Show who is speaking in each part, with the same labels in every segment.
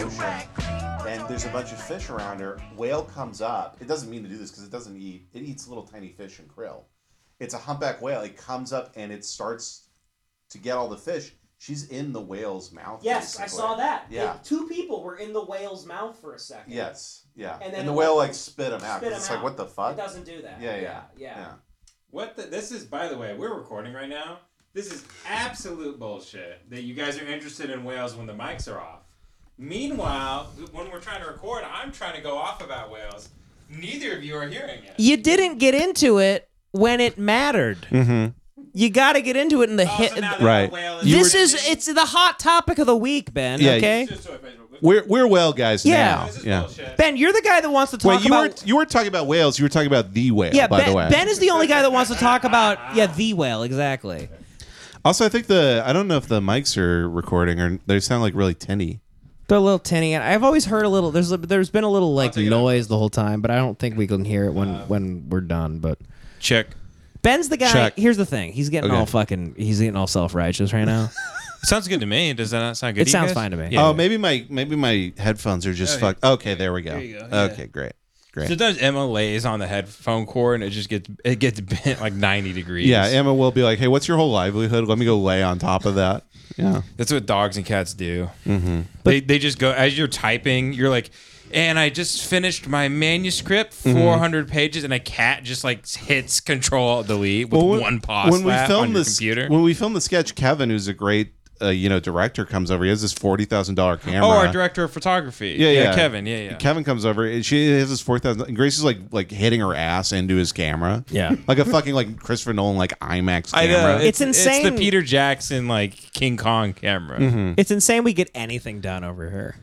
Speaker 1: and there's a bunch of fish around her. Whale comes up. It doesn't mean to do this because it doesn't eat. It eats little tiny fish and krill. It's a humpback whale. It comes up and it starts to get all the fish. She's in the whale's mouth.
Speaker 2: Yes, I
Speaker 1: basically.
Speaker 2: saw that.
Speaker 1: Yeah.
Speaker 2: It- two people were in the whale's mouth for a second.
Speaker 1: Yes, yeah. And,
Speaker 2: And then
Speaker 1: the
Speaker 2: it
Speaker 1: whale
Speaker 2: like-
Speaker 1: like spit them out. 'cause
Speaker 2: Spit 'em
Speaker 1: it's
Speaker 2: out.
Speaker 1: like what the
Speaker 2: It
Speaker 1: fuck?
Speaker 2: doesn't do that.
Speaker 1: Yeah, yeah,
Speaker 2: yeah.
Speaker 1: yeah.
Speaker 3: What the, this is, by the way, we're recording right now. This is absolute bullshit that you guys are interested in whales when the mics are off. Meanwhile, when we're trying to record, I'm trying to go off about whales. Neither of you are hearing it.
Speaker 4: You didn't get into it when it mattered. You got to get into it in the
Speaker 3: Oh,
Speaker 4: hit.
Speaker 3: so now that
Speaker 5: Right.
Speaker 3: the whale
Speaker 5: You
Speaker 4: this
Speaker 5: were-
Speaker 4: is it's the hot topic of the week, Ben.
Speaker 5: Yeah,
Speaker 4: okay,
Speaker 3: It's just so Facebook.
Speaker 5: We're we're whale guys
Speaker 4: Yeah.
Speaker 3: This is
Speaker 5: now. Yeah.
Speaker 3: bullshit.
Speaker 4: Ben, you're the guy that wants to talk
Speaker 5: Wait, you
Speaker 4: about.
Speaker 5: weren't you weren't talking about whales. You were talking about the whale.
Speaker 4: yeah,
Speaker 5: by
Speaker 4: ben,
Speaker 5: the way.
Speaker 4: Ben is the only guy that wants to talk about yeah the whale exactly.
Speaker 5: also, I think the I don't know if the mics are recording or they sound like really tinny.
Speaker 4: They're a little tinny, and I've always heard a little. There's a, there's been a little like
Speaker 3: take it out.
Speaker 4: noise the whole time, but I don't think we can hear it when
Speaker 2: Uh,
Speaker 4: when we're done. But
Speaker 5: Check.
Speaker 4: Ben's the guy.
Speaker 6: Check.
Speaker 4: Here's the thing: he's getting
Speaker 5: Okay.
Speaker 4: all fucking. He's getting all self righteous right now.
Speaker 6: Sounds good to me. Does that not sound good?
Speaker 4: It
Speaker 6: to you
Speaker 4: sounds
Speaker 6: guys?
Speaker 4: fine to me.
Speaker 5: Oh, maybe my maybe my headphones are just
Speaker 6: Oh, yeah.
Speaker 5: fucked. Okay, there we go.
Speaker 6: you go, yeah.
Speaker 5: Okay, great, great.
Speaker 6: Sometimes Emma lays on the headphone cord and it just gets it gets bent like ninety degrees.
Speaker 5: yeah, Emma will be like, "Hey, what's your whole livelihood? Let me go lay on top of that." Yeah.
Speaker 6: that's what dogs and cats do.
Speaker 5: Mm-hmm.
Speaker 6: They they just go as you're typing. You're like, and I just finished my manuscript,
Speaker 5: Mm-hmm.
Speaker 6: 400 pages, and a cat just like hits Control Delete with
Speaker 5: when-
Speaker 6: one paw
Speaker 5: when we
Speaker 6: slap
Speaker 5: filmed
Speaker 6: on your
Speaker 5: this
Speaker 6: computer.
Speaker 5: when we filmed the sketch kevin who's a great uh, you know director comes over he has this $40000 camera
Speaker 6: Oh, our director of photography.
Speaker 5: yeah, yeah,
Speaker 6: Kevin. Yeah, yeah.
Speaker 5: Kevin comes over. And she has this four thousand. And Grace is like, like hitting her ass into his camera.
Speaker 4: Yeah.
Speaker 5: like a fucking like Christopher Nolan like IMAX
Speaker 6: I
Speaker 5: camera.
Speaker 6: know.
Speaker 4: It's
Speaker 6: It's
Speaker 4: insane.
Speaker 6: the Peter Jackson like King Kong camera.
Speaker 5: Mm-hmm.
Speaker 4: it's insane we get anything done over here.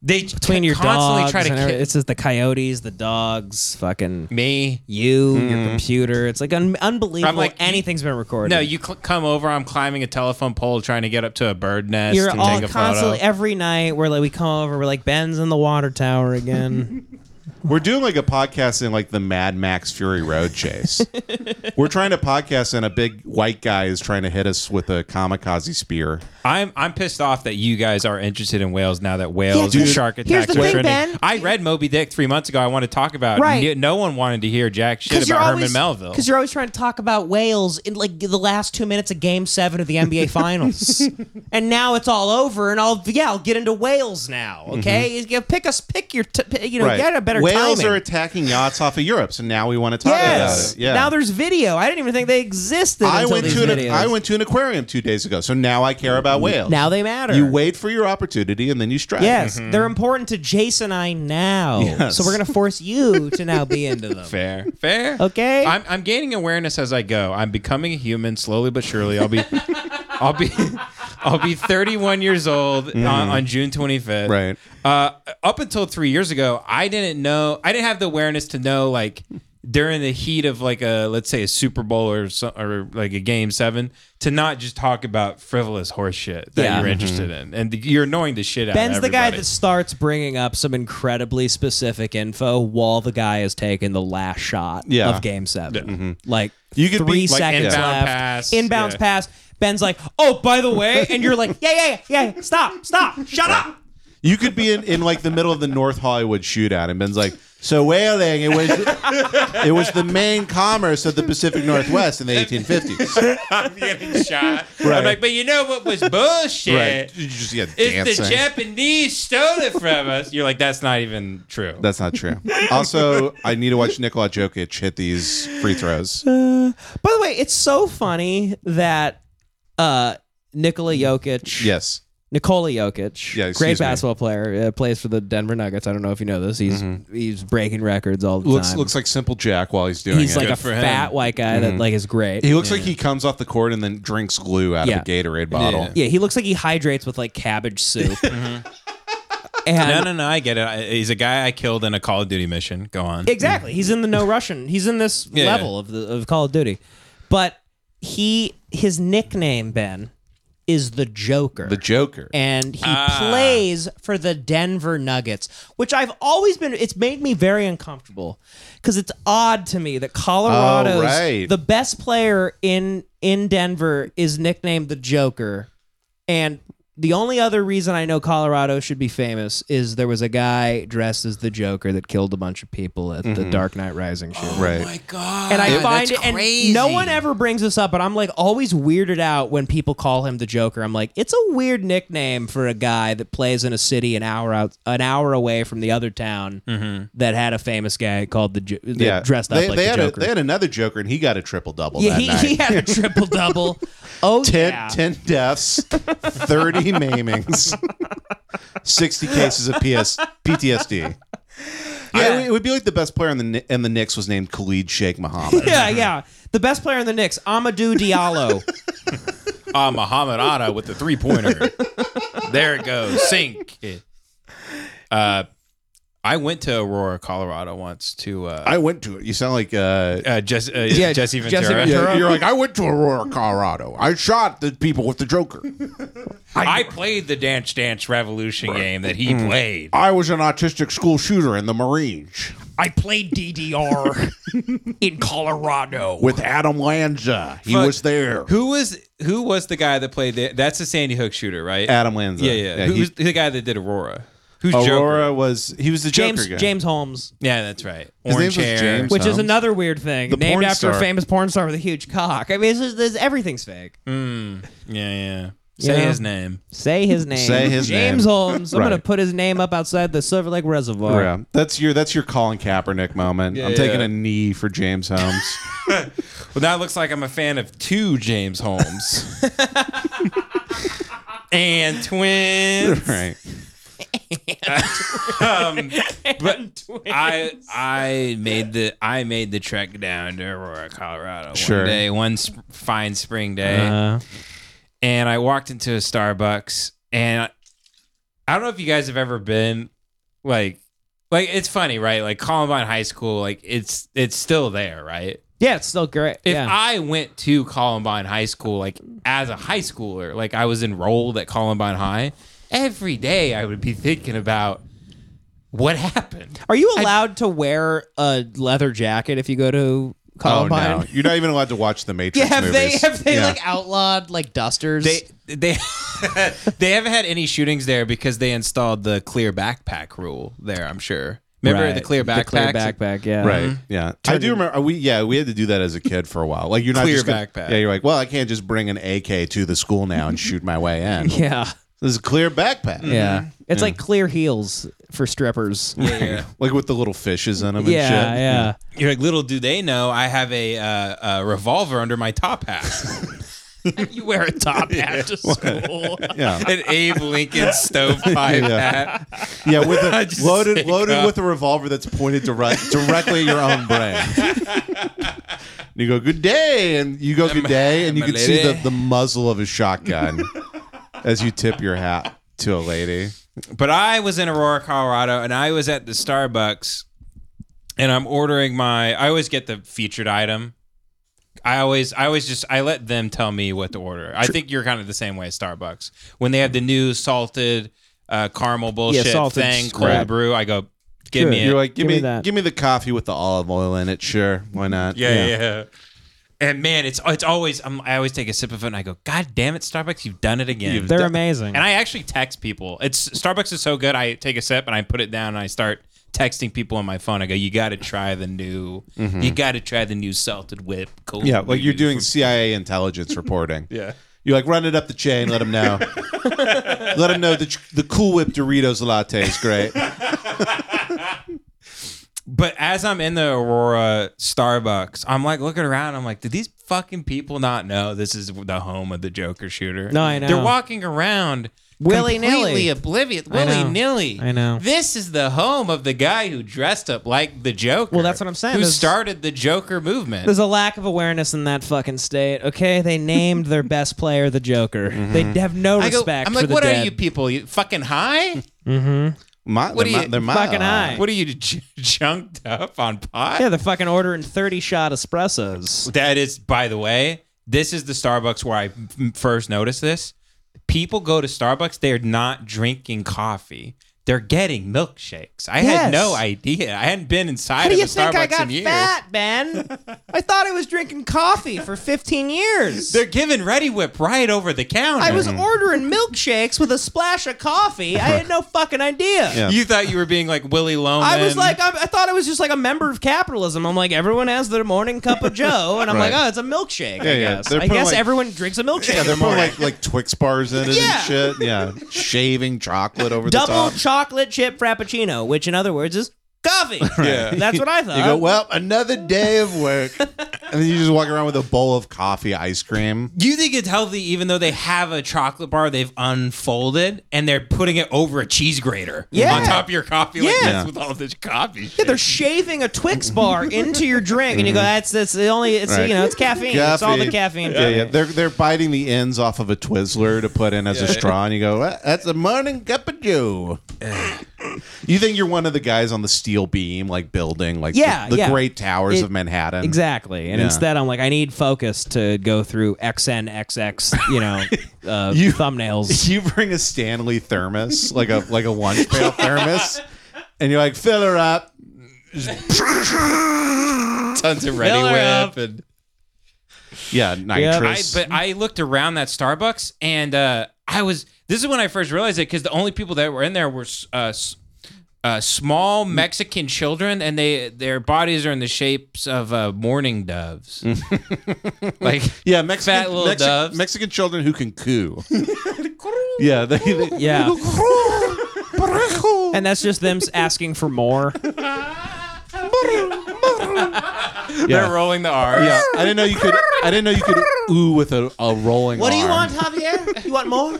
Speaker 6: They
Speaker 4: Between your
Speaker 6: constantly
Speaker 4: dogs,
Speaker 6: try to
Speaker 4: and every-
Speaker 6: kill
Speaker 4: it's just the coyotes, the dogs, fucking
Speaker 6: me.
Speaker 4: you, your computer. It's like un- unbelievable.
Speaker 6: I'm like,
Speaker 4: anything's been recorded.
Speaker 6: No, you cl- come over. I'm climbing a telephone pole, trying to get up to a bird nest
Speaker 4: You're
Speaker 6: and
Speaker 4: all
Speaker 6: take a
Speaker 4: constantly
Speaker 6: photo.
Speaker 4: every night. We're like, we come over. We're like, Ben's in the water tower again.
Speaker 5: We're doing like a podcast in like the Mad Max Fury Road chase. We're trying to podcast and a big white guy is trying to hit us with a kamikaze spear.
Speaker 6: I'm I'm pissed off that you guys are interested in whales now that whales
Speaker 4: Yeah,
Speaker 6: and
Speaker 4: dude.
Speaker 6: shark
Speaker 4: Here's
Speaker 6: attacks
Speaker 4: the
Speaker 6: are
Speaker 4: thing,
Speaker 6: trending.
Speaker 4: Ben.
Speaker 6: I read Moby Dick three months ago. I want to talk about.
Speaker 4: Right.
Speaker 6: ne- No one wanted to hear jack shit about Herman Melville.
Speaker 4: Because you're always trying to talk about Wales in like the last two minutes of Game Seven of the NBA Finals, and now it's all over. And I'll yeah, I'll get into Wales now.
Speaker 5: Mm-hmm.
Speaker 4: Okay, you pick us, pick your, t- you know, get a better
Speaker 5: Whales
Speaker 4: timing.
Speaker 5: are attacking yachts off of Europe, so now we want to talk
Speaker 4: yes.
Speaker 5: about it. Yeah.
Speaker 4: Now there's video. I didn't even think they existed.
Speaker 5: I
Speaker 4: until
Speaker 5: went
Speaker 4: these
Speaker 5: to an
Speaker 4: videos.
Speaker 5: I went to an aquarium two days ago, so now I care about whales.
Speaker 4: Now they matter.
Speaker 5: you wait for your opportunity and then you strike.
Speaker 4: Yes, they're important to Jason and I now.
Speaker 5: Yes.
Speaker 4: So we're gonna force you to now be into them.
Speaker 6: Fair, fair.
Speaker 4: Okay.
Speaker 6: I'm, I'm gaining awareness as I go. I'm becoming a human slowly but surely. I'll be, I'll be, I'll be 31 years old
Speaker 4: Mm.
Speaker 6: on, on June 25th.
Speaker 5: Right.
Speaker 6: Uh, up until three years ago, I didn't know. I didn't have the awareness to know like during the heat of like a let's say a Super Bowl or so, or like a game seven to not just talk about frivolous horse shit that
Speaker 4: Yeah. Mm-hmm.
Speaker 6: you're interested in, and you're annoying the shit out. of
Speaker 4: Ben's the guy
Speaker 6: everybody.
Speaker 4: that starts bringing up some incredibly specific info while the guy is taking the last shot
Speaker 5: Yeah.
Speaker 4: of Game 7 Like
Speaker 5: You could be,
Speaker 4: three
Speaker 5: like,
Speaker 4: seconds
Speaker 6: inbound
Speaker 4: left,
Speaker 6: pass.
Speaker 4: inbounds
Speaker 6: Yeah.
Speaker 4: pass. Ben's like, "Oh, by the way," and you're like, "Yeah, yeah, yeah, yeah. Stop, stop, shut up."
Speaker 5: You could be in, in like the middle of the North Hollywood shootout and Ben's like, so whaling it was it was the main commerce of the Pacific Northwest in the eighteen fifties.
Speaker 6: I'm getting shot.
Speaker 5: Right.
Speaker 6: I'm like, but you know what was bullshit?
Speaker 5: Right. You just yeah,
Speaker 6: If
Speaker 5: dancing.
Speaker 6: the Japanese stole it from us, you're like, that's not even true.
Speaker 5: That's not true. Also, I need to watch Nikola Jokic hit these free throws.
Speaker 4: By the way, it's so funny that uh Nikola Jokic,
Speaker 5: Yes.
Speaker 4: Nikola Jokic,
Speaker 5: Yeah, excuse
Speaker 4: great
Speaker 5: me.
Speaker 4: basketball player, uh, plays for the Denver Nuggets. I don't know if you know this. He's
Speaker 5: Mm-hmm.
Speaker 4: he's breaking records all the
Speaker 5: Looks
Speaker 4: time.
Speaker 5: looks like simple Jack while he's doing
Speaker 4: he's
Speaker 5: it.
Speaker 4: like a
Speaker 6: for him.
Speaker 4: fat white guy
Speaker 5: Mm-hmm.
Speaker 4: that like is great.
Speaker 5: he looks like he comes off the court and then drinks glue out
Speaker 4: Yeah.
Speaker 5: of a Gatorade bottle.
Speaker 6: Yeah.
Speaker 4: Yeah, he looks like he hydrates with like cabbage soup. And
Speaker 6: Mm-hmm. No, no, no. I get it. I, he's a guy I killed in a Call of Duty mission. Go on.
Speaker 4: exactly, he's in the no Russian. He's in this
Speaker 6: Yeah.
Speaker 4: level of the of Call of Duty, but he his nickname Ben is the Joker.
Speaker 5: The Joker.
Speaker 4: and he plays for the Denver Nuggets, which I've always been. It's made me very uncomfortable because it's odd to me that Colorado's
Speaker 5: Oh, right.
Speaker 4: the best player in in Denver is nicknamed the Joker, and the only other reason I know Colorado should be famous is there was a guy dressed as the Joker that killed a bunch of people at the Dark Knight Rising show.
Speaker 5: right.
Speaker 7: God.
Speaker 4: And I find
Speaker 7: that's
Speaker 4: it, and
Speaker 7: crazy.
Speaker 4: no one ever brings this up, but I'm like always weirded out when people call him the Joker. I'm like, it's a weird nickname for a guy that plays in a city an hour out, an hour away from the other town
Speaker 7: Mm-hmm.
Speaker 4: that had a famous guy called the Jo- that
Speaker 5: yeah.
Speaker 4: dressed up
Speaker 5: they,
Speaker 4: like
Speaker 5: they
Speaker 4: the
Speaker 5: had
Speaker 4: Joker.
Speaker 5: A, they had another Joker, and he got a triple double
Speaker 4: yeah,
Speaker 5: that
Speaker 4: he,
Speaker 5: night.
Speaker 4: he had a triple double. Oh
Speaker 5: 10,
Speaker 4: yeah,
Speaker 5: 10 deaths, 30 maimings, 60 cases of PS, PTSD. Yeah, it would be like the best player in the Kni- and the Knicks was named Khalid Sheikh Mohammed.
Speaker 4: yeah, yeah. The best player in the Knicks, Amadou Diallo.
Speaker 6: Ah, Muhammad Atta with the three pointer. there it goes. Sink. it. Uh, I went to Aurora, Colorado once to uh,
Speaker 5: I went to it. You sound like uh,
Speaker 6: uh, Jess, uh,
Speaker 4: Yeah, Jesse
Speaker 6: Jesse Ventura.
Speaker 4: Ventura.
Speaker 5: yeah, you're like I went to Aurora, Colorado. I shot the people with the Joker.
Speaker 6: I played the Dance Dance Revolution game that he played.
Speaker 5: I was an autistic school shooter in the Marines
Speaker 4: I played DDR in Colorado.
Speaker 5: with Adam Lanza. He
Speaker 6: Fuck.
Speaker 5: was there.
Speaker 6: Who was who was the guy that played the, that's the Sandy Hook shooter, right?
Speaker 5: Adam Lanza.
Speaker 6: Yeah, yeah. Who
Speaker 5: he-
Speaker 6: was the guy that did Aurora? Who's
Speaker 5: Aurora
Speaker 6: Joker?
Speaker 5: was he was the
Speaker 4: James
Speaker 5: Joker guy.
Speaker 4: James Holmes.
Speaker 6: Yeah, that's right.
Speaker 5: His
Speaker 6: Orange
Speaker 5: name was
Speaker 6: hair.
Speaker 5: James.
Speaker 4: Which is
Speaker 5: Sounds-
Speaker 4: another weird thing,
Speaker 5: The
Speaker 4: named
Speaker 5: porn
Speaker 4: after a
Speaker 5: star.
Speaker 4: famous porn star with a huge cock. I mean, it's just, it's, everything's fake.
Speaker 6: Yeah, yeah.
Speaker 4: You
Speaker 6: Say
Speaker 4: know?
Speaker 6: his name.
Speaker 4: Say his name.
Speaker 5: Say his
Speaker 4: James
Speaker 5: name.
Speaker 4: Holmes. I'm gonna
Speaker 5: Right.
Speaker 4: put his name up outside the Silver Lake Reservoir.
Speaker 5: Yeah, that's your that's your Colin Kaepernick moment. I'm taking
Speaker 6: yeah.
Speaker 5: a knee for James Holmes.
Speaker 6: Well, now it looks like I'm a fan of two James Holmes. and twins.
Speaker 5: right.
Speaker 6: Um, but I I made the I made the trek down to Aurora, Colorado
Speaker 5: Sure.
Speaker 6: one day, one sp- fine spring day,
Speaker 4: Uh-huh.
Speaker 6: and I walked into a Starbucks, and I, I don't know if you guys have ever been like like it's funny, right? Like Columbine High School, like it's it's still there, right?
Speaker 4: yeah, it's still great.
Speaker 6: If
Speaker 4: yeah.
Speaker 6: I went to Columbine High School, like as a high schooler, like I was enrolled at Columbine High, every day I would be thinking about what happened.
Speaker 4: Are you allowed to wear a leather jacket if you go to Columbine?
Speaker 5: Oh no, you're not even allowed to watch the
Speaker 4: Yeah,
Speaker 5: Matrix
Speaker 4: have they
Speaker 5: movies.
Speaker 4: have they
Speaker 5: Yeah.
Speaker 4: like outlawed like dusters?
Speaker 6: They they they haven't had any shootings there because they installed the clear backpack rule there. I'm sure. Remember
Speaker 4: Right.
Speaker 6: the clear backpack?
Speaker 4: The clear backpack. Yeah.
Speaker 5: Right. Yeah. Mm-hmm. I do remember uh, we yeah, we had to do that as a kid for a while. Like you're not
Speaker 6: Clear
Speaker 5: just gonna-
Speaker 6: backpack.
Speaker 5: Yeah, you're like, well, I can't just bring an AK to the school now and shoot my way in.
Speaker 4: Yeah.
Speaker 5: This is a clear backpack. Mm-hmm.
Speaker 4: Yeah. It's like clear heels for strippers. Yeah.
Speaker 6: Yeah.
Speaker 5: Like with the little fishes in them and
Speaker 4: Yeah.
Speaker 5: shit.
Speaker 6: You're like, little do they know, I have a, uh, a revolver under my top hat.
Speaker 4: you wear a top hat to school.
Speaker 5: Yeah.
Speaker 6: An Abe Lincoln stovepipe
Speaker 5: Yeah.
Speaker 6: hat.
Speaker 5: Yeah, with a
Speaker 6: Just
Speaker 5: loaded
Speaker 6: take
Speaker 5: loaded
Speaker 6: off.
Speaker 5: with a revolver that's pointed direct, directly at your own brain. And you go good day, and you go good day, and you
Speaker 6: my
Speaker 5: can see the,
Speaker 6: lady.
Speaker 5: the muzzle of a shotgun as you tip your hat to a lady.
Speaker 6: But I was in Aurora, Colorado, and I was at the Starbucks, and I'm ordering my. I always get the featured item. I always, I always just, I let them tell me what to order. I think you're kind of the same way at Starbucks when they have the new salted uh, caramel bullshit
Speaker 4: salted
Speaker 6: thing, cold
Speaker 4: crap.
Speaker 6: brew. I go, give
Speaker 4: Sure.
Speaker 6: me it.
Speaker 5: You're like, give,
Speaker 4: Give me
Speaker 5: me,
Speaker 4: that.
Speaker 5: give me the coffee with the olive oil in it. Sure, why not?
Speaker 6: yeah, yeah. yeah. And man, it's it's always I'm, I always take a sip of it and I go, God damn it, Starbucks, you've done it again.
Speaker 4: They're amazing.
Speaker 6: And I actually text people. It's Starbucks is so good. I take a sip and I put it down and I start texting people on my phone. I go, "You got to try the new. You got to try the new salted whip." Cool.
Speaker 5: Mm-hmm. Yeah, like you're doing CIA intelligence reporting.
Speaker 6: Yeah.
Speaker 5: You like run it up the chain, let them know. let them know that the Cool Whip Doritos latte is great.
Speaker 6: But as I'm in the Aurora Starbucks, I'm like looking around. I'm like, did these fucking people not know this is the home of the Joker shooter?
Speaker 4: No, I know.
Speaker 6: They're walking around
Speaker 4: Willy-nilly.
Speaker 6: completely oblivious,
Speaker 4: I know.
Speaker 6: willy nilly.
Speaker 4: I know.
Speaker 6: This is the home of the guy who dressed up like the Joker.
Speaker 4: Well, that's what I'm saying.
Speaker 6: Who
Speaker 4: There's-
Speaker 6: started the Joker movement?
Speaker 4: There's a lack of awareness in that fucking state. Okay, they named their best player the Joker.
Speaker 5: Mm-hmm.
Speaker 4: They have no
Speaker 6: I go,
Speaker 4: respect
Speaker 6: I'm like,
Speaker 4: for the
Speaker 6: what
Speaker 4: dead.
Speaker 6: are you people? You fucking high?
Speaker 5: My,
Speaker 6: What
Speaker 5: they're,
Speaker 6: do
Speaker 5: my,
Speaker 6: you-
Speaker 5: they're my
Speaker 4: Fucking high.
Speaker 6: what are you j- junked up on pot?
Speaker 4: Yeah, they're fucking ordering 30 shot espressos.
Speaker 6: That is, by the way, This is the Starbucks where I f- first noticed this. People go to Starbucks, they're not drinking coffee. They're getting milkshakes. I
Speaker 4: Yes.
Speaker 6: had no idea. I hadn't been
Speaker 4: How
Speaker 6: inside of
Speaker 4: do
Speaker 6: a
Speaker 4: you think
Speaker 6: Starbucks
Speaker 4: I got
Speaker 6: in years.
Speaker 4: fat, Ben? I thought I was drinking coffee for 15 years.
Speaker 6: They're giving Ready Whip right over the counter.
Speaker 4: I was
Speaker 5: Mm-hmm.
Speaker 4: ordering milkshakes with a splash of coffee. I had no fucking idea.
Speaker 5: Yeah.
Speaker 6: You thought you were being like Willie Loman.
Speaker 4: I was like, I, I thought I was just like a member of capitalism. I'm like, everyone has their morning cup of Joe, and I'm
Speaker 5: Right.
Speaker 4: like, oh, it's a milkshake.
Speaker 5: Yeah,
Speaker 4: I
Speaker 5: yeah.
Speaker 4: guess.
Speaker 5: They're
Speaker 4: I
Speaker 5: putting,
Speaker 4: guess
Speaker 5: like-
Speaker 4: everyone drinks a milkshake.
Speaker 5: Yeah, they're
Speaker 4: in the
Speaker 5: more
Speaker 4: morning.
Speaker 5: like like Twix bars in it
Speaker 4: Yeah.
Speaker 5: and shit. Yeah, shaving chocolate over the
Speaker 4: double
Speaker 5: top.
Speaker 4: chocolate chip frappuccino, which in other words is coffee.
Speaker 5: Yeah.
Speaker 4: that's what I thought.
Speaker 5: You go well, another day of work, and then you just walk around with a bowl of coffee ice cream.
Speaker 6: you think it's healthy even though they have a chocolate bar they've unfolded and they're putting it over a cheese grater
Speaker 4: Yeah.
Speaker 6: on top of your coffee like
Speaker 4: Yeah.
Speaker 6: this with all this coffee
Speaker 4: Yeah,
Speaker 6: shit.
Speaker 4: they're shaving a Twix bar into your drink, and you go, "That's that's the only it's
Speaker 5: Mm-hmm. Right.
Speaker 4: you know it's caffeine. It's all the caffeine."
Speaker 5: Yeah, yeah. They're they're biting the ends off of a Twizzler to put in as a straw, and you go, "Well, "That's a morning cup of Joe." you think you're one of the guys on the steel beam, like building, like
Speaker 4: Yeah,
Speaker 5: the, the
Speaker 4: yeah.
Speaker 5: great towers
Speaker 4: It-
Speaker 5: of Manhattan.
Speaker 4: Exactly, and
Speaker 5: Yeah.
Speaker 4: instead I'm like, I need focus to go through XNXX, you know, uh,
Speaker 5: You-
Speaker 4: thumbnails.
Speaker 5: You bring a Stanley thermos, like a like a lunch pail thermos, and you're like, "Fill her up."
Speaker 6: tons of ready
Speaker 4: Fill her
Speaker 6: whip
Speaker 4: up.
Speaker 6: and
Speaker 5: Yeah,
Speaker 6: I,
Speaker 5: nitrous.
Speaker 6: but I looked around that Starbucks and uh, I was. This is when I first realized it because the only people that were in there were uh, s- uh, small
Speaker 4: Mm.
Speaker 6: Mexican children, and they their bodies are in the shapes of uh, mourning doves. like
Speaker 5: yeah, Mexican,
Speaker 6: Fat little
Speaker 5: Mexi-
Speaker 6: doves.
Speaker 5: Mexican children who can coo. yeah, they, they,
Speaker 4: Yeah, and that's just them asking for more.
Speaker 6: they're rolling the R's.
Speaker 5: yeah. I didn't know you could. I didn't know you could ooh with a, a rolling.
Speaker 4: What do you
Speaker 5: arm.
Speaker 4: want, Javier? You want more?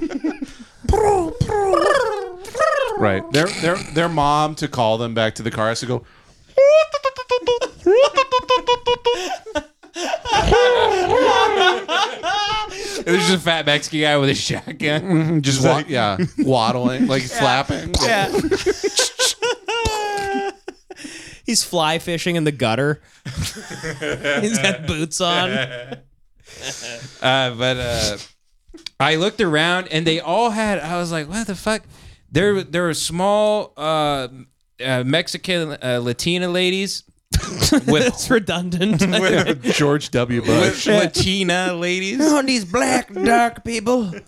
Speaker 5: Right. Their their their mom to call them back to the car has to go.
Speaker 6: There's just a fat Mexican guy with a shotgun.
Speaker 5: Just wa- yeah, waddling like flapping.
Speaker 4: Yeah. He's fly fishing in the gutter. He's got boots on.
Speaker 6: Uh, but uh, I looked around and they all had. I was like, what the fuck? There, there were small uh, uh, Mexican uh, Latina ladies with,
Speaker 4: It's redundant.
Speaker 5: George W. Bush.
Speaker 6: with Latina ladies.
Speaker 4: these black dark people.
Speaker 6: and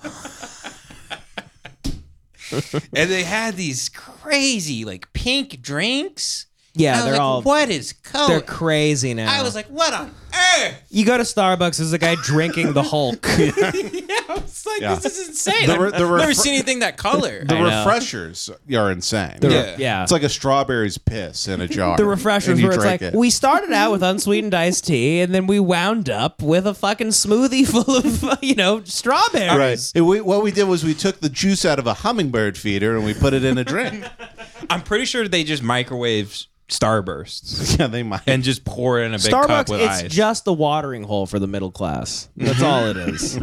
Speaker 6: they had these crazy like pink drinks. I
Speaker 4: Yeah,
Speaker 6: was
Speaker 4: they're
Speaker 6: like,
Speaker 4: all
Speaker 6: what is color?
Speaker 4: they're crazy now.
Speaker 6: I was like, what on earth?
Speaker 4: you go to Starbucks, there's a guy drinking the Hulk.
Speaker 6: Yeah, I was like,
Speaker 5: Yeah.
Speaker 6: this is insane.
Speaker 5: The re-
Speaker 6: I've
Speaker 5: the refre-
Speaker 6: never seen anything that color.
Speaker 5: The
Speaker 4: I know.
Speaker 5: refreshers are insane.
Speaker 6: Yeah.
Speaker 4: yeah.
Speaker 5: It's like a strawberry's piss in a jar.
Speaker 4: the refreshers
Speaker 5: and you
Speaker 4: where it's
Speaker 5: drink
Speaker 4: like
Speaker 5: it.
Speaker 4: we started out with unsweetened iced tea and then we wound up with a fucking smoothie full of you know strawberries.
Speaker 5: Right. And we- what we did was we took the juice out of a hummingbird feeder and we put it in a drink.
Speaker 6: I'm pretty sure they just microwave Starbursts.
Speaker 5: yeah, they might.
Speaker 6: and just pour it in a big cup
Speaker 4: Starbucks,
Speaker 6: with
Speaker 4: it's
Speaker 6: ice.
Speaker 4: just the watering hole for the middle class. That's all it is.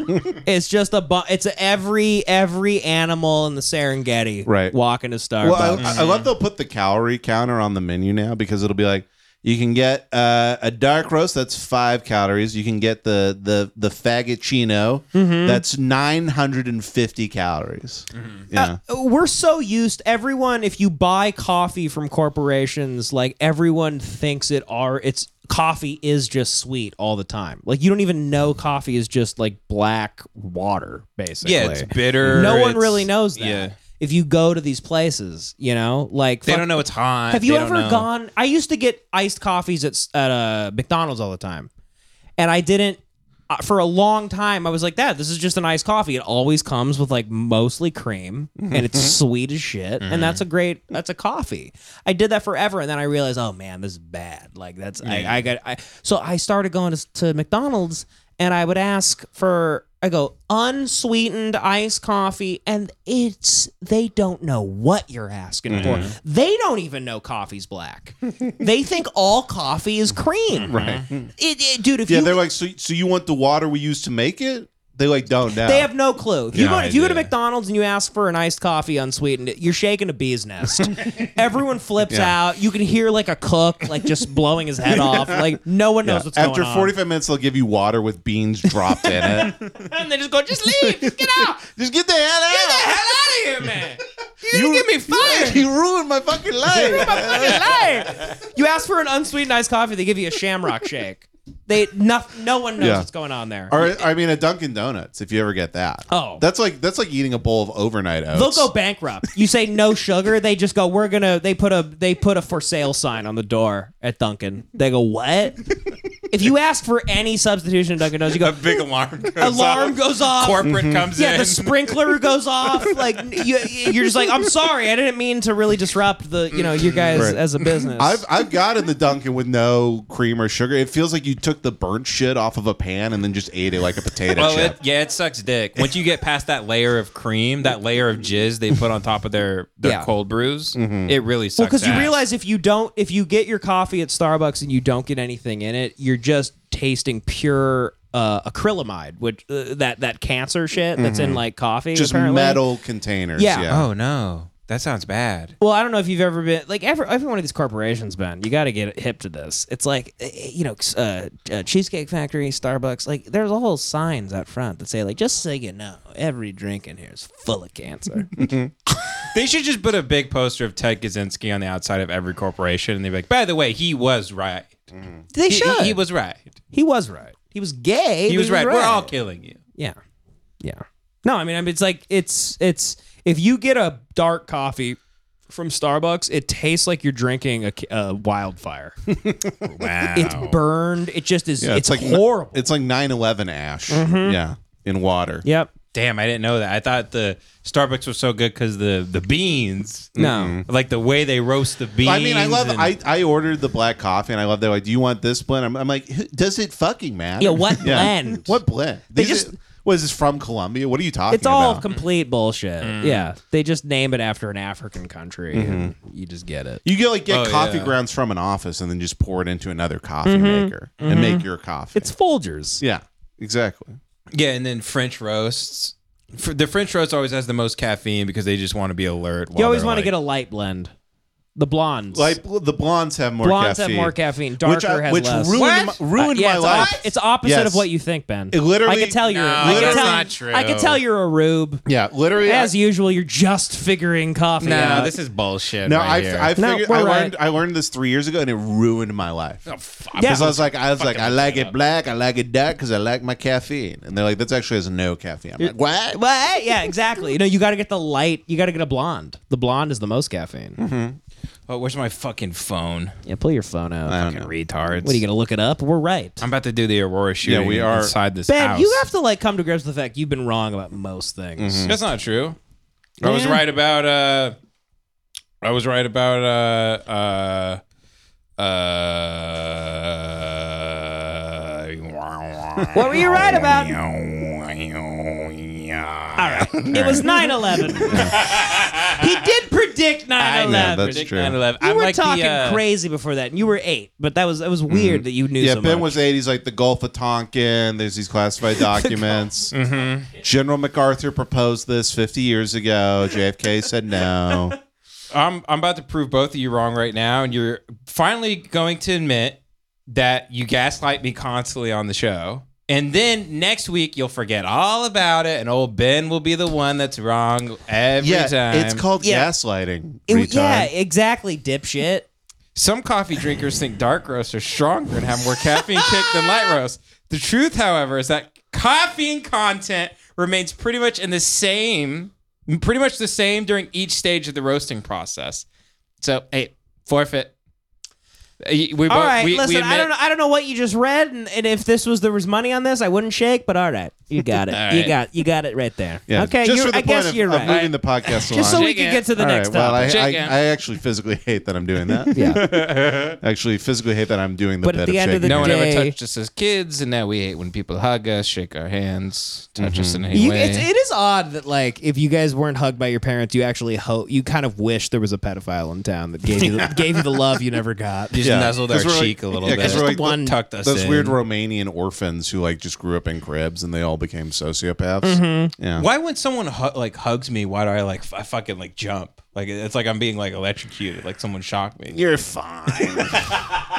Speaker 4: it's just a bu- it's a every every animal in the Serengeti
Speaker 5: Right.
Speaker 4: walking to Starbucks.
Speaker 5: Well, I, I love they'll put the calorie counter on the menu now because it'll be like you can get uh, a dark roast that's five calories. You can get the the the fagotchino
Speaker 4: Mm-hmm.
Speaker 5: that's nine hundred and fifty calories. Yeah,
Speaker 4: We're so used everyone if you buy coffee from corporations like everyone thinks it are it's coffee is just sweet all the time. Like you don't even know coffee is just like black water basically.
Speaker 6: yeah, it's bitter.
Speaker 4: no one
Speaker 6: it's-
Speaker 4: really knows that.
Speaker 6: Yeah.
Speaker 4: If you go to these places, you know, like
Speaker 6: They
Speaker 4: fuck-
Speaker 6: don't know it's hot.
Speaker 4: Have you
Speaker 6: They don't
Speaker 4: ever
Speaker 6: know.
Speaker 4: gone? I used to get iced coffees at s- at uh, McDonald's all the time, and I didn't uh, for a long time. I was like, "That this is just an iced coffee. It always comes with like mostly cream, and it's sweet as shit, and that's a great that's a coffee." I did that forever, and then I realized, "Oh man, this is bad. Like that's I, I got." I, so I started going to, s- to McDonald's, and I would ask for. I go unsweetened iced coffee, and it's they don't know what you're asking for. They don't even know coffee's black. they think all coffee is cream. Right, it, it- dude. If
Speaker 5: yeah.
Speaker 4: you
Speaker 5: They're like, so so you want the water we use to make it? They like don't know.
Speaker 4: They have no clue. If you,
Speaker 6: No
Speaker 4: go, if you go to
Speaker 6: idea.
Speaker 4: McDonald's and you ask for an iced coffee unsweetened, you're shaking a bee's nest. Everyone flips out. You can hear like a cook like just blowing his head off. Like no one knows what's
Speaker 5: After
Speaker 4: going on.
Speaker 5: 45 minutes, they'll give you water with beans dropped in it.
Speaker 4: and they just go, just leave, just get out,
Speaker 5: Just get the hell out!
Speaker 4: get the hell out of here, man.
Speaker 5: you get me fired! You, ruined my fucking life.
Speaker 4: Hey, you ask for an unsweetened iced coffee, they give you a shamrock shake. They no, no one knows
Speaker 5: Yeah.
Speaker 4: what's going on there.
Speaker 5: or I mean, a Dunkin' Donuts. If you ever get that,
Speaker 4: Oh.
Speaker 5: that's like that's like eating a bowl of overnight oats.
Speaker 4: They'll go bankrupt. You say no sugar, they just go. We're gonna. They put a they put a for sale sign on the door at Dunkin'. They go what? if you ask for any substitution at Dunkin' Donuts, you go.
Speaker 6: A big alarm goes
Speaker 4: Alarm
Speaker 6: off.
Speaker 4: goes off. Mm-hmm.
Speaker 6: Corporate comes
Speaker 4: yeah,
Speaker 6: in.
Speaker 4: the sprinkler goes off. Like you, you're just like, I'm sorry, I didn't mean to really disrupt the, you know, you guys
Speaker 5: Right.
Speaker 4: as a business.
Speaker 5: I've I've gotten the Dunkin' with no cream or sugar. It feels like you took the burnt shit off of a pan and then just ate it like a potato
Speaker 6: Oh,
Speaker 5: chip.
Speaker 6: it, yeah, it sucks dick. Once you get past that layer of cream, that layer of jizz they put on top of their, their
Speaker 4: Yeah. Mm-hmm.
Speaker 6: cold brews, it really sucks.
Speaker 4: Well, because you
Speaker 6: ass.
Speaker 4: realize if you don't, if you get your coffee at Starbucks and you don't get anything in it, you're just tasting pure uh, acrylamide, which uh, that that cancer shit that's
Speaker 6: Mm-hmm.
Speaker 4: in like coffee,
Speaker 5: just
Speaker 4: apparently.
Speaker 5: metal containers.
Speaker 4: Yeah.
Speaker 5: Yeah.
Speaker 6: Oh no, that sounds bad.
Speaker 4: Well, I don't know if you've ever been like every every one of these corporations been. You got to get hip to this. It's like eh, eh, you know, uh, uh, Cheesecake Factory, Starbucks. Like there's all signs out front that say like, just so you know, every drink in here is full of cancer.
Speaker 6: They should just put a big poster of Ted Kaczynski on the outside of every corporation, and they'd be like, "By the way, he was right.
Speaker 4: they
Speaker 6: He- he-
Speaker 4: should.
Speaker 6: He, was right.
Speaker 4: He was right. He was gay. but
Speaker 6: He was right. We're all killing you."
Speaker 4: Yeah. Yeah. No, I mean, I mean, it's like it's it's if you get a dark coffee from Starbucks, it tastes like you're drinking a, ca- a wildfire.
Speaker 6: Wow.
Speaker 4: It's burned. It just is.
Speaker 5: Yeah,
Speaker 4: it's,
Speaker 5: it's, like
Speaker 4: horrible. Mm-hmm.
Speaker 5: It's like 9/11 ash. Yeah, in water.
Speaker 4: yep.
Speaker 6: Damn, I didn't know that. I thought the Starbucks was so good because the the beans,
Speaker 4: No.
Speaker 6: like the way they roast the beans.
Speaker 5: I mean, I love.
Speaker 6: and-
Speaker 5: I, I ordered the black coffee, and I love that. Like, do you want this blend? I'm, I'm like, "Who- does it fucking matter?
Speaker 4: Yeah, what blend?
Speaker 5: What blend?
Speaker 4: They
Speaker 5: These
Speaker 4: just-
Speaker 5: are- what is this from Colombia? What are you talking
Speaker 4: It's all
Speaker 5: about? Mm.
Speaker 4: complete bullshit. Yeah. They just name it after an African country, and
Speaker 5: Mm-hmm.
Speaker 4: you just get it.
Speaker 5: you get like get
Speaker 6: Oh,
Speaker 5: coffee
Speaker 6: yeah.
Speaker 5: grounds from an office, and then just pour it into another coffee maker and make your coffee.
Speaker 4: Mm-hmm. It's Folgers.
Speaker 5: yeah, exactly.
Speaker 6: yeah, and then French roasts. Fr- The French roast always has the most caffeine because they just want to be alert.
Speaker 4: You always want to get a light blend. The blondes.
Speaker 5: Like bl- the blondes have more
Speaker 4: blondes
Speaker 5: caffeine.
Speaker 4: have more caffeine. Darker
Speaker 5: which I-
Speaker 4: has
Speaker 5: which
Speaker 4: less.
Speaker 5: ruined my, ruined
Speaker 4: Uh, yeah,
Speaker 5: my
Speaker 4: it's
Speaker 5: life.
Speaker 4: op- it's opposite
Speaker 5: Yes.
Speaker 4: of what you think, Ben.
Speaker 5: It literally-
Speaker 4: I can tell you're.
Speaker 6: No,
Speaker 4: I can
Speaker 5: that's
Speaker 4: tell,
Speaker 6: not
Speaker 4: you- I can
Speaker 6: true.
Speaker 4: tell you're a rube.
Speaker 5: yeah, literally.
Speaker 4: As usual, you're just figuring coffee.
Speaker 6: No,
Speaker 4: out.
Speaker 6: this is bullshit.
Speaker 5: No,
Speaker 6: right
Speaker 5: I,
Speaker 6: here.
Speaker 5: I
Speaker 4: No,
Speaker 5: figured
Speaker 4: we're
Speaker 5: I
Speaker 4: right.
Speaker 5: learned I learned this three years ago and it ruined my life.
Speaker 4: Yeah.
Speaker 5: Because I was like, I was like, I like
Speaker 6: that
Speaker 5: it black, I like it dark, because I like my caffeine. And they're like, that's actually has no caffeine. I'm like, what?
Speaker 4: What? Yeah, exactly. No, you got to get the light. You got to get a blonde. The blonde is the most caffeine.
Speaker 5: Mm-hmm.
Speaker 6: oh, where's my fucking phone?
Speaker 4: Yeah, pull your phone out.
Speaker 5: I don't
Speaker 4: Fucking
Speaker 5: know.
Speaker 4: read.
Speaker 6: Retards.
Speaker 4: What are you gonna look it up? We're right.
Speaker 6: I'm about to do the Aurora shooting.
Speaker 5: we are-
Speaker 6: inside this
Speaker 4: Ben,
Speaker 6: house.
Speaker 4: you have to like come to grips with the fact you've been wrong about most things.
Speaker 5: Mm-hmm. Mm.
Speaker 6: That's not true. I was
Speaker 4: Yeah.
Speaker 6: right about. uh I was right about. uh uh uh
Speaker 4: What were you right about?
Speaker 6: All right.
Speaker 4: It was 9/11. he did predict 9/11.
Speaker 5: that's true.
Speaker 4: You were talking
Speaker 6: uh,
Speaker 4: crazy before that, and you were eight. But that was that was
Speaker 6: Mm-hmm.
Speaker 4: weird that you knew.
Speaker 5: Yeah,
Speaker 4: so
Speaker 5: Ben
Speaker 4: much.
Speaker 5: was 80s, like the Gulf of Tonkin. There's these classified documents.
Speaker 6: Mm-hmm.
Speaker 5: General MacArthur proposed this 50 years ago. JFK said no.
Speaker 6: I'm I'm about to prove both of you wrong right now, and you're finally going to admit that you gaslight me constantly on the show. And then next week you'll forget all about it, and old Ben will be the one that's wrong every
Speaker 5: yeah,
Speaker 6: time.
Speaker 5: it's called
Speaker 4: Yeah.
Speaker 5: gaslighting.
Speaker 4: It-
Speaker 5: retard.
Speaker 4: yeah, exactly, dipshit.
Speaker 6: Some coffee drinkers think dark roasts are stronger and have more caffeine kick than light roasts. The truth, however, is that caffeine content remains pretty much in the same, pretty much the same during each stage of the roasting process. So, hey, forfeit. Uh, y- We
Speaker 4: All
Speaker 6: both-
Speaker 4: right,
Speaker 6: we- we
Speaker 4: listen, I
Speaker 6: admit-
Speaker 4: don't know, I don't know what you just read, and, and if this was there was money on this, I wouldn't shake. But all right, you got it,
Speaker 6: All
Speaker 4: you
Speaker 6: right.
Speaker 4: got you got it right there.
Speaker 5: Yeah,
Speaker 4: okay,
Speaker 5: just
Speaker 4: you're-
Speaker 5: for the
Speaker 4: I
Speaker 5: point
Speaker 4: guess
Speaker 5: of,
Speaker 4: you're
Speaker 5: of
Speaker 4: right.
Speaker 5: moving the podcast along.
Speaker 4: Just so we
Speaker 6: Shake
Speaker 4: can
Speaker 6: it.
Speaker 4: get to the
Speaker 5: All
Speaker 4: next
Speaker 5: right, well, I,
Speaker 4: topic.
Speaker 5: I,
Speaker 6: Shake it.
Speaker 5: I actually physically hate that I'm doing that.
Speaker 4: yeah,
Speaker 5: actually physically hate that I'm doing the
Speaker 4: But at
Speaker 5: bit
Speaker 4: the end of the
Speaker 5: shaking
Speaker 6: No one
Speaker 5: it.
Speaker 6: ever
Speaker 4: Day.
Speaker 6: touched us as kids, and now we hate when people hug us, shake our hands, touch us in any
Speaker 4: you,
Speaker 6: way.
Speaker 4: it's, it is odd that like if you guys weren't hugged by your parents, you actually ho- you kind of wish there was a pedophile in town that gave you the, gave you the love you never got.
Speaker 6: you
Speaker 5: Yeah.
Speaker 6: just nuzzled our
Speaker 5: 'Cause we're like-
Speaker 6: cheek a little
Speaker 5: yeah, 'cause
Speaker 6: bit.
Speaker 5: we're like
Speaker 4: One-
Speaker 6: tucked us
Speaker 5: Those
Speaker 6: in.
Speaker 5: weird Romanian orphans who like just grew up in cribs and they all became sociopaths.
Speaker 4: Mm-hmm.
Speaker 5: Yeah.
Speaker 6: Why when someone hu- like hugs me, why do I like f- I fucking like jump? Like it's like I'm being like electrocuted. Like someone shocked me.
Speaker 5: You're fine.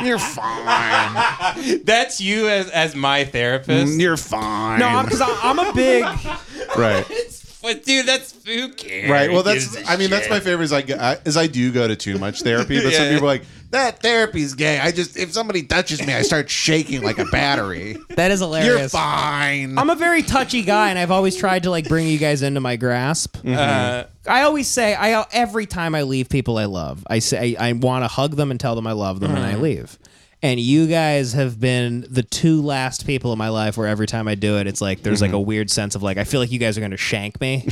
Speaker 5: You're fine. Mm,
Speaker 6: That's you as as my therapist.
Speaker 5: You're fine.
Speaker 4: No, I'm because I'm a big.
Speaker 5: right.
Speaker 6: It's, but dude, that's who cares?
Speaker 5: Right. Well,
Speaker 6: Who
Speaker 5: that's.
Speaker 6: gives a
Speaker 5: I mean, that's
Speaker 6: shit?
Speaker 5: my favorite. Is I, go- I is I do go to too much therapy, but some
Speaker 6: Yeah.
Speaker 5: people are like that therapy's gay. I just if somebody touches me, I start shaking like a battery.
Speaker 4: That is hilarious.
Speaker 5: You're fine.
Speaker 4: I'm a very touchy guy, and I've always tried to like bring you guys into my grasp.
Speaker 6: Uh,
Speaker 4: I always say, I every time I leave people I love, I say I, want to hug them and tell them I love them, and I leave. And you guys have been the two last people in my life where every time I do it, it's like there's like a weird sense of like I feel like you guys are going to shank me.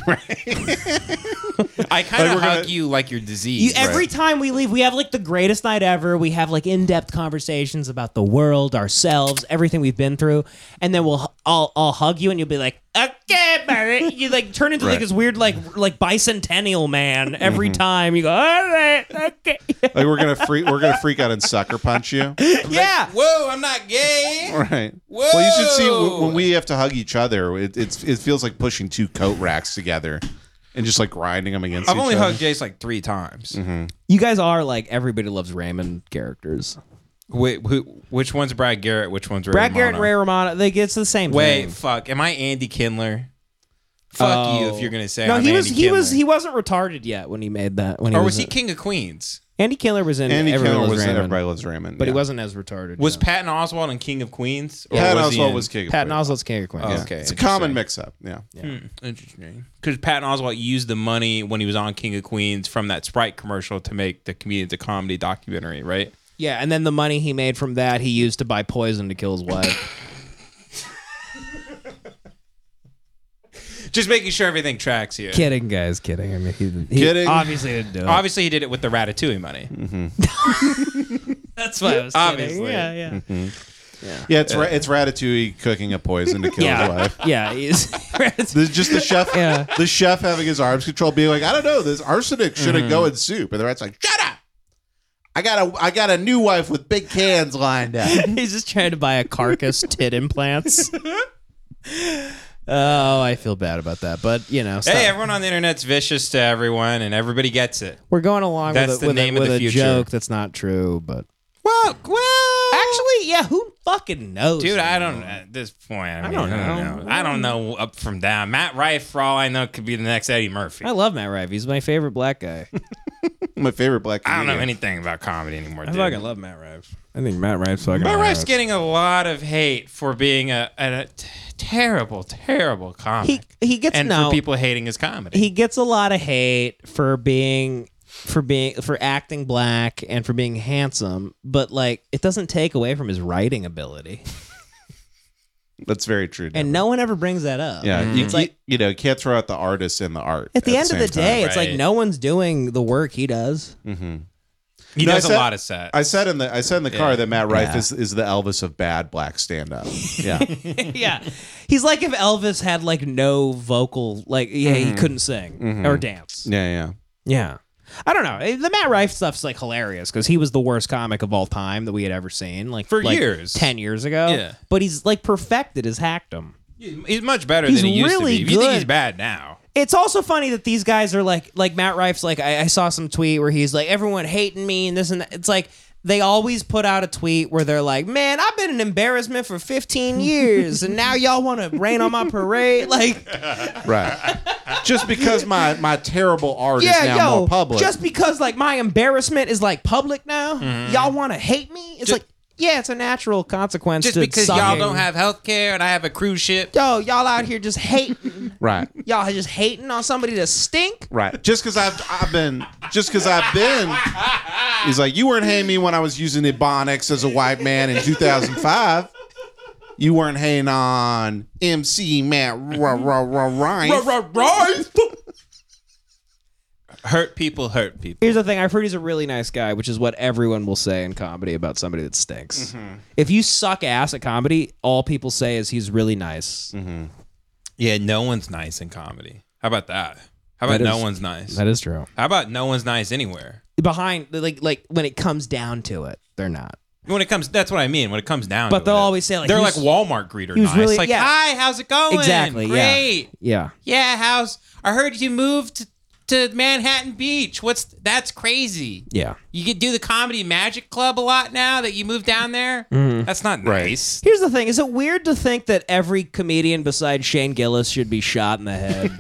Speaker 6: I kind of
Speaker 5: we're
Speaker 6: hug
Speaker 5: gonna-
Speaker 6: you like you're diseased.
Speaker 4: You, every time we leave, we have like the greatest night ever. We have like in-depth conversations about the world, ourselves, everything we've been through, and then we'll I'll, I'll hug you, and you'll be like, "Okay, buddy." You like turn into like
Speaker 5: Right.
Speaker 4: this weird like like bicentennial man every time. You go, "All right, okay."
Speaker 5: like we're gonna freak. We're gonna freak out and sucker punch you.
Speaker 4: yeah,
Speaker 6: Whoa, I'm not gay.
Speaker 5: Right. Well, you should see w-
Speaker 6: Whoa.
Speaker 5: when we have to hug each other. It, it's it feels like pushing two coat racks together and just like grinding them against.
Speaker 6: I've
Speaker 5: each
Speaker 6: only
Speaker 5: other.
Speaker 6: hugged Jace like three times.
Speaker 4: you guys are like everybody loves Raymond characters.
Speaker 6: Wait, who, which one's Brad Garrett? Which one's Ray
Speaker 4: Brad Garrett and
Speaker 6: Romano?
Speaker 4: Ray Romano, they it's the same.
Speaker 6: Wait,
Speaker 4: thing. Oh.
Speaker 6: fuck. Am I Andy Kindler? Fuck you if you're gonna say.
Speaker 4: no,
Speaker 6: I'm
Speaker 4: he was
Speaker 6: Andy
Speaker 4: he was
Speaker 6: Kindler.
Speaker 4: he wasn't retarded yet when he made that. When he
Speaker 6: or was he
Speaker 4: in-
Speaker 6: King of Queens?
Speaker 4: Andy Killer was in
Speaker 5: Andy
Speaker 4: Everybody
Speaker 5: Kendall
Speaker 4: Loves
Speaker 5: was in
Speaker 4: Raymond.
Speaker 5: Everybody Loves Raymond,
Speaker 4: but
Speaker 5: yeah.
Speaker 4: he wasn't as retarded.
Speaker 6: Was
Speaker 4: yeah.
Speaker 6: Patton Oswald and King of Queens? Or
Speaker 5: Patton
Speaker 6: was he
Speaker 5: Oswalt
Speaker 6: in-
Speaker 5: was king. of
Speaker 4: Patton
Speaker 5: Queens.
Speaker 4: Oswalt's King of Queens.
Speaker 6: Oh,
Speaker 4: yeah.
Speaker 6: okay,
Speaker 5: It's a common mix-up. Yeah.
Speaker 6: Interesting. Because Patton Oswalt used the money when he was on King of Queens from that Sprite commercial to make the comedian to comedy documentary, right?
Speaker 4: Yeah, and then the money he made from that he used to buy poison to kill his wife.
Speaker 6: Just making sure everything tracks here.
Speaker 4: kidding, guys, kidding. I mean, he, he
Speaker 5: Kidding.
Speaker 4: obviously didn't do it.
Speaker 6: Obviously, he did it with the Ratatouille money.
Speaker 4: That's why I was
Speaker 6: Obviously.
Speaker 4: Yeah, yeah,
Speaker 5: Yeah, it's ra- it's Ratatouille cooking a poison to kill his
Speaker 4: yeah,
Speaker 5: wife.
Speaker 4: yeah. He's,
Speaker 5: There's just the chef,
Speaker 4: Yeah.
Speaker 5: the chef having his arms controlled, being like, I don't know, this arsenic shouldn't go
Speaker 4: Mm-hmm.
Speaker 5: in soup, and the rat's like, shut up. I got a I got a new wife with big cans lined up.
Speaker 4: he's just trying to buy a carcass tit implants. Oh, I feel bad about that, but you know, stop.
Speaker 6: Hey, everyone on the internet's vicious to everyone, and everybody gets it.
Speaker 4: we're going along
Speaker 6: That's
Speaker 4: with a,
Speaker 6: the
Speaker 4: with a-
Speaker 6: name of
Speaker 4: with
Speaker 6: the
Speaker 4: a
Speaker 6: future.
Speaker 4: joke that's not true, but
Speaker 6: Well, well,
Speaker 4: actually, yeah, who fucking knows,
Speaker 6: Dude, I don't at this point. I, mean,
Speaker 4: don't
Speaker 6: I don't know. I don't know up from down. Matt Rife, for all I know, could be the next Eddie Murphy.
Speaker 4: I love Matt Rife. He's my favorite black guy.
Speaker 5: My favorite black.
Speaker 6: I don't know
Speaker 5: comedian.
Speaker 6: anything about comedy anymore. dude.
Speaker 4: love Matt Rife. I think Matt Rife's fucking.
Speaker 6: Matt Rife's getting a lot of hate for being a, a, t- terrible, terrible comic.
Speaker 4: He he gets
Speaker 6: and
Speaker 4: no.
Speaker 6: for people hating his comedy.
Speaker 4: he gets a lot of hate for being for being for acting black and for being handsome, but like it doesn't take away from his writing ability.
Speaker 5: That's very true.
Speaker 4: And no one ever brings that up.
Speaker 5: yeah, you,
Speaker 4: It's like
Speaker 5: you know, you can't throw out the artist and the art.
Speaker 4: at the end of
Speaker 5: same
Speaker 4: the
Speaker 5: time.
Speaker 4: day, it's like
Speaker 6: Right.
Speaker 4: no one's doing the work he does.
Speaker 6: he
Speaker 5: No, I
Speaker 6: does
Speaker 5: said-
Speaker 6: a lot of sets.
Speaker 5: I said in the I said in the car that Matt Rife is, is the Elvis of bad black stand up. Yeah.
Speaker 4: yeah. He's like if Elvis had like no vocal like yeah, he couldn't sing or dance.
Speaker 5: yeah, yeah.
Speaker 4: Yeah. I don't know. Eh, The Matt Rife stuff's like hilarious because he was the worst comic of all time that we had ever seen, like
Speaker 6: For
Speaker 4: like,
Speaker 6: years.
Speaker 4: ten years ago.
Speaker 6: Yeah.
Speaker 4: but he's like perfected his hackdom.
Speaker 6: he's much better
Speaker 4: He's
Speaker 6: than he used
Speaker 4: really
Speaker 6: to be. If You think he's
Speaker 4: good.
Speaker 6: bad now?
Speaker 4: It's also funny that these guys are like, like Matt Rife's like, I, I saw some tweet where he's like, everyone hating me and this and that. It's like they always put out a tweet where they're like, man, I've been an embarrassment for 15 years, and now y'all want to rain on my parade, like.
Speaker 5: Right. Just because my my terrible art is now more public.
Speaker 4: Just because like my embarrassment is like public now,
Speaker 6: Mm-hmm.
Speaker 4: y'all want to hate me. It's like yeah, it's a natural consequence.
Speaker 6: Just
Speaker 4: to
Speaker 6: because y'all
Speaker 4: sucking.
Speaker 6: don't have health care and I have a cruise ship.
Speaker 4: yo y'all out here just hating.
Speaker 5: right.
Speaker 4: y'all just hating on somebody to stink.
Speaker 5: Right. Just because I've I've been just because I've been. He's like, you weren't hating me when I was using Ebonics as a white man in 2005. You weren't hating on MC Matt Ra Ra Ra Ryan.
Speaker 6: Hurt people, hurt people.
Speaker 4: Here's the thing: I've heard he's a really nice guy, which is what everyone will say in comedy about somebody that stinks.
Speaker 6: Mm-hmm.
Speaker 4: If you suck ass at comedy, all people say is he's really nice.
Speaker 6: Mm-hmm. Yeah, no one's nice in comedy. How about that? How about
Speaker 4: That
Speaker 6: no
Speaker 4: is-
Speaker 6: one's nice?
Speaker 4: is true.
Speaker 6: How about no one's nice anywhere?
Speaker 4: Behind like like when it comes down to it,
Speaker 7: They're not.
Speaker 6: When it comes, that's what I mean. When it comes down,
Speaker 4: But
Speaker 6: to
Speaker 4: they'll
Speaker 6: it.
Speaker 4: always say, like,
Speaker 6: they're like
Speaker 4: who's-
Speaker 6: Walmart greeter.
Speaker 4: who's
Speaker 6: Nice.
Speaker 4: really-
Speaker 6: like,
Speaker 4: yeah.
Speaker 6: hi, how's it going?
Speaker 4: Exactly, yeah.
Speaker 6: Great.
Speaker 7: Yeah.
Speaker 6: Yeah. How's? I heard you moved to Manhattan Beach. What's? That's crazy.
Speaker 7: Yeah.
Speaker 6: You could do the comedy Magic Club a lot now that you moved down there.
Speaker 4: Mm-hmm.
Speaker 6: That's not nice.
Speaker 4: Here's the thing: Is it weird to think that every comedian besides Shane Gillis should be shot in the head?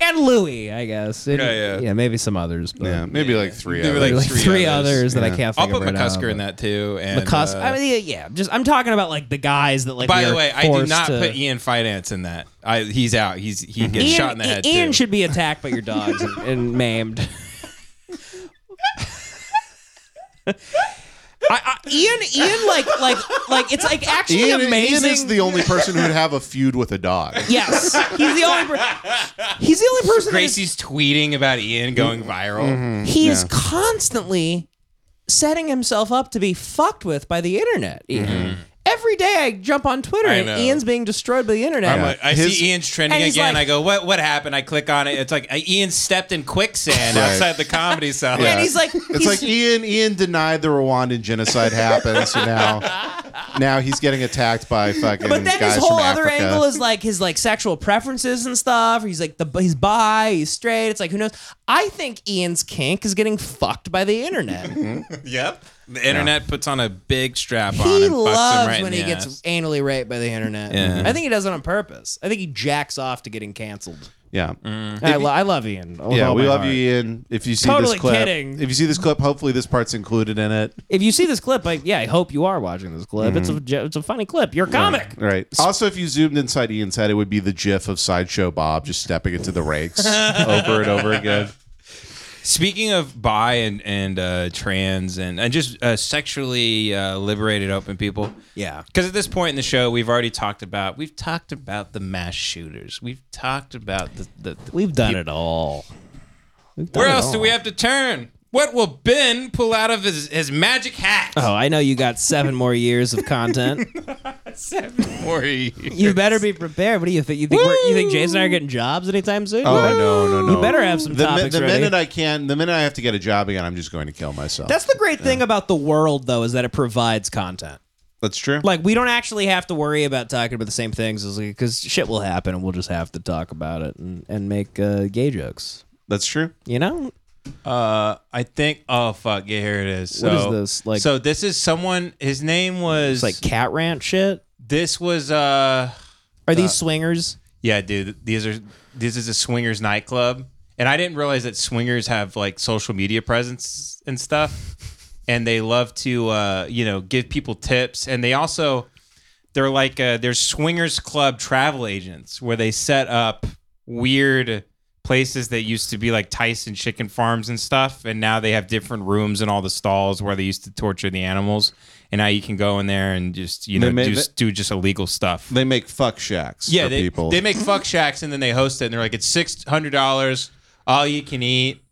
Speaker 4: and Louis, I guess. And-
Speaker 6: Yeah, yeah.
Speaker 7: Yeah, maybe some others. But
Speaker 5: Yeah, maybe like three.
Speaker 6: Maybe
Speaker 5: hours.
Speaker 6: like
Speaker 7: Maybe like
Speaker 6: three
Speaker 7: three,
Speaker 6: others.
Speaker 7: others, that I
Speaker 5: Yeah.
Speaker 7: can't
Speaker 6: I'll
Speaker 7: think
Speaker 6: put
Speaker 7: of right now,
Speaker 6: McCusker in
Speaker 7: but-
Speaker 6: that too. And
Speaker 4: Cus-
Speaker 6: uh,
Speaker 4: I mean, yeah, just I'm talking about like the guys that like.
Speaker 6: by
Speaker 4: we
Speaker 6: the
Speaker 4: are
Speaker 6: way, I do
Speaker 4: forced
Speaker 6: not
Speaker 4: to- Mhm.
Speaker 6: put Ian Finance in that. I, he's out. He's he gets
Speaker 4: Ian,
Speaker 6: shot in the head.
Speaker 4: Ian
Speaker 6: too.
Speaker 4: should be attacked by your dogs and, and maimed. I, I, Ian, Ian, like, like, like, it's like actually
Speaker 5: Ian,
Speaker 4: amazing.
Speaker 5: Ian is the only person who'd have a feud with a dog.
Speaker 4: yes, he's the only. Per- he's the Mm-hmm. only person. that is-
Speaker 6: Gracie's tweeting about Ian going viral.
Speaker 4: He is constantly setting himself up to be fucked with by the internet. Ian. Every day I jump on Twitter
Speaker 6: Mm-hmm. I
Speaker 4: and
Speaker 6: know.
Speaker 4: Ian's being destroyed by the internet.
Speaker 6: I'm like, I
Speaker 5: His-
Speaker 6: see Ian's trending
Speaker 4: And he's
Speaker 6: again.
Speaker 4: like-
Speaker 6: I go, what what happened? I click on it. It's like uh, Ian stepped in quicksand
Speaker 5: Right.
Speaker 6: outside the comedy cell.
Speaker 4: and he's like,
Speaker 5: It's
Speaker 4: he's-
Speaker 5: like Ian. Ian denied the Rwandan genocide happened, so now, now he's getting attacked by fucking
Speaker 4: but then
Speaker 5: guys
Speaker 4: his whole
Speaker 5: from
Speaker 4: other
Speaker 5: Africa.
Speaker 4: angle is like his like sexual preferences and stuff. He's like the he's bi, he's straight. It's like who knows? I think Ian's kink is getting fucked by the internet.
Speaker 6: yep. The internet puts on a big strap on
Speaker 4: he
Speaker 6: and busts him
Speaker 4: loves
Speaker 6: right
Speaker 4: when
Speaker 6: in
Speaker 4: he
Speaker 6: the
Speaker 4: gets
Speaker 6: ass.
Speaker 4: anally raped by the internet.
Speaker 6: Yeah.
Speaker 4: I think he does it on purpose. I think he jacks off to getting canceled.
Speaker 5: yeah,
Speaker 4: I, lo- I love Ian. with
Speaker 5: yeah.
Speaker 4: all
Speaker 5: We
Speaker 4: my
Speaker 5: love
Speaker 4: heart.
Speaker 5: you, Ian. If you see
Speaker 4: Totally
Speaker 5: this clip,
Speaker 4: kidding.
Speaker 5: if you see this clip, hopefully this part's included in it.
Speaker 4: If you see this clip, I, yeah, I hope you are watching this clip. It's a j- it's a funny clip. You're a comic.
Speaker 5: Right. Also, if you zoomed inside Ian's head, it would be the GIF of sideshow Bob just stepping into the rakes over and over again.
Speaker 6: Speaking of bi and and uh, trans and and just uh, sexually uh, liberated open people.
Speaker 4: Yeah.
Speaker 6: Because at this point in the show, we've already talked about we've talked about the mass shooters. We've talked about the, the, the
Speaker 4: We've done it all. We've done
Speaker 6: Where
Speaker 4: it
Speaker 6: else do
Speaker 4: all.
Speaker 6: we have to turn? What will Ben pull out of his, his magic hat?
Speaker 4: Oh, I know you got seven more years of content.
Speaker 6: Corey.
Speaker 4: you better be prepared. What do you think? You think we're, you think Jason and I are getting jobs anytime soon?
Speaker 5: Oh no, no, no!
Speaker 4: You better have some
Speaker 5: the, mi-
Speaker 4: topics
Speaker 5: the
Speaker 4: ready.
Speaker 5: minute I can, the minute I have to get a job again, I'm just going to kill myself.
Speaker 4: That's the great thing about the world, though, is that it provides content.
Speaker 5: That's true.
Speaker 4: Like we don't actually have to worry about talking about the same things because shit will happen, and we'll just have to talk about it and, and make uh, gay jokes.
Speaker 5: That's true.
Speaker 4: You know,
Speaker 6: Uh, I think. Oh fuck! Yeah, here it is. So,
Speaker 4: What is this, like-
Speaker 6: so this is someone. His name
Speaker 4: it's
Speaker 6: was
Speaker 4: like cat rant shit.
Speaker 6: This was. Uh,
Speaker 4: Are these swingers?
Speaker 6: yeah, dude. These are. This is a swingers nightclub, and I didn't realize that swingers have like social media presence and stuff, and they love to, uh, you know, give people tips, and they also. they're like uh, there's swingers club travel agents where they set up weird places that used to be like Tyson chicken farms and stuff, and now they have different rooms in all the stalls where they used to torture the animals, and now you can go in there and just you
Speaker 5: They
Speaker 6: know
Speaker 5: ma-
Speaker 6: do, do just illegal stuff.
Speaker 5: They make fuck shacks
Speaker 6: yeah,
Speaker 5: for
Speaker 6: they
Speaker 5: people.
Speaker 6: they make fuck shacks and then they host it, and they're like it's six hundred dollars, all you can eat.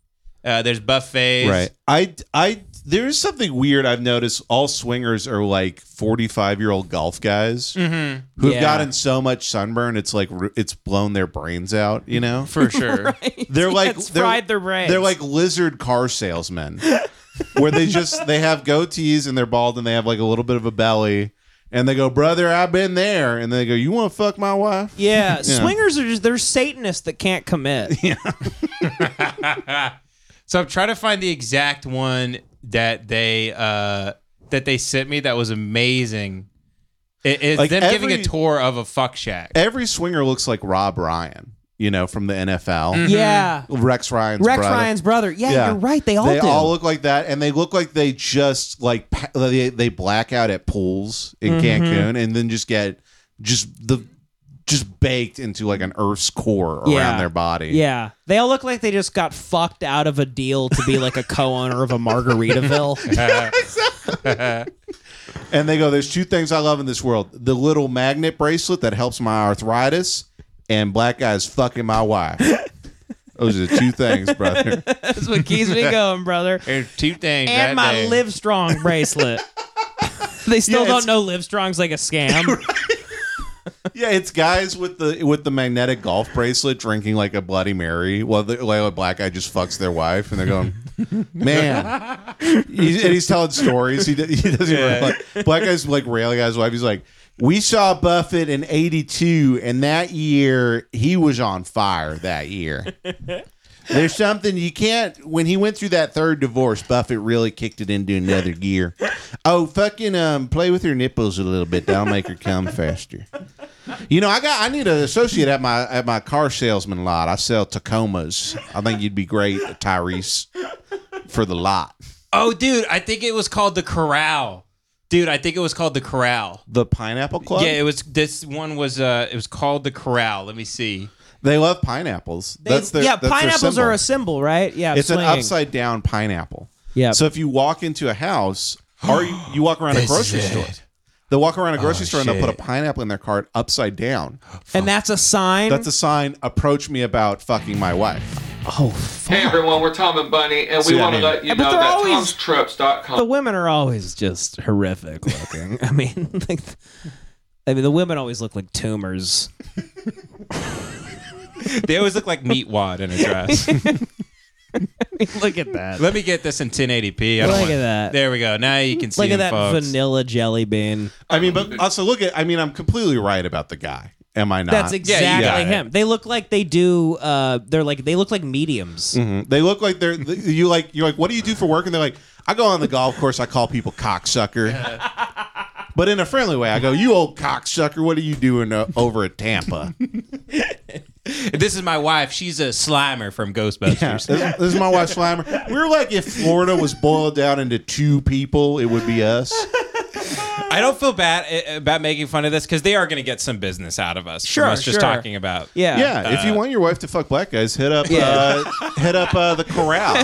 Speaker 6: Uh, there's buffets.
Speaker 5: right. I I there is something weird I've noticed. All swingers are like 45 year old golf guys who've
Speaker 4: Mm-hmm. Yeah.
Speaker 5: gotten so much sunburn. It's like r- it's blown their brains out. You know,
Speaker 6: For sure.
Speaker 5: they're like
Speaker 4: It's
Speaker 5: they're,
Speaker 4: fried their brains.
Speaker 5: They're like lizard car salesmen, where they just they have goatees and they're bald and they have like a little bit of a belly. And they go, brother, I've been there. And they go, you want to fuck my wife?
Speaker 4: yeah, swingers are just they're Satanists that can't commit.
Speaker 6: So I'm trying to find the exact one that they uh that they sent me that was amazing. It, it's
Speaker 5: Like
Speaker 6: them giving a
Speaker 5: every-
Speaker 6: tour of a fuck shack.
Speaker 5: Every swinger looks like Rob Ryan, you know, from the NFL.
Speaker 4: yeah,
Speaker 5: Rex Ryan's
Speaker 4: Mm. Rex
Speaker 5: brother.
Speaker 4: Ryan's brother. Yeah,
Speaker 5: Yeah.
Speaker 4: you're right. They all
Speaker 5: they
Speaker 4: do.
Speaker 5: all look like that, and they look like they just like pa- they they black out at pools in
Speaker 4: Mm-hmm.
Speaker 5: Cancun, and then just get just the just baked into like an Earth's core around
Speaker 4: Yeah.
Speaker 5: their body.
Speaker 4: yeah, they all look like they just got fucked out of a deal to be like a co-owner of a Margaritaville.
Speaker 5: And they go, "There's two things I love in this world: the little magnet bracelet that helps my arthritis, and black guys fucking my wife." Those are the two things, brother.
Speaker 4: That's what keeps me going, brother.
Speaker 6: There's two things.
Speaker 4: and
Speaker 6: right
Speaker 4: my
Speaker 6: there.
Speaker 4: Live Strong bracelet. they still
Speaker 5: Yeah, it's-
Speaker 4: don't know Live Strong's like a scam.
Speaker 5: Yeah, it's guys with the with the magnetic golf bracelet drinking like a Bloody Mary while the while a black guy just fucks their wife, and they're going, "Man," he's, and he's telling stories. He, d- he doesn't even reply. Black guy's like railing at his wife. He's like, "We saw Buffett in '82, and that year he was on fire. That year." There's something you can't. When he went through that third divorce, Buffett really kicked it into another gear. Oh, fucking um, play with her nipples a little bit. That'll make her come faster. You know, I got. I need an associate at my at my car salesman lot. I sell Tacomas. I think you'd be great, Tyrese, for the lot.
Speaker 6: Oh, dude, I think it was called the Corral. Dude, I think it was called the Corral.
Speaker 5: The Pineapple Club.
Speaker 6: Yeah, it was. This one was. Uh, it was called the Corral. Let me see.
Speaker 5: they love pineapples. that's their
Speaker 4: yeah,
Speaker 5: that's their
Speaker 4: pineapples
Speaker 5: symbol.
Speaker 4: are a symbol, right? Yeah,
Speaker 5: It's an
Speaker 4: swinging.
Speaker 5: upside down pineapple.
Speaker 4: Yeah.
Speaker 5: So if you walk into a house, or you, you walk around a
Speaker 6: This
Speaker 5: grocery
Speaker 6: is
Speaker 5: store,
Speaker 6: it.
Speaker 5: they'll walk around a grocery
Speaker 6: Oh,
Speaker 5: store and they'll put
Speaker 6: shit.
Speaker 5: a pineapple in their cart upside down.
Speaker 4: and that's a sign.
Speaker 5: That's a sign. Approach me about fucking my wife.
Speaker 4: oh, fuck.
Speaker 7: Hey everyone, we're Tom and Bunny, and
Speaker 5: See
Speaker 7: we
Speaker 5: what I
Speaker 7: want to
Speaker 5: mean?
Speaker 7: let you
Speaker 4: But
Speaker 7: know
Speaker 4: they're
Speaker 7: that
Speaker 4: always-
Speaker 7: TomStrips.com
Speaker 4: the women are always just horrific looking. I mean, like, I mean, the women always look like tumors.
Speaker 6: They always look like meat wad in a dress.
Speaker 4: look at that.
Speaker 6: Let me get this in 1080p. I don't
Speaker 4: Look
Speaker 6: want-
Speaker 4: at that.
Speaker 6: There we go. Now you can see.
Speaker 4: Look at
Speaker 6: him,
Speaker 4: that
Speaker 6: folks.
Speaker 4: vanilla jelly bean.
Speaker 5: I mean, but also look at. I mean, I'm completely right about the guy. Am I not?
Speaker 4: That's exactly
Speaker 6: got it.
Speaker 4: him. They look like they do. Uh, they're like they look like mediums.
Speaker 5: Mhm. They look like they're th- you like you're like what do you do for work and they're like I go on the golf course I call people cocksucker, but in a friendly way I go you old cocksucker what are you doing uh, over at Tampa?
Speaker 6: This is my wife. She's a slimer from
Speaker 5: Yeah,
Speaker 6: Ghostbusters.
Speaker 5: this, this is my wife Slimer. We were like if Florida was boiled down into two people it would be us.
Speaker 6: I don't feel bad uh, about making fun of this because they are going to get some business out of us.
Speaker 4: Sure,
Speaker 6: from us just
Speaker 4: sure.
Speaker 6: talking about.
Speaker 4: Yeah.
Speaker 5: Yeah, if you want your wife to fuck black guys hit up uh, hit up uh, the corral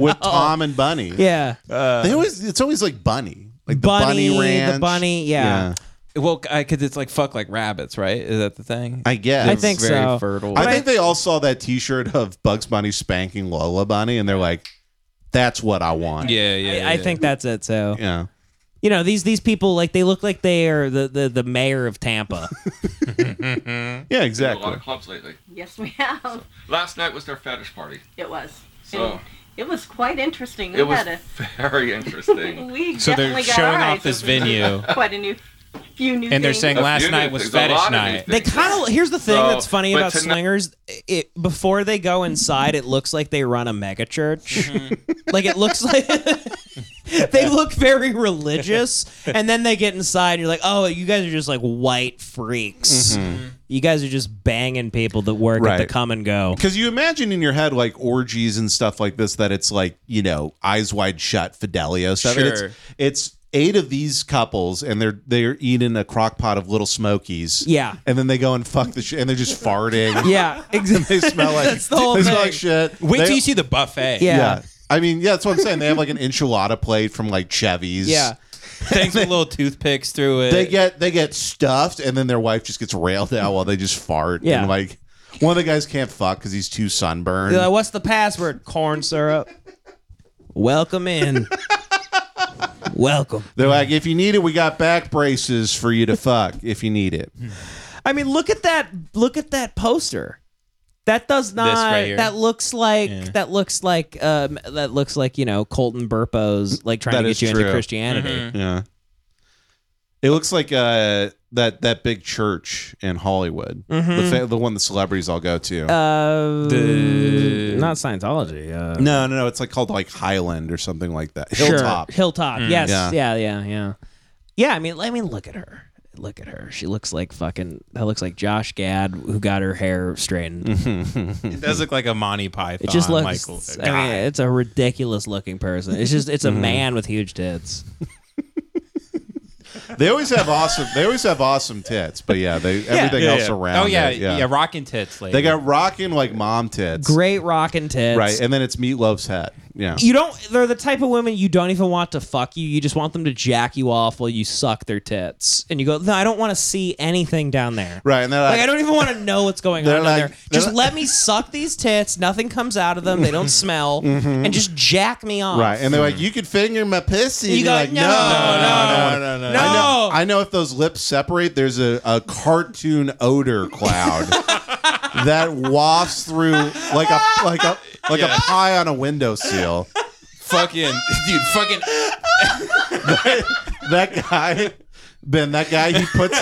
Speaker 5: with Tom and Bunny.
Speaker 4: Yeah.
Speaker 5: they always it's always like Bunny like the
Speaker 4: bunny,
Speaker 5: Bunny, Ranch.
Speaker 4: the bunny. Yeah.
Speaker 6: Well, because it's like fuck like rabbits, right? Is that the thing?
Speaker 5: I guess
Speaker 4: I think
Speaker 6: very
Speaker 4: so.
Speaker 6: fertile.
Speaker 5: I think they all saw that T-shirt of Bugs Bunny spanking Lola Bunny, and they're like, "That's what I want."
Speaker 6: yeah, yeah,
Speaker 4: I, I think that's it. So
Speaker 5: yeah.
Speaker 4: you know these these people like they look like they are the the, the mayor of Tampa.
Speaker 5: Yeah,
Speaker 7: a lot
Speaker 5: exactly.
Speaker 7: of clubs lately.
Speaker 8: Yes, we have.
Speaker 7: Last night was their fetish party.
Speaker 8: It was.
Speaker 7: So-
Speaker 8: And it was quite interesting. We
Speaker 7: It was
Speaker 8: had a
Speaker 7: very interesting.
Speaker 8: we
Speaker 6: So they're
Speaker 8: definitely got
Speaker 6: showing
Speaker 8: our
Speaker 6: off
Speaker 8: eyes
Speaker 6: this
Speaker 8: opened.
Speaker 6: venue.
Speaker 8: Quite a new few new
Speaker 6: and they're
Speaker 8: things.
Speaker 6: saying
Speaker 7: A
Speaker 6: last
Speaker 7: few
Speaker 6: night
Speaker 7: new
Speaker 6: was
Speaker 7: things, a lot
Speaker 6: fetish
Speaker 7: of new
Speaker 6: night.
Speaker 7: things.
Speaker 4: They kind of here's the thing
Speaker 7: So,
Speaker 4: that's funny
Speaker 7: but
Speaker 4: about
Speaker 7: tonight-
Speaker 4: swingers. It before they go inside, it looks like they run a mega church.
Speaker 7: Mm-hmm.
Speaker 4: like it looks like they look very religious, and then they get inside. and You're like, oh, you guys are just like white freaks.
Speaker 7: Mm-hmm.
Speaker 4: You guys are just banging people that work at the
Speaker 5: Right.
Speaker 4: come and go.
Speaker 5: Because you imagine in your head like orgies and stuff like this that it's like you know eyes wide shut Fidelio stuff. And
Speaker 6: Sure.
Speaker 5: It's, it's eight of these couples, and they're they're eating a crock pot of Little Smokies.
Speaker 4: Yeah.
Speaker 5: and then they go and fuck the shit, and they're just farting.
Speaker 4: Yeah,
Speaker 5: they
Speaker 4: exactly.
Speaker 5: smell like
Speaker 4: That's the whole
Speaker 5: they smell
Speaker 4: thing.
Speaker 5: like shit.
Speaker 6: Wait
Speaker 5: They-
Speaker 6: till you see the buffet.
Speaker 4: Yeah.
Speaker 5: yeah. I mean, yeah, that's what I'm saying. They have like an enchilada plate from like Chevy's.
Speaker 4: Yeah.
Speaker 6: Things with little toothpicks through it.
Speaker 5: they get they get stuffed and then their wife just gets railed out while they just fart
Speaker 4: Yeah.
Speaker 5: and like one of the guys can't fuck because he's too sunburned
Speaker 4: They're like, What's the password? Corn syrup. Welcome in. Welcome.
Speaker 5: they're like if you need it we got back braces for you to fuck if you need it
Speaker 4: I mean, look at that. Look at that poster. That does not.
Speaker 6: right here.
Speaker 4: that looks like. That looks like. Um, that looks like you know Colton Burpo's like trying
Speaker 5: That
Speaker 4: to
Speaker 5: is
Speaker 4: get you into
Speaker 5: true.
Speaker 4: Christianity.
Speaker 5: yeah it looks like uh that that big church in hollywood the, fa- the one the celebrities all go to
Speaker 4: Mm-hmm. Uh,
Speaker 6: Mm-hmm. The-
Speaker 4: not Scientology. Uh,
Speaker 5: no no no it's like called like highland or something like that hilltop
Speaker 4: Sure. Hilltop.
Speaker 6: Mm.
Speaker 4: yes.
Speaker 5: Yeah.
Speaker 4: Yeah. yeah. Yeah. Yeah. Yeah. I mean, I mean, look at her. Look at her. She looks like fucking. That looks like Josh Gad, who got her hair straightened.
Speaker 5: Mm.
Speaker 6: It does look like a Monty Python.
Speaker 4: It just looks.
Speaker 6: Ah, Michael.
Speaker 4: I mean, it's a ridiculous looking person. It's just. It's a
Speaker 5: Mm-hmm.
Speaker 4: man with huge tits.
Speaker 5: they always have awesome they always have awesome tits but yeah they everything
Speaker 6: Yeah,
Speaker 5: else
Speaker 6: yeah.
Speaker 5: around
Speaker 6: Oh yeah,
Speaker 5: it,
Speaker 6: yeah, rocking tits. Lady.
Speaker 5: they got rocking like mom tits
Speaker 4: Great rockin' tits.
Speaker 5: Right, and then it's Meatloaf's hat. Yeah.
Speaker 4: you don't they're the type of women you don't even want to fuck you you just want them to jack you off while you suck their tits and you go no i don't want to see anything down there
Speaker 5: Right, and they're
Speaker 4: like,
Speaker 5: like,
Speaker 4: i don't even want to know what's going on
Speaker 5: They're
Speaker 4: down
Speaker 5: like-
Speaker 4: there
Speaker 5: they're
Speaker 4: just
Speaker 5: like-
Speaker 4: let me suck these tits nothing comes out of them they don't smell
Speaker 5: Mm-hmm.
Speaker 4: and just jack me off
Speaker 5: Right, and they're like, you could finger my pussy.
Speaker 4: You
Speaker 5: And
Speaker 4: go,
Speaker 5: you're like,
Speaker 4: "No,
Speaker 5: no,
Speaker 6: no,
Speaker 5: no, no,
Speaker 6: no, no,
Speaker 5: I know,
Speaker 4: no."
Speaker 5: I know if those lips separate, there's a, a cartoon odor cloud that wafts through like a like a like
Speaker 6: Yeah.
Speaker 5: a pie on a windowsill.
Speaker 6: fucking dude, fucking
Speaker 5: That guy, Ben, that guy, he puts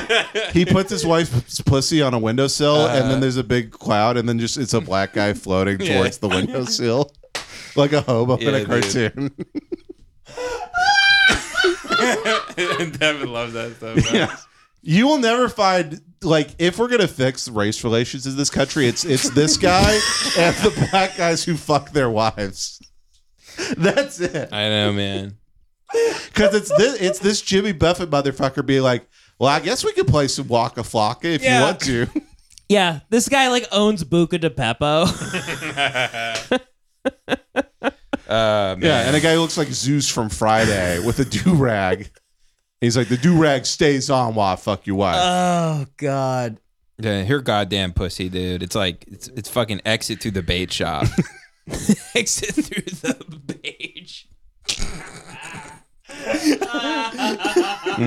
Speaker 5: he puts his wife's pussy on a windowsill, and then there's a big cloud, and then just it's a black guy floating
Speaker 6: Yeah.
Speaker 5: towards the windowsill, like a hobo in
Speaker 6: Yeah,
Speaker 5: a
Speaker 6: dude.
Speaker 5: cartoon.
Speaker 6: Devin loves that stuff. man.
Speaker 5: Yeah. You will never find like if we're gonna fix race relations in this country, it's it's this guy and the black guys who fuck their wives. That's it.
Speaker 6: I know, man.
Speaker 5: Because it's this it's this Jimmy Buffett motherfucker being like, well, I guess we could play some Waka Flocka if
Speaker 6: Yeah.
Speaker 5: you want to.
Speaker 4: Yeah, this guy like owns Buca de Pepo.
Speaker 6: Uh, man.
Speaker 5: Yeah, and the guy who looks like Zeus from Friday with a do rag. He's like, the do rag stays on while I fuck your
Speaker 6: Uh.
Speaker 5: wife.
Speaker 4: oh God.
Speaker 6: Yeah, here, goddamn pussy, dude. It's like it's it's fucking exit through the bait shop.
Speaker 4: Exit through the page.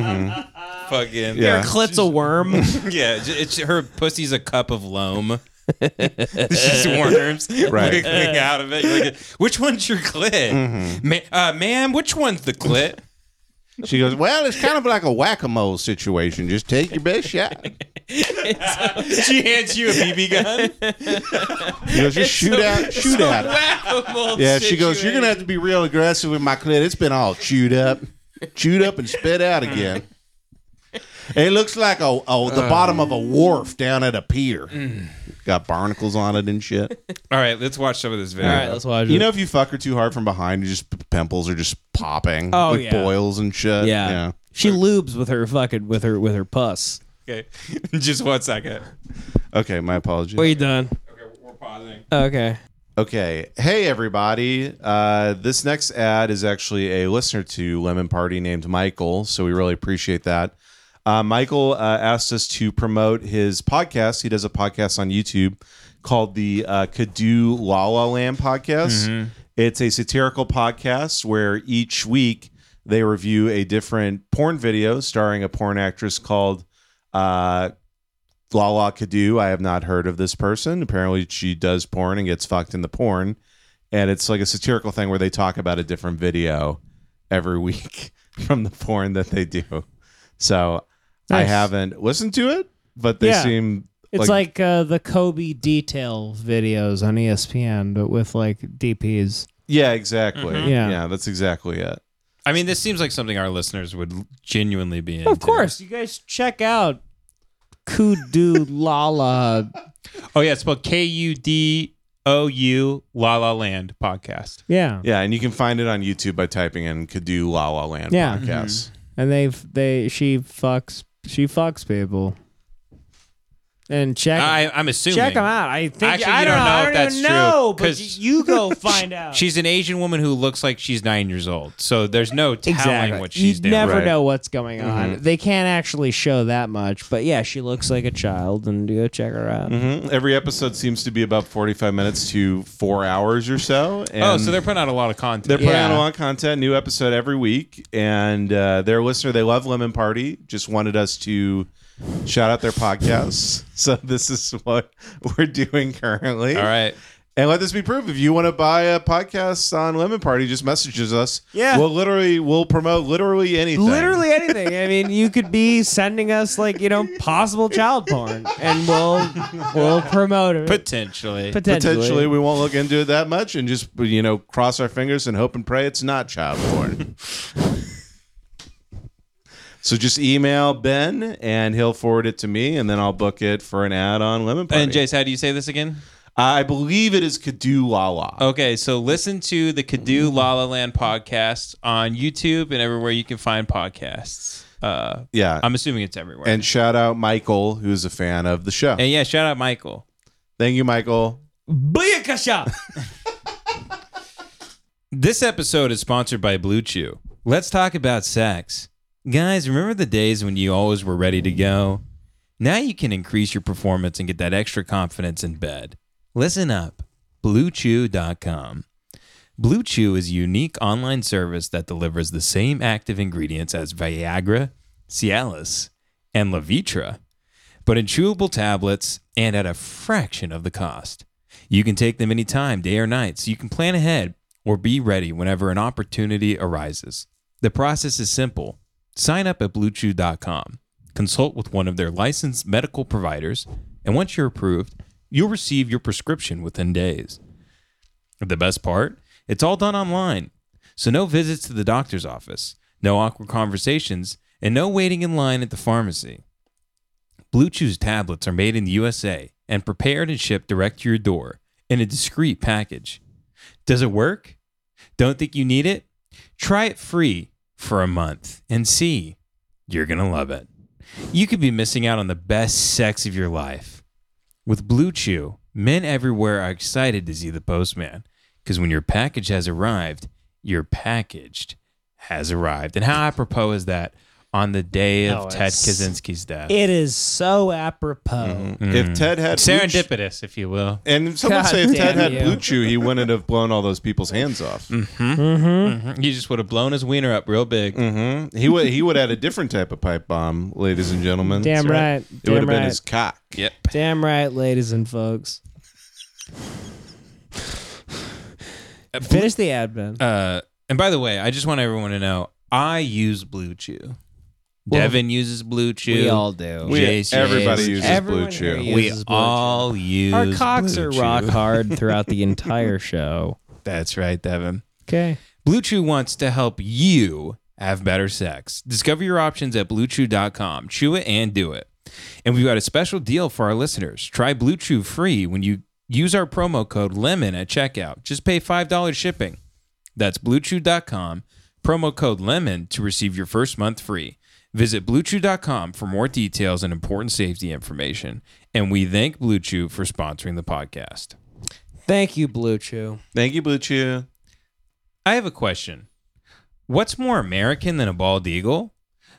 Speaker 6: fucking
Speaker 5: yeah.
Speaker 4: Clit's a worm.
Speaker 6: yeah. j- It's her pussy's a cup of loam. She's worms
Speaker 5: Right.
Speaker 6: wiggling out of it. You're like, which one's your clit,
Speaker 5: Mm-hmm.
Speaker 6: Ma- uh, ma'am? Which one's the clit?
Speaker 5: She goes, well, it's kind of like a whack a mole situation. Just take your best shot.
Speaker 6: she hands you a BB gun.
Speaker 5: She goes, just shoot at, shoot at it.
Speaker 6: Laughable
Speaker 5: Yeah, she goes, You're
Speaker 6: situation.
Speaker 5: gonna have to be real aggressive with my clit. It's been all chewed up, chewed up and spit out again. It looks like a, a the bottom
Speaker 4: Oh.
Speaker 5: of a wharf down at a pier.
Speaker 4: Mm.
Speaker 5: Got barnacles on it and shit.
Speaker 6: All right, let's watch some of this video.
Speaker 4: All right, let's watch it.
Speaker 5: You know, if you fuck her too hard from behind, you just p- pimples are just popping.
Speaker 4: Oh,
Speaker 5: like
Speaker 4: yeah.
Speaker 5: boils and shit.
Speaker 4: yeah. she lubes with her fucking with her with her puss.
Speaker 6: okay, just one second.
Speaker 5: Yeah. Okay, my apologies.
Speaker 4: What you done?
Speaker 6: Okay, we're pausing.
Speaker 4: Okay.
Speaker 5: Okay. Hey, everybody. Uh, this next ad is actually a listener to Lemon Party named Michael. So we really appreciate that. Uh, Michael uh, asked us to promote his podcast. He does a podcast on YouTube called the uh, Kadoo La La Land podcast.
Speaker 4: Mm-hmm.
Speaker 5: It's a satirical podcast where each week they review a different porn video starring a porn actress called uh, Lala Kadu. I have not heard of this person. Apparently, she does porn and gets fucked in the porn. And it's like a satirical thing where they talk about a different video every week from the porn that they do. So I
Speaker 4: Nice.
Speaker 5: haven't listened to it, but they
Speaker 4: Yeah.
Speaker 5: seem
Speaker 4: It's
Speaker 5: like
Speaker 4: like, uh, the Kobe detail videos on E ESPN, but with like DPs.
Speaker 5: yeah, exactly.
Speaker 6: Mhm.
Speaker 4: Yeah.
Speaker 5: yeah, that's exactly it.
Speaker 6: I mean, this seems like something our listeners would genuinely be in.
Speaker 4: Of course, you guys check out Kudu Lala.
Speaker 6: Oh yeah, it's spelled K U D O U La La Land podcast.
Speaker 4: Yeah,
Speaker 5: Yeah, and you can find it on YouTube by typing in Kadu La La Land
Speaker 4: Yeah. Mm-hmm.
Speaker 5: podcast.
Speaker 4: and they they she fucks she fucks people. And check
Speaker 6: I, I'm assuming.
Speaker 4: check them out. I think
Speaker 6: Actually,
Speaker 4: I
Speaker 6: you
Speaker 4: don't
Speaker 6: don't
Speaker 4: know,
Speaker 6: know
Speaker 4: I
Speaker 6: if
Speaker 4: don't
Speaker 6: that's
Speaker 4: even
Speaker 6: true,
Speaker 4: know, but
Speaker 6: 'cause
Speaker 4: y- you go find out.
Speaker 6: She's an Asian woman who looks like she's nine years old, so there's no telling what she's
Speaker 4: you
Speaker 6: doing.
Speaker 4: never
Speaker 5: Right.
Speaker 4: know what's going on. They can't actually show that much, but yeah, she looks like a child, and go check her out.
Speaker 5: Mhm. Every episode seems to be about 45 minutes to four hours or so. And
Speaker 6: oh, so they're putting out a lot of content.
Speaker 5: They're putting out a
Speaker 4: Yeah.
Speaker 5: lot of content, new episode every week, and uh, their listener, they love Lemon Party, just wanted us to shout out their podcast. so this is what we're doing currently.
Speaker 6: All right.
Speaker 5: And let this be proof. If you want to buy a podcast on Lemon Party, just messages us.
Speaker 4: Yeah.
Speaker 5: We'll literally we'll promote literally anything.
Speaker 4: Literally anything. I mean, you could be sending us like you know possible child porn, and we'll we'll promote it
Speaker 6: Potentially.
Speaker 4: potentially.
Speaker 5: Potentially, we won't look into it that much, and just you know, cross our fingers and hope and pray it's not child porn. so just email Ben, and he'll forward it to me, and then I'll book it for an ad on Lemon Party.
Speaker 6: and Jace, how do you say this again?
Speaker 5: I believe it is Kadu Lala.
Speaker 6: Okay, so listen to the Kadu La La Land podcast on YouTube and everywhere you can find podcasts. Uh,
Speaker 5: yeah,
Speaker 6: I'm assuming it's everywhere.
Speaker 5: and shout out Michael, who's a fan of the show.
Speaker 6: and yeah, shout out Michael.
Speaker 5: Thank you, Michael.
Speaker 4: Booyakasha.
Speaker 6: This episode is sponsored by Blue Chew. Let's talk about sex. Guys, remember the days when you always were ready to go? Now you can increase your performance and get that extra confidence in bed. Listen up BlueChew.com. Blue Chew is a unique online service that delivers the same active ingredients as Viagra, Cialis, and Levitra, but in chewable tablets and at a fraction of the cost. You can take them anytime, day or night, so you can plan ahead or be ready whenever an opportunity arises. The process is simple. Sign up at bluechew.com, consult with one of their licensed medical providers, and once you're approved, you'll receive your prescription within days. The best part? It's all done online. So no visits to the doctor's office, no awkward conversations, and no waiting in line at the pharmacy. Blue Chew's tablets are made in the USA and prepared and shipped direct to your door in a discreet package. Does it work? Don't think you need it? Try it free for a month and see. You're going to love it. You could be missing out on the best sex of your life. With Blue Chew, men everywhere are excited to see the postman because when your package has arrived, your packaged has arrived. And how apropos is that on the day of
Speaker 4: Oh,
Speaker 6: Ted
Speaker 4: it's-
Speaker 6: Kaczynski's death?
Speaker 4: It is so apropos.
Speaker 5: If Ted had blue chew-
Speaker 6: serendipitous, if you will.
Speaker 5: and someone
Speaker 4: God
Speaker 5: say if Ted
Speaker 4: damn
Speaker 5: had
Speaker 4: you.
Speaker 5: blue chew, he wouldn't have blown all those people's hands off.
Speaker 6: He just would have blown his wiener up real big.
Speaker 4: Mm.
Speaker 5: Mm-hmm. He would he would had a different type of pipe bomb, ladies and gentlemen. That's
Speaker 4: Damn right.
Speaker 5: It would
Speaker 4: Damn
Speaker 5: have been
Speaker 4: right.
Speaker 5: his cock.
Speaker 6: Yep.
Speaker 4: Damn right, ladies and folks. Finish the ad, Ben.
Speaker 6: Uh, and by the way, I just want everyone to know I use Blue Chew. Devin uses Blue Chew.
Speaker 4: we all do.
Speaker 5: We-
Speaker 6: Jason
Speaker 5: everybody
Speaker 6: uses-
Speaker 5: uses
Speaker 4: Everyone
Speaker 5: blue chew.
Speaker 4: here
Speaker 6: We
Speaker 4: uses Blue
Speaker 6: all use.
Speaker 4: Our cocks
Speaker 6: Blue
Speaker 4: are
Speaker 6: Chew.
Speaker 4: rock hard throughout the entire show.
Speaker 6: That's right, Devin.
Speaker 4: Okay.
Speaker 6: Blue Chew wants to help you have better sex. Discover your options at bluechew.com. Chew it and do it. And we've got a special deal for our listeners. Try Blue Chew free when you use our promo code LEMON at checkout. Just pay $5 shipping. That's bluechew.com, promo code LEMON to receive your first month free. Visit bluechew.com for more details and important safety information. And we thank Blue Chew for sponsoring the podcast.
Speaker 4: Thank you, Blue Chew.
Speaker 5: Thank you, blue chew.
Speaker 6: I have a question. What's more American than a bald eagle?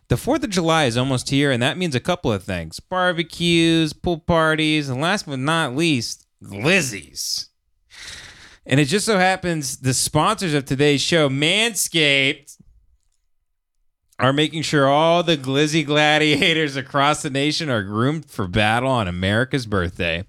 Speaker 6: The 4th of July is almost here, and that means a couple of things barbecues, pool parties, and last but not least, glizzies. And it just so happens the sponsors of today's show, Manscaped, are making sure all the glizzy gladiators across the nation are groomed for battle on America's birthday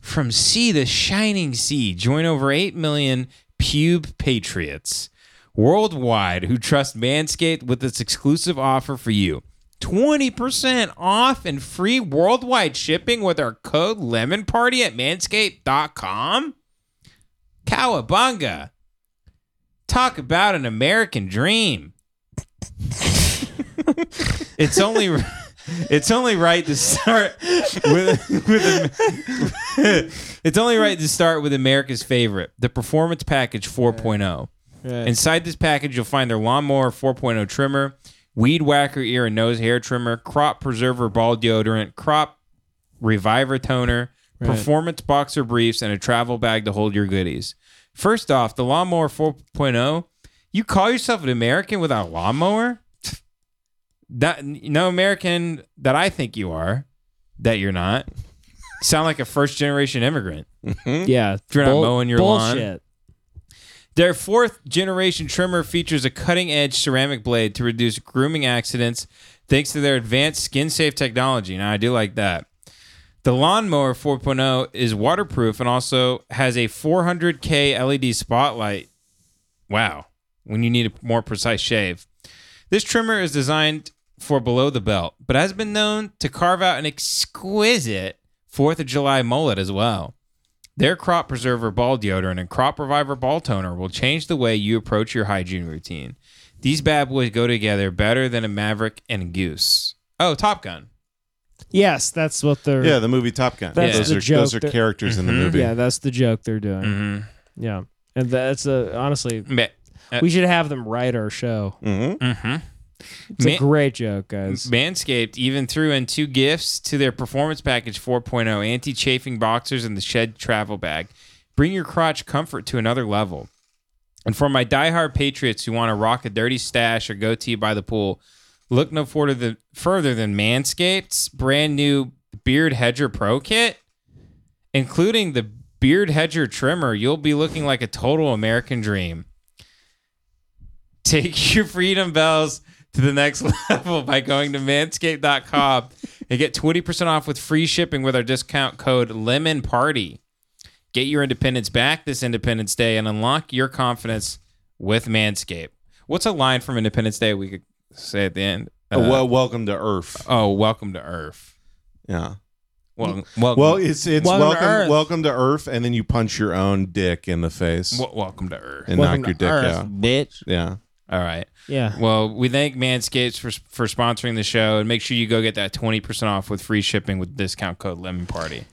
Speaker 6: from sea to shining sea join over 8 million pube patriots worldwide who trust manscaped with its exclusive offer for you 20% off and free worldwide shipping with our code lemon party at manscaped.com cowabunga talk about an american dream it's only it's only right to start with, with a, it's only right to start with America's favorite, the Performance Package 4.0. Inside this package, you'll find their Lawnmower 4.0 trimmer, Weed Whacker ear and nose hair trimmer, Crop Preserver ball deodorant, Crop Reviver toner, Performance boxer briefs, and a travel bag to hold your goodies. First off, the Lawnmower 4.0. You call yourself an American without a lawnmower? That no American that I think you are, that you're not. Sound like a first generation immigrant.
Speaker 4: Yeah. If
Speaker 6: Hmm? you're not mowing your lawn.
Speaker 4: bullshit.
Speaker 6: Their fourth generation trimmer features a cutting edge ceramic blade to reduce grooming accidents thanks to their advanced skin safe technology. Now, I do like that. The Lawnmower 4.0 is waterproof and also has a 400K LED E spotlight. Wow, when you need a more precise shave. This trimmer is designed for below the belt, but has been known to carve out an exquisite 4th of July mullet as well. Their crop preserver ball deodorant and crop reviver ball toner will change the way you approach your hygiene routine. These bad boys go together better than a maverick and a goose. Oh, Top Gun.
Speaker 4: Yes, that's what they're.
Speaker 5: Yeah, the movie Top Gun.
Speaker 4: That's
Speaker 5: those
Speaker 4: the
Speaker 5: are
Speaker 4: joke
Speaker 5: those are
Speaker 4: that- Mm-hmm.
Speaker 5: characters in the movie.
Speaker 4: Yeah, that's the joke they're doing.
Speaker 6: Mm-hmm.
Speaker 4: Yeah, and that's a honestly,
Speaker 6: Uh,
Speaker 4: we should have them write our show.
Speaker 5: Mhm.
Speaker 6: Mm-hmm.
Speaker 4: It's a great joke, guys.
Speaker 6: Manscaped even threw in two gifts to their performance package 4.0 anti chafing boxers and the shed travel bag. Bring your crotch comfort to another level. And for my diehard Patriots who want to rock a dirty stash or goatee by the pool, look no further than, further than Manscaped's brand new Beard Hedger Pro Kit, including the Beard Hedger trimmer. You'll be looking like a total American dream. Take your freedom bells to the next level by going to manscaped.com and get 20% off with free shipping with our discount code Lemon Party. Get your independence back this Independence Day and unlock your confidence with Manscaped. What's a line from Independence Day we could say at the end?
Speaker 5: Oh,
Speaker 6: Uh,
Speaker 5: well, welcome to Earth.
Speaker 6: oh, welcome to Earth.
Speaker 5: Yeah.
Speaker 6: Well, welcome,
Speaker 5: Well, it's it's
Speaker 4: Welcome to
Speaker 5: welcome welcome to,
Speaker 4: Earth.
Speaker 5: Earth. and then you punch your own dick in the face
Speaker 6: wel- welcome to Earth.
Speaker 5: and
Speaker 4: Welcome
Speaker 5: knock your
Speaker 4: to
Speaker 5: dick
Speaker 4: Earth,
Speaker 5: out.
Speaker 4: bitch.
Speaker 5: Yeah.
Speaker 6: All right.
Speaker 4: Yeah.
Speaker 6: Well, we thank Manscapes for for sponsoring the show, and make sure you go get that twenty percent off with free shipping with discount code Lemon Party.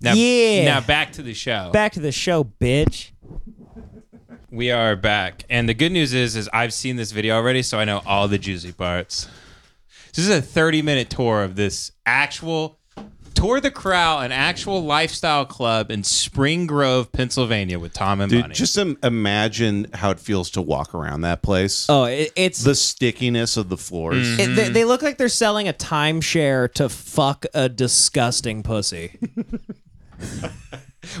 Speaker 6: Now,
Speaker 4: Yeah.
Speaker 6: Now back to the show.
Speaker 4: Back to the show, bitch.
Speaker 6: We are back, and the good news is, is I've seen this video already, so I know all the juicy parts. This is a thirty minute tour of this actual tour the corral, an actual lifestyle club in Spring Grove, Pennsylvania, with Tom and
Speaker 5: Dude,
Speaker 6: Bunny.
Speaker 5: just im- imagine how it feels to walk around that place.
Speaker 4: Oh, it, it's
Speaker 5: the stickiness of the floors.
Speaker 4: it,
Speaker 6: Mm.
Speaker 4: they, they look like they're selling a timeshare to fuck a disgusting pussy.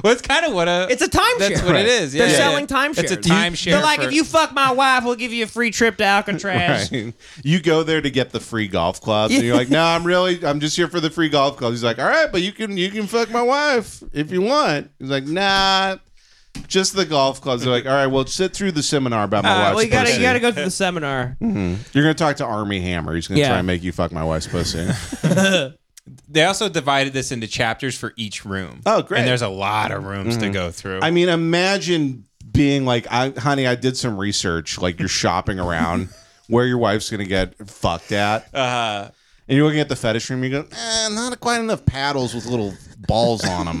Speaker 6: well, it's kind of what a
Speaker 4: It's a timeshare.
Speaker 6: That's what it is. Yeah,
Speaker 4: they're
Speaker 6: yeah.
Speaker 4: selling timeshares.
Speaker 6: It's a timeshare.
Speaker 4: They're like,
Speaker 6: for-
Speaker 4: if you fuck my wife, we'll give you a free trip to Alcatraz.
Speaker 5: Right. You go there to get the free golf clubs, and you're like, "No, I'm really, I'm just here for the free golf clubs." He's like, "All right, but you can, you can fuck my wife if you want." He's like, "Nah, just the golf clubs." They're like, "All right, well, sit through the seminar about my
Speaker 4: Uh,
Speaker 5: wife's
Speaker 4: well, you gotta
Speaker 5: pussy.
Speaker 4: you gotta go through the seminar.
Speaker 5: You're gonna talk to Army Hammer. He's gonna
Speaker 4: Yeah.
Speaker 5: try and make you fuck my wife's pussy."
Speaker 6: they also divided this into chapters for each room.
Speaker 5: Oh, great.
Speaker 6: And there's a lot of rooms to go through.
Speaker 5: I mean, imagine being like, I, honey, I did some research. Like, you're shopping around where your wife's going to get fucked at. Uh, and you're looking at the fetish room, you go, eh, not quite enough paddles with little balls on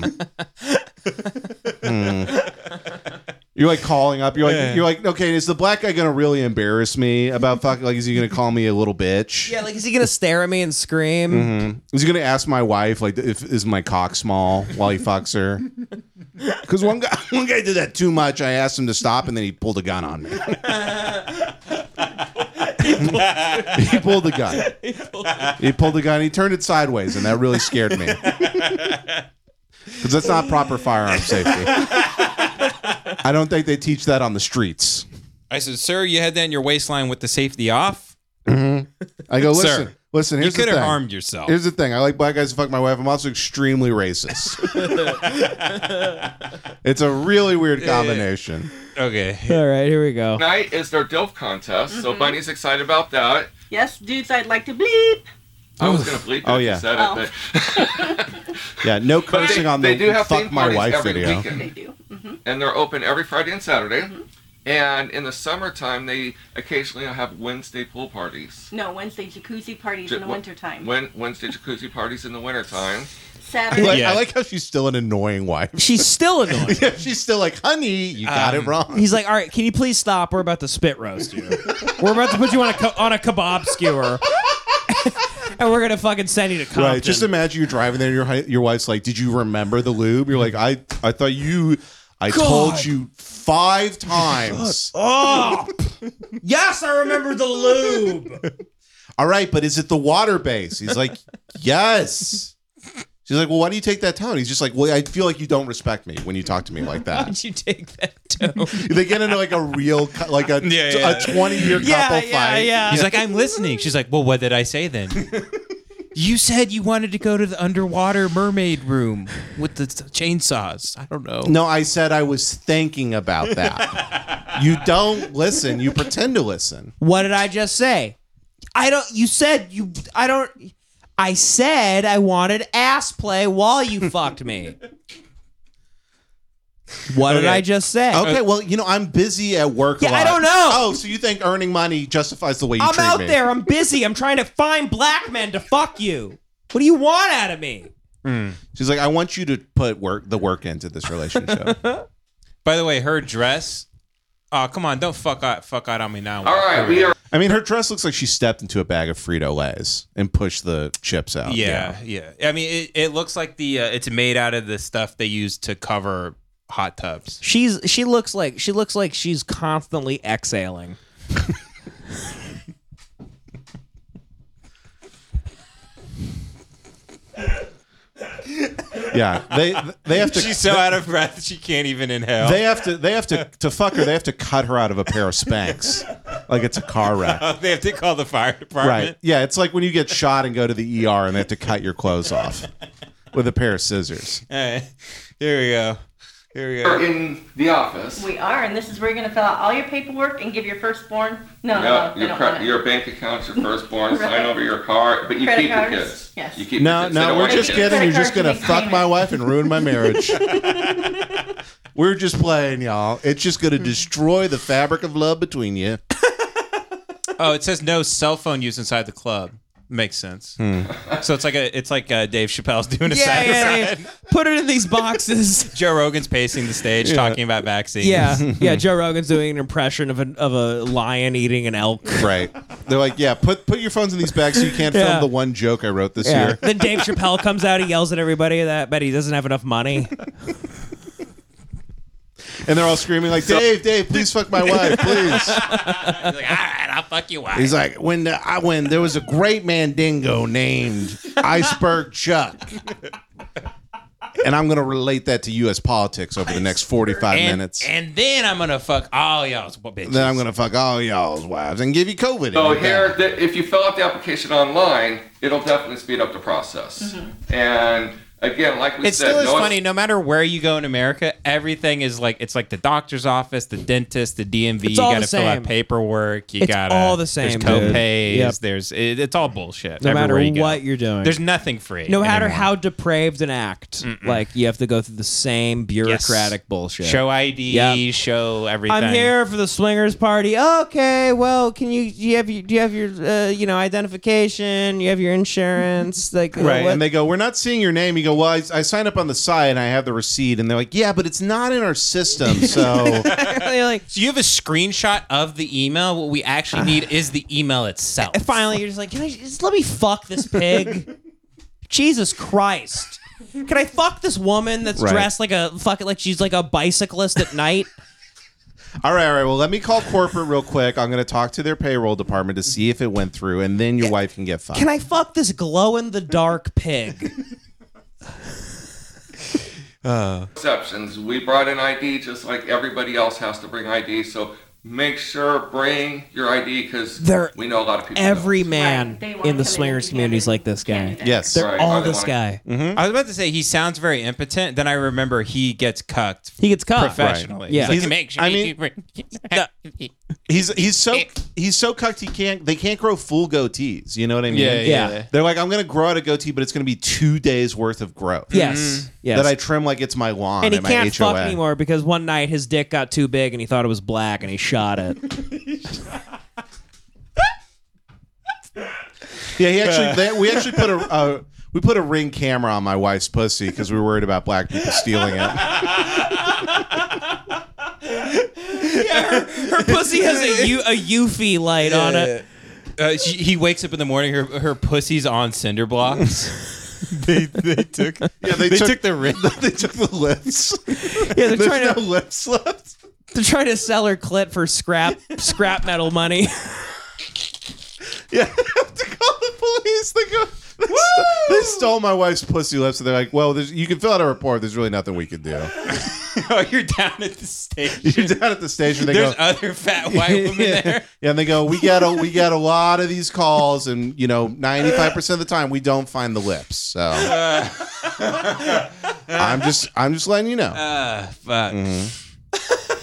Speaker 5: them. You're like calling up. You're like, you're like, okay, is the black guy going to really embarrass me about fucking? Like, is he going to call me a little bitch?
Speaker 4: Yeah, like is he gonna stare at me and scream?
Speaker 5: He's gonna ask my wife, like, if is my cock small while he fucks her? Because one guy, one guy did that too much. I asked him to stop, and then he pulled a gun on me. he pulled the gun. He pulled the gun. He turned it sideways, and that really scared me. Because that's not proper firearm safety. I don't think they teach that on the streets.
Speaker 6: I said, sir, you had that in your waistline with the safety off.
Speaker 5: I go,
Speaker 6: Sir,
Speaker 5: listen, listen. Here's
Speaker 6: you could
Speaker 5: the
Speaker 6: have
Speaker 5: thing.
Speaker 6: harmed yourself.
Speaker 5: Here's the thing. I like black guys to fuck my wife. I'm also extremely racist. it's a really weird combination.
Speaker 6: okay.
Speaker 4: All right, here we go.
Speaker 7: Tonight is their DILF contest, so Bunny's excited about that.
Speaker 8: Yes, dudes, I'd like to bleep.
Speaker 7: I was gonna bleep it
Speaker 5: Oh,
Speaker 7: if you
Speaker 5: yeah.
Speaker 7: said
Speaker 8: Oh.
Speaker 7: it,
Speaker 5: Yeah, no
Speaker 7: but
Speaker 5: cursing on
Speaker 7: they
Speaker 5: the
Speaker 7: do have
Speaker 5: fuck
Speaker 7: theme
Speaker 5: my
Speaker 7: parties
Speaker 5: wife
Speaker 7: every
Speaker 5: video.
Speaker 8: They
Speaker 7: weekend,
Speaker 8: do. hmm
Speaker 7: and they're open every Friday and Saturday. And in the summertime, they occasionally have Wednesday pool parties.
Speaker 8: No, Wednesday jacuzzi parties
Speaker 7: Ju-
Speaker 8: in the
Speaker 7: wh-
Speaker 8: wintertime.
Speaker 7: Wen- Wednesday jacuzzi parties in the wintertime.
Speaker 5: I
Speaker 8: Saturday.
Speaker 5: like,
Speaker 6: Yeah.
Speaker 5: I like how she's still an annoying wife.
Speaker 4: She's still annoying.
Speaker 5: Yeah, she's still like, honey, you got
Speaker 6: Um,
Speaker 5: it wrong.
Speaker 4: He's like, all right, can you please stop? We're about to spit roast you. we're about to put you on a ke- on a kebab skewer, and we're gonna fucking send you to Compton.
Speaker 5: Right. Just imagine you're driving there. Your hi- your wife's like, "Did you remember the lube?" You're like, "I I thought you, I told you five times."
Speaker 4: oh, yes, I remember the lube.
Speaker 5: All right, but is it the water base? He's like, yes. She's like, well, why do you take that tone? He's just like, well, I feel like you don't respect me when you talk to me like that.
Speaker 4: Did you take that toe?
Speaker 5: they get into like a real, cu- like a
Speaker 6: Yeah, yeah.
Speaker 5: a twenty year couple fight.
Speaker 6: He's like, I'm listening. She's like, well, what did I say then? you said you wanted to go to the underwater mermaid room with the s- chainsaws. I don't know.
Speaker 5: No, I said I was thinking about that. you don't listen. You pretend to listen.
Speaker 4: What did I just say? I don't. You said you. I don't. I said I wanted ass play while you fucked me. What did
Speaker 6: Okay.
Speaker 4: I just say?
Speaker 5: Okay, well, you know, I'm busy at work. a
Speaker 4: Yeah,
Speaker 5: lot.
Speaker 4: I don't know.
Speaker 5: Oh, so you think earning money justifies the way you
Speaker 4: I'm
Speaker 5: treat
Speaker 4: out
Speaker 5: me?
Speaker 4: there. I'm busy. I'm trying to find black men to fuck you. What do you want out of me?
Speaker 5: She's like, I want you to put work the work into this relationship.
Speaker 6: By the way, her dress. Oh, come on. Don't fuck out, fuck out on me now.
Speaker 7: All right, we are
Speaker 5: I mean, her dress looks like she stepped into a bag of Frito Lay's and pushed the chips out.
Speaker 6: Yeah, yeah. I mean, it, it looks like the uh, it's made out of the stuff they use to cover hot tubs.
Speaker 4: She's she looks like she looks like she's constantly exhaling.
Speaker 5: yeah. They they have to.
Speaker 6: She's so out of breath she can't even inhale.
Speaker 5: they have to. They have to. To fuck her, they have to cut her out of a pair of Spanx. like it's a car wreck.
Speaker 6: they have to call the fire department.
Speaker 5: right. Yeah, it's like when you get shot and go to the ER and they have to cut your clothes off with a pair of scissors.
Speaker 6: All right. Here we go. Here we go.
Speaker 7: We're in the office.
Speaker 8: We are, and this is where you're going to fill out all your paperwork and give your firstborn. No,
Speaker 7: Yeah,
Speaker 8: no, no, they
Speaker 7: your,
Speaker 8: Uh-huh. don't
Speaker 7: cre-
Speaker 8: want it.
Speaker 7: your bank accounts, your firstborn,
Speaker 8: Right.
Speaker 7: sign over your car, but you
Speaker 8: Credit
Speaker 7: keep
Speaker 8: cards?
Speaker 7: the kids.
Speaker 8: Yes.
Speaker 7: You keep the
Speaker 5: No,
Speaker 7: kids. They
Speaker 5: no,
Speaker 7: don't
Speaker 5: we're
Speaker 7: want the
Speaker 5: just
Speaker 7: kids.
Speaker 5: kidding. You're just gonna
Speaker 8: Credit
Speaker 5: fuck my
Speaker 8: card.
Speaker 5: wife and ruin my marriage. We're just playing, y'all. It's just gonna destroy the fabric of love between you.
Speaker 6: Oh, it says no cell phone use inside the club. Makes sense. So it's like a it's like uh, Dave Chappelle's doing a
Speaker 4: Yeah,
Speaker 6: side to
Speaker 4: yeah,
Speaker 6: side.
Speaker 4: yeah. Put it in these boxes.
Speaker 6: Joe Rogan's pacing the stage talking about vaccines.
Speaker 4: Yeah, yeah. Joe Rogan's doing an impression of a of a lion eating an elk.
Speaker 5: Right. They're like, yeah, put put your phones in these bags so you can't
Speaker 4: Yeah.
Speaker 5: film the one joke I wrote this year.
Speaker 4: then Dave Chappelle comes out. He yells at everybody that, but he doesn't have enough money.
Speaker 5: And they're all screaming like, Dave, Dave, please fuck my wife, please.
Speaker 6: He's like, all right, I'll fuck you up.
Speaker 5: He's like, when the, I when there was a great mandingo named Iceberg Chuck. And I'm gonna relate that to U.S. politics over the next 45
Speaker 6: and,
Speaker 5: minsts.
Speaker 6: and then I'm gonna fuck all y'all's bitches.
Speaker 5: then I'm gonna fuck all y'all's wives and give you COVID. in
Speaker 7: So
Speaker 5: your
Speaker 7: here,
Speaker 5: back.
Speaker 7: the, if you fill out the application online, it'll definitely speed up the process.
Speaker 8: Mm-hmm.
Speaker 7: And again, like we
Speaker 6: It
Speaker 7: said,
Speaker 6: still is
Speaker 7: no
Speaker 6: funny. No matter where you go in America, everything is like it's like the doctor's office, the dentist, the DMV.
Speaker 4: It's
Speaker 6: you
Speaker 4: all
Speaker 6: gotta
Speaker 4: the
Speaker 6: fill out
Speaker 4: same.
Speaker 6: paperwork. You
Speaker 4: It's
Speaker 6: gotta
Speaker 4: all the same, dude.
Speaker 6: There's copays.
Speaker 4: Yep.
Speaker 6: There's it, it's all bullshit.
Speaker 4: No matter
Speaker 6: everywhere you go.
Speaker 4: what you're doing,
Speaker 6: there's nothing free.
Speaker 4: no matter
Speaker 6: anymore.
Speaker 4: how depraved an act, like you have to go through the same bureaucratic bullshit.
Speaker 6: show ID,
Speaker 4: Yep.
Speaker 6: show everything.
Speaker 4: I'm here for the swingers party. Okay, well, can you do you have your, do you have your uh, you know identification? You have your insurance, like
Speaker 5: Right.
Speaker 4: what-
Speaker 5: And they go, We're not seeing your name. You go, Well, I, I signed up on the site and I have the receipt. And they're like, Yeah, but it's not in our system. So
Speaker 4: They're like
Speaker 6: So you have a screenshot of the email. What we actually need is the email itself.
Speaker 4: And finally, you're just like, can I just let me fuck this pig? Jesus Christ. Can I fuck this woman that's
Speaker 5: Right.
Speaker 4: dressed like a fucking like she's like a bicyclist at night?
Speaker 5: All right, all right. Well, let me call corporate real quick. I'm going to talk to their payroll department to see if it went through, and then your wife can get fired.
Speaker 4: Can I fuck this glow in the dark pig?
Speaker 7: exceptions. We brought in ID just like everybody else has to bring ID. So make sure bring your ID because
Speaker 4: They're-
Speaker 7: we know a lot of people.
Speaker 4: Every
Speaker 7: don't.
Speaker 4: man
Speaker 8: They want
Speaker 4: in the
Speaker 8: somebody
Speaker 4: swingers
Speaker 8: who
Speaker 4: community is
Speaker 8: can-
Speaker 4: like this
Speaker 8: can't
Speaker 4: guy.
Speaker 8: do that.
Speaker 5: Yes.
Speaker 4: They're
Speaker 7: Right,
Speaker 4: all
Speaker 7: or they
Speaker 4: this
Speaker 7: wanna-
Speaker 4: guy.
Speaker 7: Hmm?
Speaker 6: I was about to say he sounds very impotent. Then I remember he gets cucked
Speaker 4: He gets caught.
Speaker 6: professionally.
Speaker 4: Yeah.
Speaker 6: He's
Speaker 5: He's-
Speaker 6: like, make sure
Speaker 5: I
Speaker 6: you
Speaker 5: mean-
Speaker 6: keep bring-
Speaker 5: He's he's so he's so cucked he can't they can't grow full goatees. You know what I mean?
Speaker 6: Yeah,
Speaker 4: yeah.
Speaker 6: yeah.
Speaker 5: They're like, I'm going to grow out a goatee, but it's going to be two days worth of growth.
Speaker 4: Yes. Yes.
Speaker 5: Mm-hmm. That I trim like it's my lawn
Speaker 4: and he
Speaker 5: at my
Speaker 4: can't
Speaker 5: HOA.
Speaker 6: uh,
Speaker 4: fuck anymore because one night his dick got too big and he thought it was black and he shot it.
Speaker 5: Yeah, he actually. They, we actually put a, a we put a ring camera on my wife's pussy because we were worried about black people stealing it.
Speaker 4: Her pussy has a U, a Eufy light on it.
Speaker 6: Uh, she, he wakes up in the morning. Her her pussy's on cinder blocks. they they took
Speaker 5: Yeah, they,
Speaker 6: took the ring.
Speaker 5: they took the lips.
Speaker 4: Yeah, they're
Speaker 5: There's
Speaker 4: trying to
Speaker 5: no lips left.
Speaker 4: They're trying to sell her clit for scrap scrap metal money.
Speaker 5: Yeah, I have to call the police. They go. They, st- they stole my wife's pussy lips, and they're like, "Well, there's, you can fill out a report. There's really nothing we can do."
Speaker 6: oh, you're down at the station.
Speaker 5: You're down at the station. They
Speaker 6: There's
Speaker 5: go.
Speaker 6: other fat white women there.
Speaker 5: Yeah, and they go. We get a we get a lot of these calls, and you know, ninety five percent of the time, we don't find the lips. So I'm just I'm just letting you know.
Speaker 6: Uh, fuck.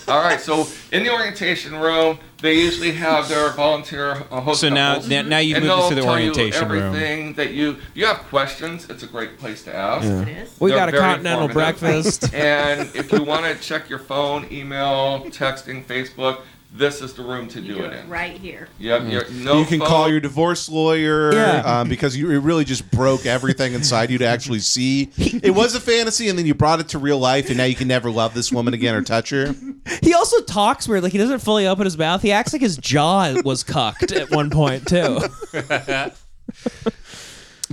Speaker 7: All right. So in the orientation room, they usually have their volunteer uh, host.
Speaker 6: So now-
Speaker 7: couples,
Speaker 6: now- now you
Speaker 7: and
Speaker 6: moved us to
Speaker 7: they'll
Speaker 6: the
Speaker 7: tell you
Speaker 6: orientation room.
Speaker 7: everything that you if you have questions, it's a great place to ask.
Speaker 8: It is.
Speaker 4: We
Speaker 7: They're
Speaker 4: got a
Speaker 7: very
Speaker 4: continental
Speaker 7: informative.
Speaker 4: breakfast.
Speaker 7: and if you want to check your phone, email, texting, Facebook, this is the room to do
Speaker 8: Do
Speaker 7: it
Speaker 8: it
Speaker 7: in.
Speaker 8: right here.
Speaker 7: Yep.
Speaker 6: Mm.
Speaker 7: Your, no
Speaker 5: you can
Speaker 7: phone,
Speaker 5: call your divorce lawyer
Speaker 4: Yeah.
Speaker 5: um, because you it really just broke everything inside you to actually see. It was a fantasy, and then you brought it to real life, and now you can never love this woman again or touch her.
Speaker 4: he also talks weird, like he doesn't fully open his mouth. He acts like his jaw was cucked at one point too.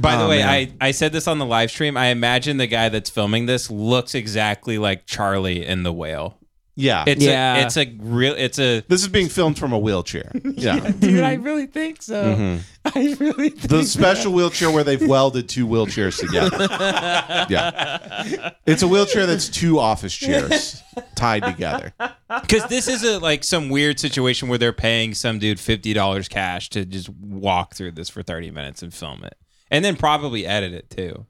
Speaker 6: By the
Speaker 5: Oh,
Speaker 6: way,
Speaker 5: man.
Speaker 6: I, I said this on the live stream. I imagine the guy that's filming this looks exactly like Charlie in the whale.
Speaker 5: Yeah,
Speaker 6: It's
Speaker 4: Yeah.
Speaker 6: a, it's a real it's a
Speaker 5: this is being filmed from a wheelchair. Yeah,
Speaker 6: dude. I really think so. I really
Speaker 5: The special wheelchair where they've welded two wheelchairs together. yeah. It's a wheelchair that's two office chairs tied together.
Speaker 6: because this is a like some weird situation where they're paying some dude fifty dollars cash to just walk through this for thirty minutes and film it, and then probably edit it too.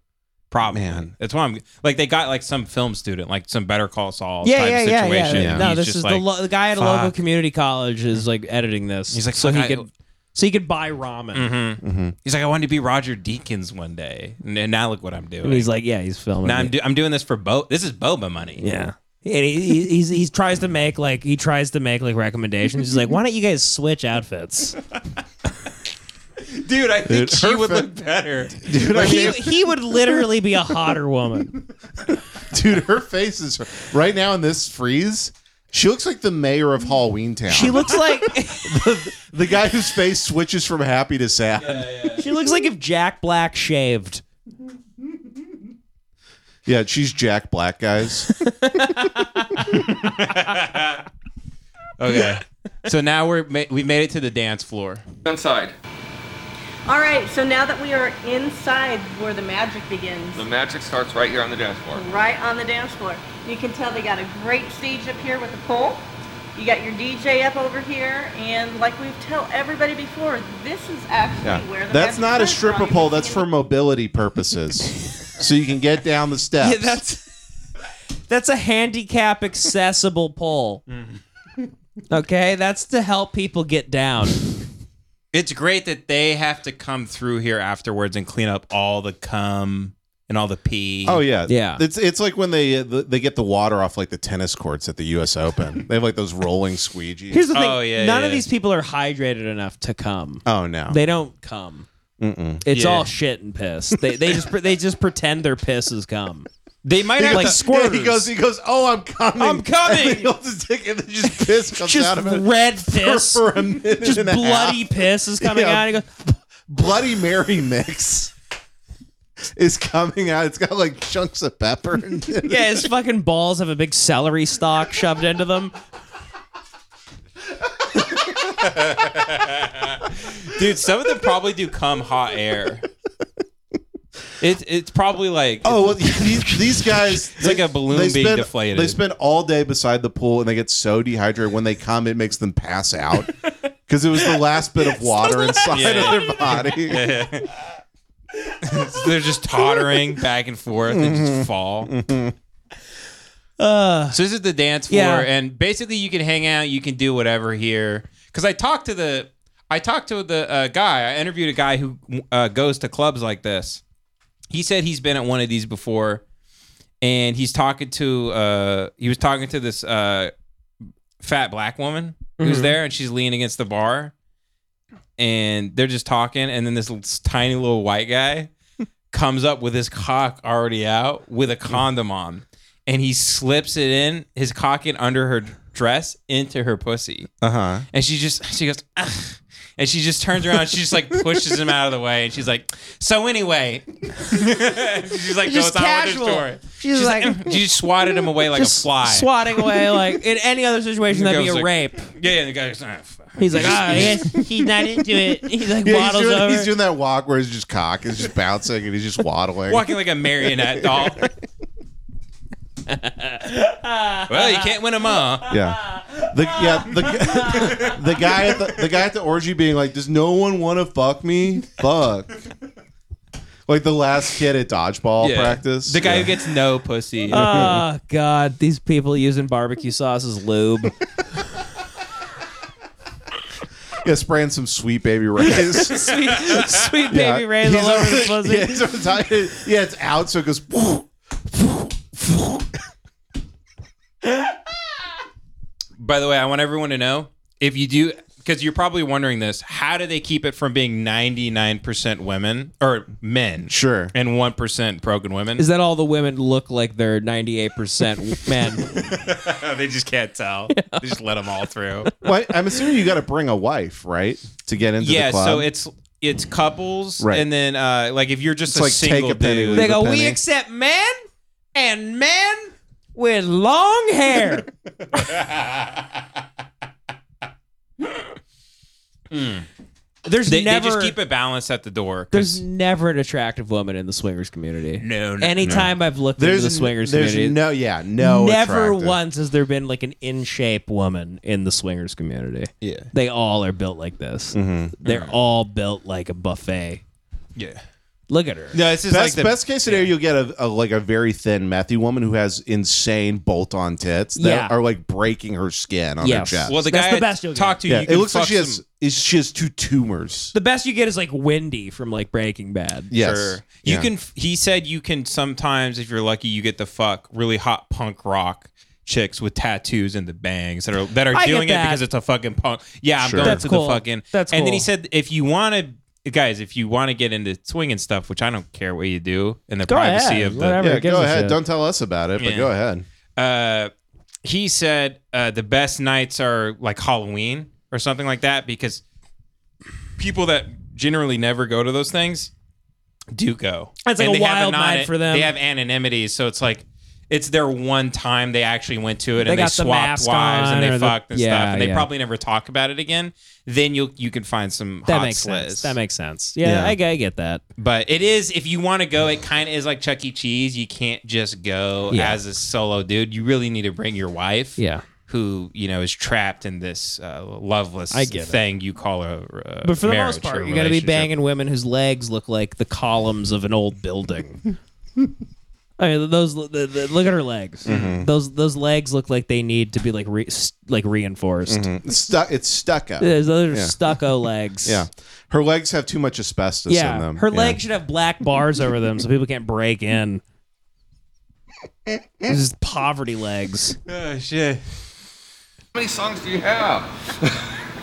Speaker 6: Probably.
Speaker 5: Man.
Speaker 6: That's why I'm like they got like some film student, like some Better Call Saul
Speaker 4: yeah, yeah,
Speaker 6: type
Speaker 4: yeah, yeah,
Speaker 6: situation. and
Speaker 4: No,
Speaker 6: he's
Speaker 4: this
Speaker 6: just
Speaker 4: is the,
Speaker 6: like,
Speaker 4: lo- the guy at a local
Speaker 6: fuck.
Speaker 4: community college is like editing this.
Speaker 6: He's like,
Speaker 4: so he
Speaker 6: "Fuck, I-
Speaker 4: could, so he could buy ramen.
Speaker 6: He's like, I wanted to be Roger Deakins one day, and, and now look what I'm doing.
Speaker 4: And he's like, yeah, he's filming.
Speaker 6: now I'm,
Speaker 4: it.
Speaker 6: do- I'm doing this for Bo. This is Boba money.
Speaker 4: yeah. And he, he, he's, he tries to make like he tries to make like recommendations. He's like, "Why don't you guys switch outfits?"
Speaker 6: dude, I think
Speaker 5: Dude,
Speaker 6: she
Speaker 5: her
Speaker 6: would
Speaker 5: fa-
Speaker 6: look better.
Speaker 5: Dude, I
Speaker 4: he,
Speaker 5: mean,
Speaker 4: he would literally be a hotter woman.
Speaker 5: dude, her face is right now in this freeze. She looks like the mayor of Halloween Town.
Speaker 4: She looks like
Speaker 5: the guy whose face switches from happy to sad.
Speaker 4: she looks like if Jack Black shaved.
Speaker 5: Yeah, she's Jack Black, guys.
Speaker 6: Okay, so now we're ma- we made it to the dance floor.
Speaker 7: Inside,
Speaker 8: All right, so now that we are inside where the magic begins,
Speaker 7: the magic starts right here on the dance floor.
Speaker 8: right on the dance floor, you can tell they got a great stage up here with a pole. You got your DJ up over here, and like we've tell everybody before, this is actually where the
Speaker 5: That's
Speaker 8: magic
Speaker 5: not a
Speaker 8: comes from.
Speaker 5: stripper
Speaker 8: You
Speaker 5: pole.
Speaker 8: can
Speaker 5: That's
Speaker 8: see-
Speaker 5: for mobility purposes. so you can get down the steps.
Speaker 4: Yeah, that's that's a handicap accessible pole.
Speaker 6: Mm-hmm.
Speaker 4: Okay, that's to help people get down.
Speaker 6: It's great that they have to come through here afterwards and clean up all the cum and all the pee.
Speaker 5: Oh yeah,
Speaker 4: Yeah.
Speaker 5: It's it's like when they uh, they get the water off like the tennis courts at the U.S. Open. they have like those rolling squeegees.
Speaker 4: Here's the thing:
Speaker 6: Oh, yeah,
Speaker 4: none
Speaker 6: yeah.
Speaker 4: of these people are hydrated enough to come.
Speaker 5: oh no,
Speaker 4: They don't come. It's
Speaker 6: Yeah.
Speaker 4: all shit and piss. They they just they just pretend their piss is cum.
Speaker 6: They might
Speaker 4: Like
Speaker 6: have to-
Speaker 4: squirters.
Speaker 5: he goes, he goes. Oh, I'm coming.
Speaker 6: I'm coming!"
Speaker 5: And then he holds his dick and then just piss comes
Speaker 4: just
Speaker 5: out of it
Speaker 4: red piss,
Speaker 5: for a minute
Speaker 4: just
Speaker 5: and a half.
Speaker 4: bloody piss is coming
Speaker 5: Yeah.
Speaker 4: out. And he goes,
Speaker 5: Bloody Mary mix is coming out. It's got like chunks of pepper. In it.
Speaker 4: yeah, his fucking balls have a big celery stalk shoved into them.
Speaker 6: dude. Some of them probably do cum hot air. It's it's probably like
Speaker 5: Oh well, these, these guys. It's
Speaker 6: like a balloon being deflated.
Speaker 5: They spend all day beside the pool and they get so dehydrated. When they come, it makes them pass out because it was the last bit of water inside of their body.
Speaker 6: they're just tottering back and forth and
Speaker 5: Mm-hmm.
Speaker 6: just fall.
Speaker 4: Uh,
Speaker 6: so this is the dance floor,
Speaker 4: Yeah.
Speaker 6: and basically you can hang out, you can do whatever here. Because I talked to the, I talked to the uh, guy. I interviewed a guy who uh, goes to clubs like this. He said he's been at one of these before, and he's talking to, uh, he was talking to this uh, fat black woman who's there, and she's leaning against the bar, and they're just talking, and then this l- tiny little white guy comes up with his cock already out with a condom on and he slips it in his cock in under her dress into her pussy
Speaker 5: Uh
Speaker 4: Uh-huh.
Speaker 5: huh.
Speaker 6: and she just she goes "Ugh." and she just turns around and she just like pushes him out of the way and she's like so anyway she's like
Speaker 4: Just
Speaker 6: goes on with her
Speaker 4: casual.
Speaker 6: story
Speaker 4: She's, like,
Speaker 6: "Ugh." she just swatted him away like a
Speaker 4: just
Speaker 6: fly
Speaker 4: swatting away. Like in any other situation,
Speaker 6: The
Speaker 4: that'd
Speaker 6: guy
Speaker 4: be a
Speaker 6: was like-
Speaker 4: rape.
Speaker 6: yeah and the guy goes "Ah, fuck."
Speaker 4: He's like, ah, yes, he's not into it. He's like
Speaker 5: Yeah, he's
Speaker 4: waddles
Speaker 5: doing,
Speaker 4: over.
Speaker 5: he's doing that walk where his just cock is just bouncing and he's just waddling.
Speaker 6: walking like a marionette doll well you can't win them all
Speaker 5: Yeah. The yeah the the guy at the the guy at the orgy being like, does no one want to fuck me? Fuck. Like the last kid at dodgeball
Speaker 6: Yeah.
Speaker 5: practice.
Speaker 6: The guy
Speaker 5: Yeah.
Speaker 6: who gets no pussy.
Speaker 4: oh God, these people using barbecue sauce as lube.
Speaker 5: yeah spraying some sweet baby rays.
Speaker 4: sweet, sweet
Speaker 5: Yeah.
Speaker 4: baby Ray's
Speaker 5: He's
Speaker 4: all over
Speaker 5: over-
Speaker 4: his pussy.
Speaker 5: Yeah, he's over the top. Yeah, it's out, so it goes. "Woo, woo, woo."
Speaker 6: By the way, I want everyone to know if you do, because you're probably wondering this: how do they keep it from being 99% women or men,
Speaker 5: Sure.
Speaker 6: and 1% broken women?
Speaker 4: Is that all the women look like they're 98% men?
Speaker 6: they just can't tell. They just let them all through.
Speaker 5: Well, I- I'm assuming you got to bring a wife, right, to get into
Speaker 6: yeah,
Speaker 5: the club.
Speaker 6: so it's it's couples,
Speaker 5: Right.
Speaker 6: and then uh, like if you're just
Speaker 5: It's
Speaker 6: a
Speaker 5: like take
Speaker 6: single
Speaker 5: a penny,
Speaker 6: dude,
Speaker 4: they
Speaker 5: leave a
Speaker 4: go,
Speaker 5: penny."
Speaker 4: we accept men and men with long hair.
Speaker 9: There's
Speaker 6: Hmm. They,
Speaker 9: never
Speaker 6: they just keep it balanced at the door. 'cause-
Speaker 4: There's never an attractive woman in the swingers community.
Speaker 6: no, no,
Speaker 4: Anytime I've looked
Speaker 5: There's
Speaker 4: into the swingers
Speaker 5: there's
Speaker 4: community,
Speaker 5: no yeah no
Speaker 4: never
Speaker 5: attractive.
Speaker 4: once has there been like an in shape woman in the swingers community.
Speaker 5: Yeah.
Speaker 4: They all are built like this.
Speaker 6: Mm-hmm.
Speaker 4: They're all built like a buffet.
Speaker 6: Yeah.
Speaker 4: Look at her.
Speaker 6: No, it's just
Speaker 5: Best,
Speaker 6: like the
Speaker 5: best case scenario, you'll get a, a like a very thin Matthew woman who has insane bolt on tits that
Speaker 4: Yeah.
Speaker 5: are like breaking her skin on
Speaker 4: Yes.
Speaker 5: her chest.
Speaker 6: Well, the
Speaker 4: That's
Speaker 6: guy
Speaker 4: the best
Speaker 6: I
Speaker 4: you'll
Speaker 6: talked to,
Speaker 5: yeah,
Speaker 6: you
Speaker 5: it
Speaker 6: can
Speaker 5: looks like
Speaker 6: fuck
Speaker 5: she has
Speaker 6: some-
Speaker 5: is she has two tumors.
Speaker 4: The best you get is like Wendy from like Breaking Bad.
Speaker 5: Yes,
Speaker 6: Sure. You
Speaker 5: Yeah.
Speaker 6: can. f- He said you can sometimes, if you're lucky, you get the fuck really hot punk rock chicks with tattoos and the bangs that are that are
Speaker 4: I get
Speaker 6: doing it
Speaker 4: that.
Speaker 6: because it's a fucking punk. Yeah, I'm
Speaker 5: Sure.
Speaker 6: going
Speaker 4: That's
Speaker 6: to
Speaker 4: cool.
Speaker 6: the fucking.
Speaker 4: That's
Speaker 6: And then he
Speaker 4: cool.
Speaker 6: said, if you want to, guys, if you want to get into swinging stuff, which I don't care what you do in the
Speaker 4: Go
Speaker 6: privacy
Speaker 4: ahead,
Speaker 6: of the.
Speaker 4: whatever.
Speaker 5: Yeah,
Speaker 4: gives
Speaker 5: go
Speaker 4: a
Speaker 5: ahead.
Speaker 4: shit.
Speaker 5: Don't tell us about it, but
Speaker 6: Yeah.
Speaker 5: go ahead.
Speaker 6: Uh, he said uh, the best nights are like Halloween or something like that because people that generally never go to those things do go.
Speaker 4: It's like a
Speaker 6: they
Speaker 4: wild
Speaker 6: have
Speaker 4: night for them.
Speaker 6: They have anonymity, so it's like it's their one time they actually went to it
Speaker 4: They
Speaker 6: and they
Speaker 4: got the
Speaker 6: swapped
Speaker 4: mask
Speaker 6: wives
Speaker 4: on
Speaker 6: and
Speaker 4: or
Speaker 6: they
Speaker 4: the-
Speaker 6: fucked and
Speaker 4: Yeah,
Speaker 6: stuff, and they
Speaker 4: yeah.
Speaker 6: probably never talk about it again. Then you you can find some
Speaker 4: That
Speaker 6: hot
Speaker 4: makes
Speaker 6: slits.
Speaker 4: sense. That makes sense. Yeah,
Speaker 5: Yeah.
Speaker 4: I, I get that.
Speaker 6: But it is if you want to go, it kind of is like Chuck E. Cheese. You can't just go
Speaker 4: Yeah.
Speaker 6: as a solo dude. You really need to bring your wife,
Speaker 4: Yeah.
Speaker 6: who you know is trapped in this uh, loveless
Speaker 4: I get it.
Speaker 6: thing you call a. Uh,
Speaker 4: But for the
Speaker 6: marriage
Speaker 4: most
Speaker 6: or
Speaker 4: part, you're going to be
Speaker 6: relationship.
Speaker 4: banging women whose legs look like the columns of an old building. I mean, those the, the, look at her legs.
Speaker 5: Mm-hmm.
Speaker 4: Those those legs look like they need to be like re, s- like reinforced.
Speaker 5: It's stuck. It's stuck up.
Speaker 4: Those are stucco legs.
Speaker 5: Yeah, her legs have too much asbestos in
Speaker 4: yeah.
Speaker 5: them.
Speaker 4: Her
Speaker 5: Yeah.
Speaker 4: legs should have black bars over them so people can't break in. This is poverty legs.
Speaker 6: Oh shit!
Speaker 7: How many songs do you have?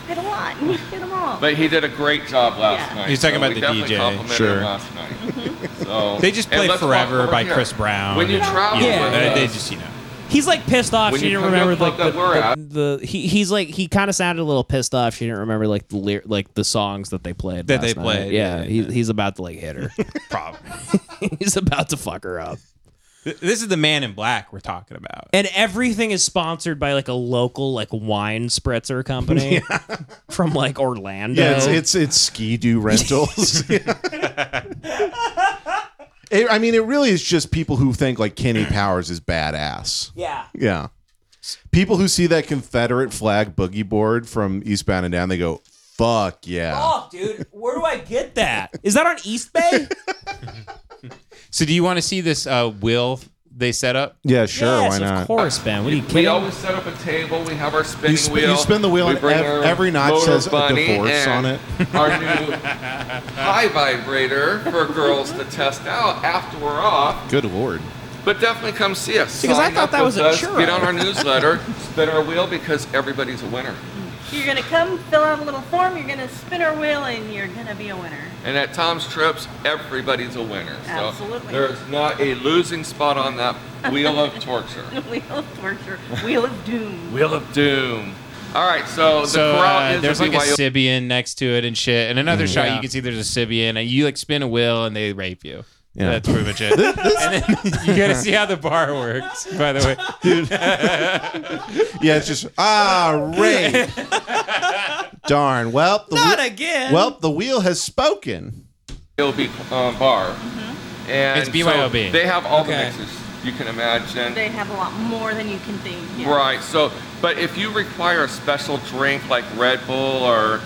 Speaker 8: Hit a lot. Hit them all.
Speaker 7: But he did a great job last
Speaker 8: Yeah.
Speaker 7: night.
Speaker 6: He's talking
Speaker 7: so
Speaker 6: about
Speaker 7: we
Speaker 6: the
Speaker 7: definitely
Speaker 6: DJ.
Speaker 7: complimented
Speaker 5: Sure.
Speaker 7: him last night. so,
Speaker 6: They just
Speaker 7: and
Speaker 6: played
Speaker 7: let's walk
Speaker 6: "Forever"
Speaker 7: over
Speaker 6: by
Speaker 7: here.
Speaker 6: Chris Brown.
Speaker 7: When you
Speaker 6: and-
Speaker 7: travel,
Speaker 4: Yeah.
Speaker 7: with
Speaker 6: Uh,
Speaker 7: us,
Speaker 6: they just you know.
Speaker 4: He's like pissed off.
Speaker 7: When
Speaker 4: she
Speaker 7: you
Speaker 4: didn't
Speaker 7: come to
Speaker 4: remember
Speaker 7: a
Speaker 4: like
Speaker 7: club
Speaker 4: the,
Speaker 7: that we're at-
Speaker 4: the- the- he he's like he kind of sounded a little pissed off. She didn't remember like the lyr- like the songs that they played.
Speaker 6: That
Speaker 4: last
Speaker 6: they
Speaker 4: night.
Speaker 6: played,
Speaker 4: Yeah,
Speaker 6: yeah,
Speaker 4: he, he's about to like hit her.
Speaker 6: Problem.
Speaker 4: he's about to fuck her up.
Speaker 6: Th- This is the Man in Black we're talking about.
Speaker 4: And everything is sponsored by like a local like wine spritzer company from like Orlando.
Speaker 5: Yeah, it's it's, it's ski doo rentals. It- I mean, it really is just people who think like Kenny Powers is badass.
Speaker 10: Yeah.
Speaker 5: Yeah, people who see that Confederate flag boogie board from Eastbound and Down, they go, "Fuck yeah!"
Speaker 10: Oh, dude, where do I get that?
Speaker 4: is that on East Bay?
Speaker 6: So do you want to see this uh, will they set up?
Speaker 5: Yeah, sure,
Speaker 4: yes,
Speaker 5: why not?
Speaker 4: of course, Ben. What are you
Speaker 7: We
Speaker 4: kidding?
Speaker 7: always set up a table. We have our spinning
Speaker 5: You spin-
Speaker 7: wheel.
Speaker 5: you spin the wheel
Speaker 7: we
Speaker 5: and
Speaker 7: bring
Speaker 5: ev-
Speaker 7: our
Speaker 5: every knot
Speaker 7: motor
Speaker 5: says a
Speaker 7: bunny
Speaker 5: divorce
Speaker 7: and
Speaker 5: on it.
Speaker 7: our new high vibrator for girls to test out after we're off.
Speaker 5: Good lord.
Speaker 7: But definitely come see us.
Speaker 4: Because I
Speaker 7: Sign
Speaker 4: thought
Speaker 7: up
Speaker 4: that was
Speaker 7: with
Speaker 4: a
Speaker 7: us,
Speaker 4: churro.
Speaker 7: Get on our newsletter. Spin our wheel because everybody's a winner.
Speaker 8: You're gonna come, fill out a little form. You're gonna spin our wheel, and you're gonna be a winner.
Speaker 7: And at Tom's Trips, everybody's a winner. So
Speaker 8: Absolutely.
Speaker 7: There's not a losing spot on that wheel of torture.
Speaker 8: Wheel of torture. Wheel of doom.
Speaker 7: Wheel of Doom. All right, so the
Speaker 6: so
Speaker 7: corral
Speaker 6: uh,
Speaker 7: is
Speaker 6: there's
Speaker 7: a
Speaker 6: like a
Speaker 7: BYO.
Speaker 6: Sibian next to it and shit. And another shot,
Speaker 4: Yeah.
Speaker 6: you can see there's a Sibian, and you like spin a wheel and they rape you.
Speaker 5: Yeah.
Speaker 6: That's pretty much it. and then you gotta see how the bar works. By the way,
Speaker 5: Yeah, it's just ah rape. Darn. Well, the
Speaker 4: Not
Speaker 5: wheel-
Speaker 4: again.
Speaker 5: well, the wheel has spoken.
Speaker 7: BYOB um, bar. And
Speaker 6: It's BYOB.
Speaker 7: so they have all
Speaker 4: Okay.
Speaker 7: the mixes you can imagine.
Speaker 8: They have a lot more than you can think. yeah.
Speaker 7: Right. So, but if you require a special drink like Red Bull or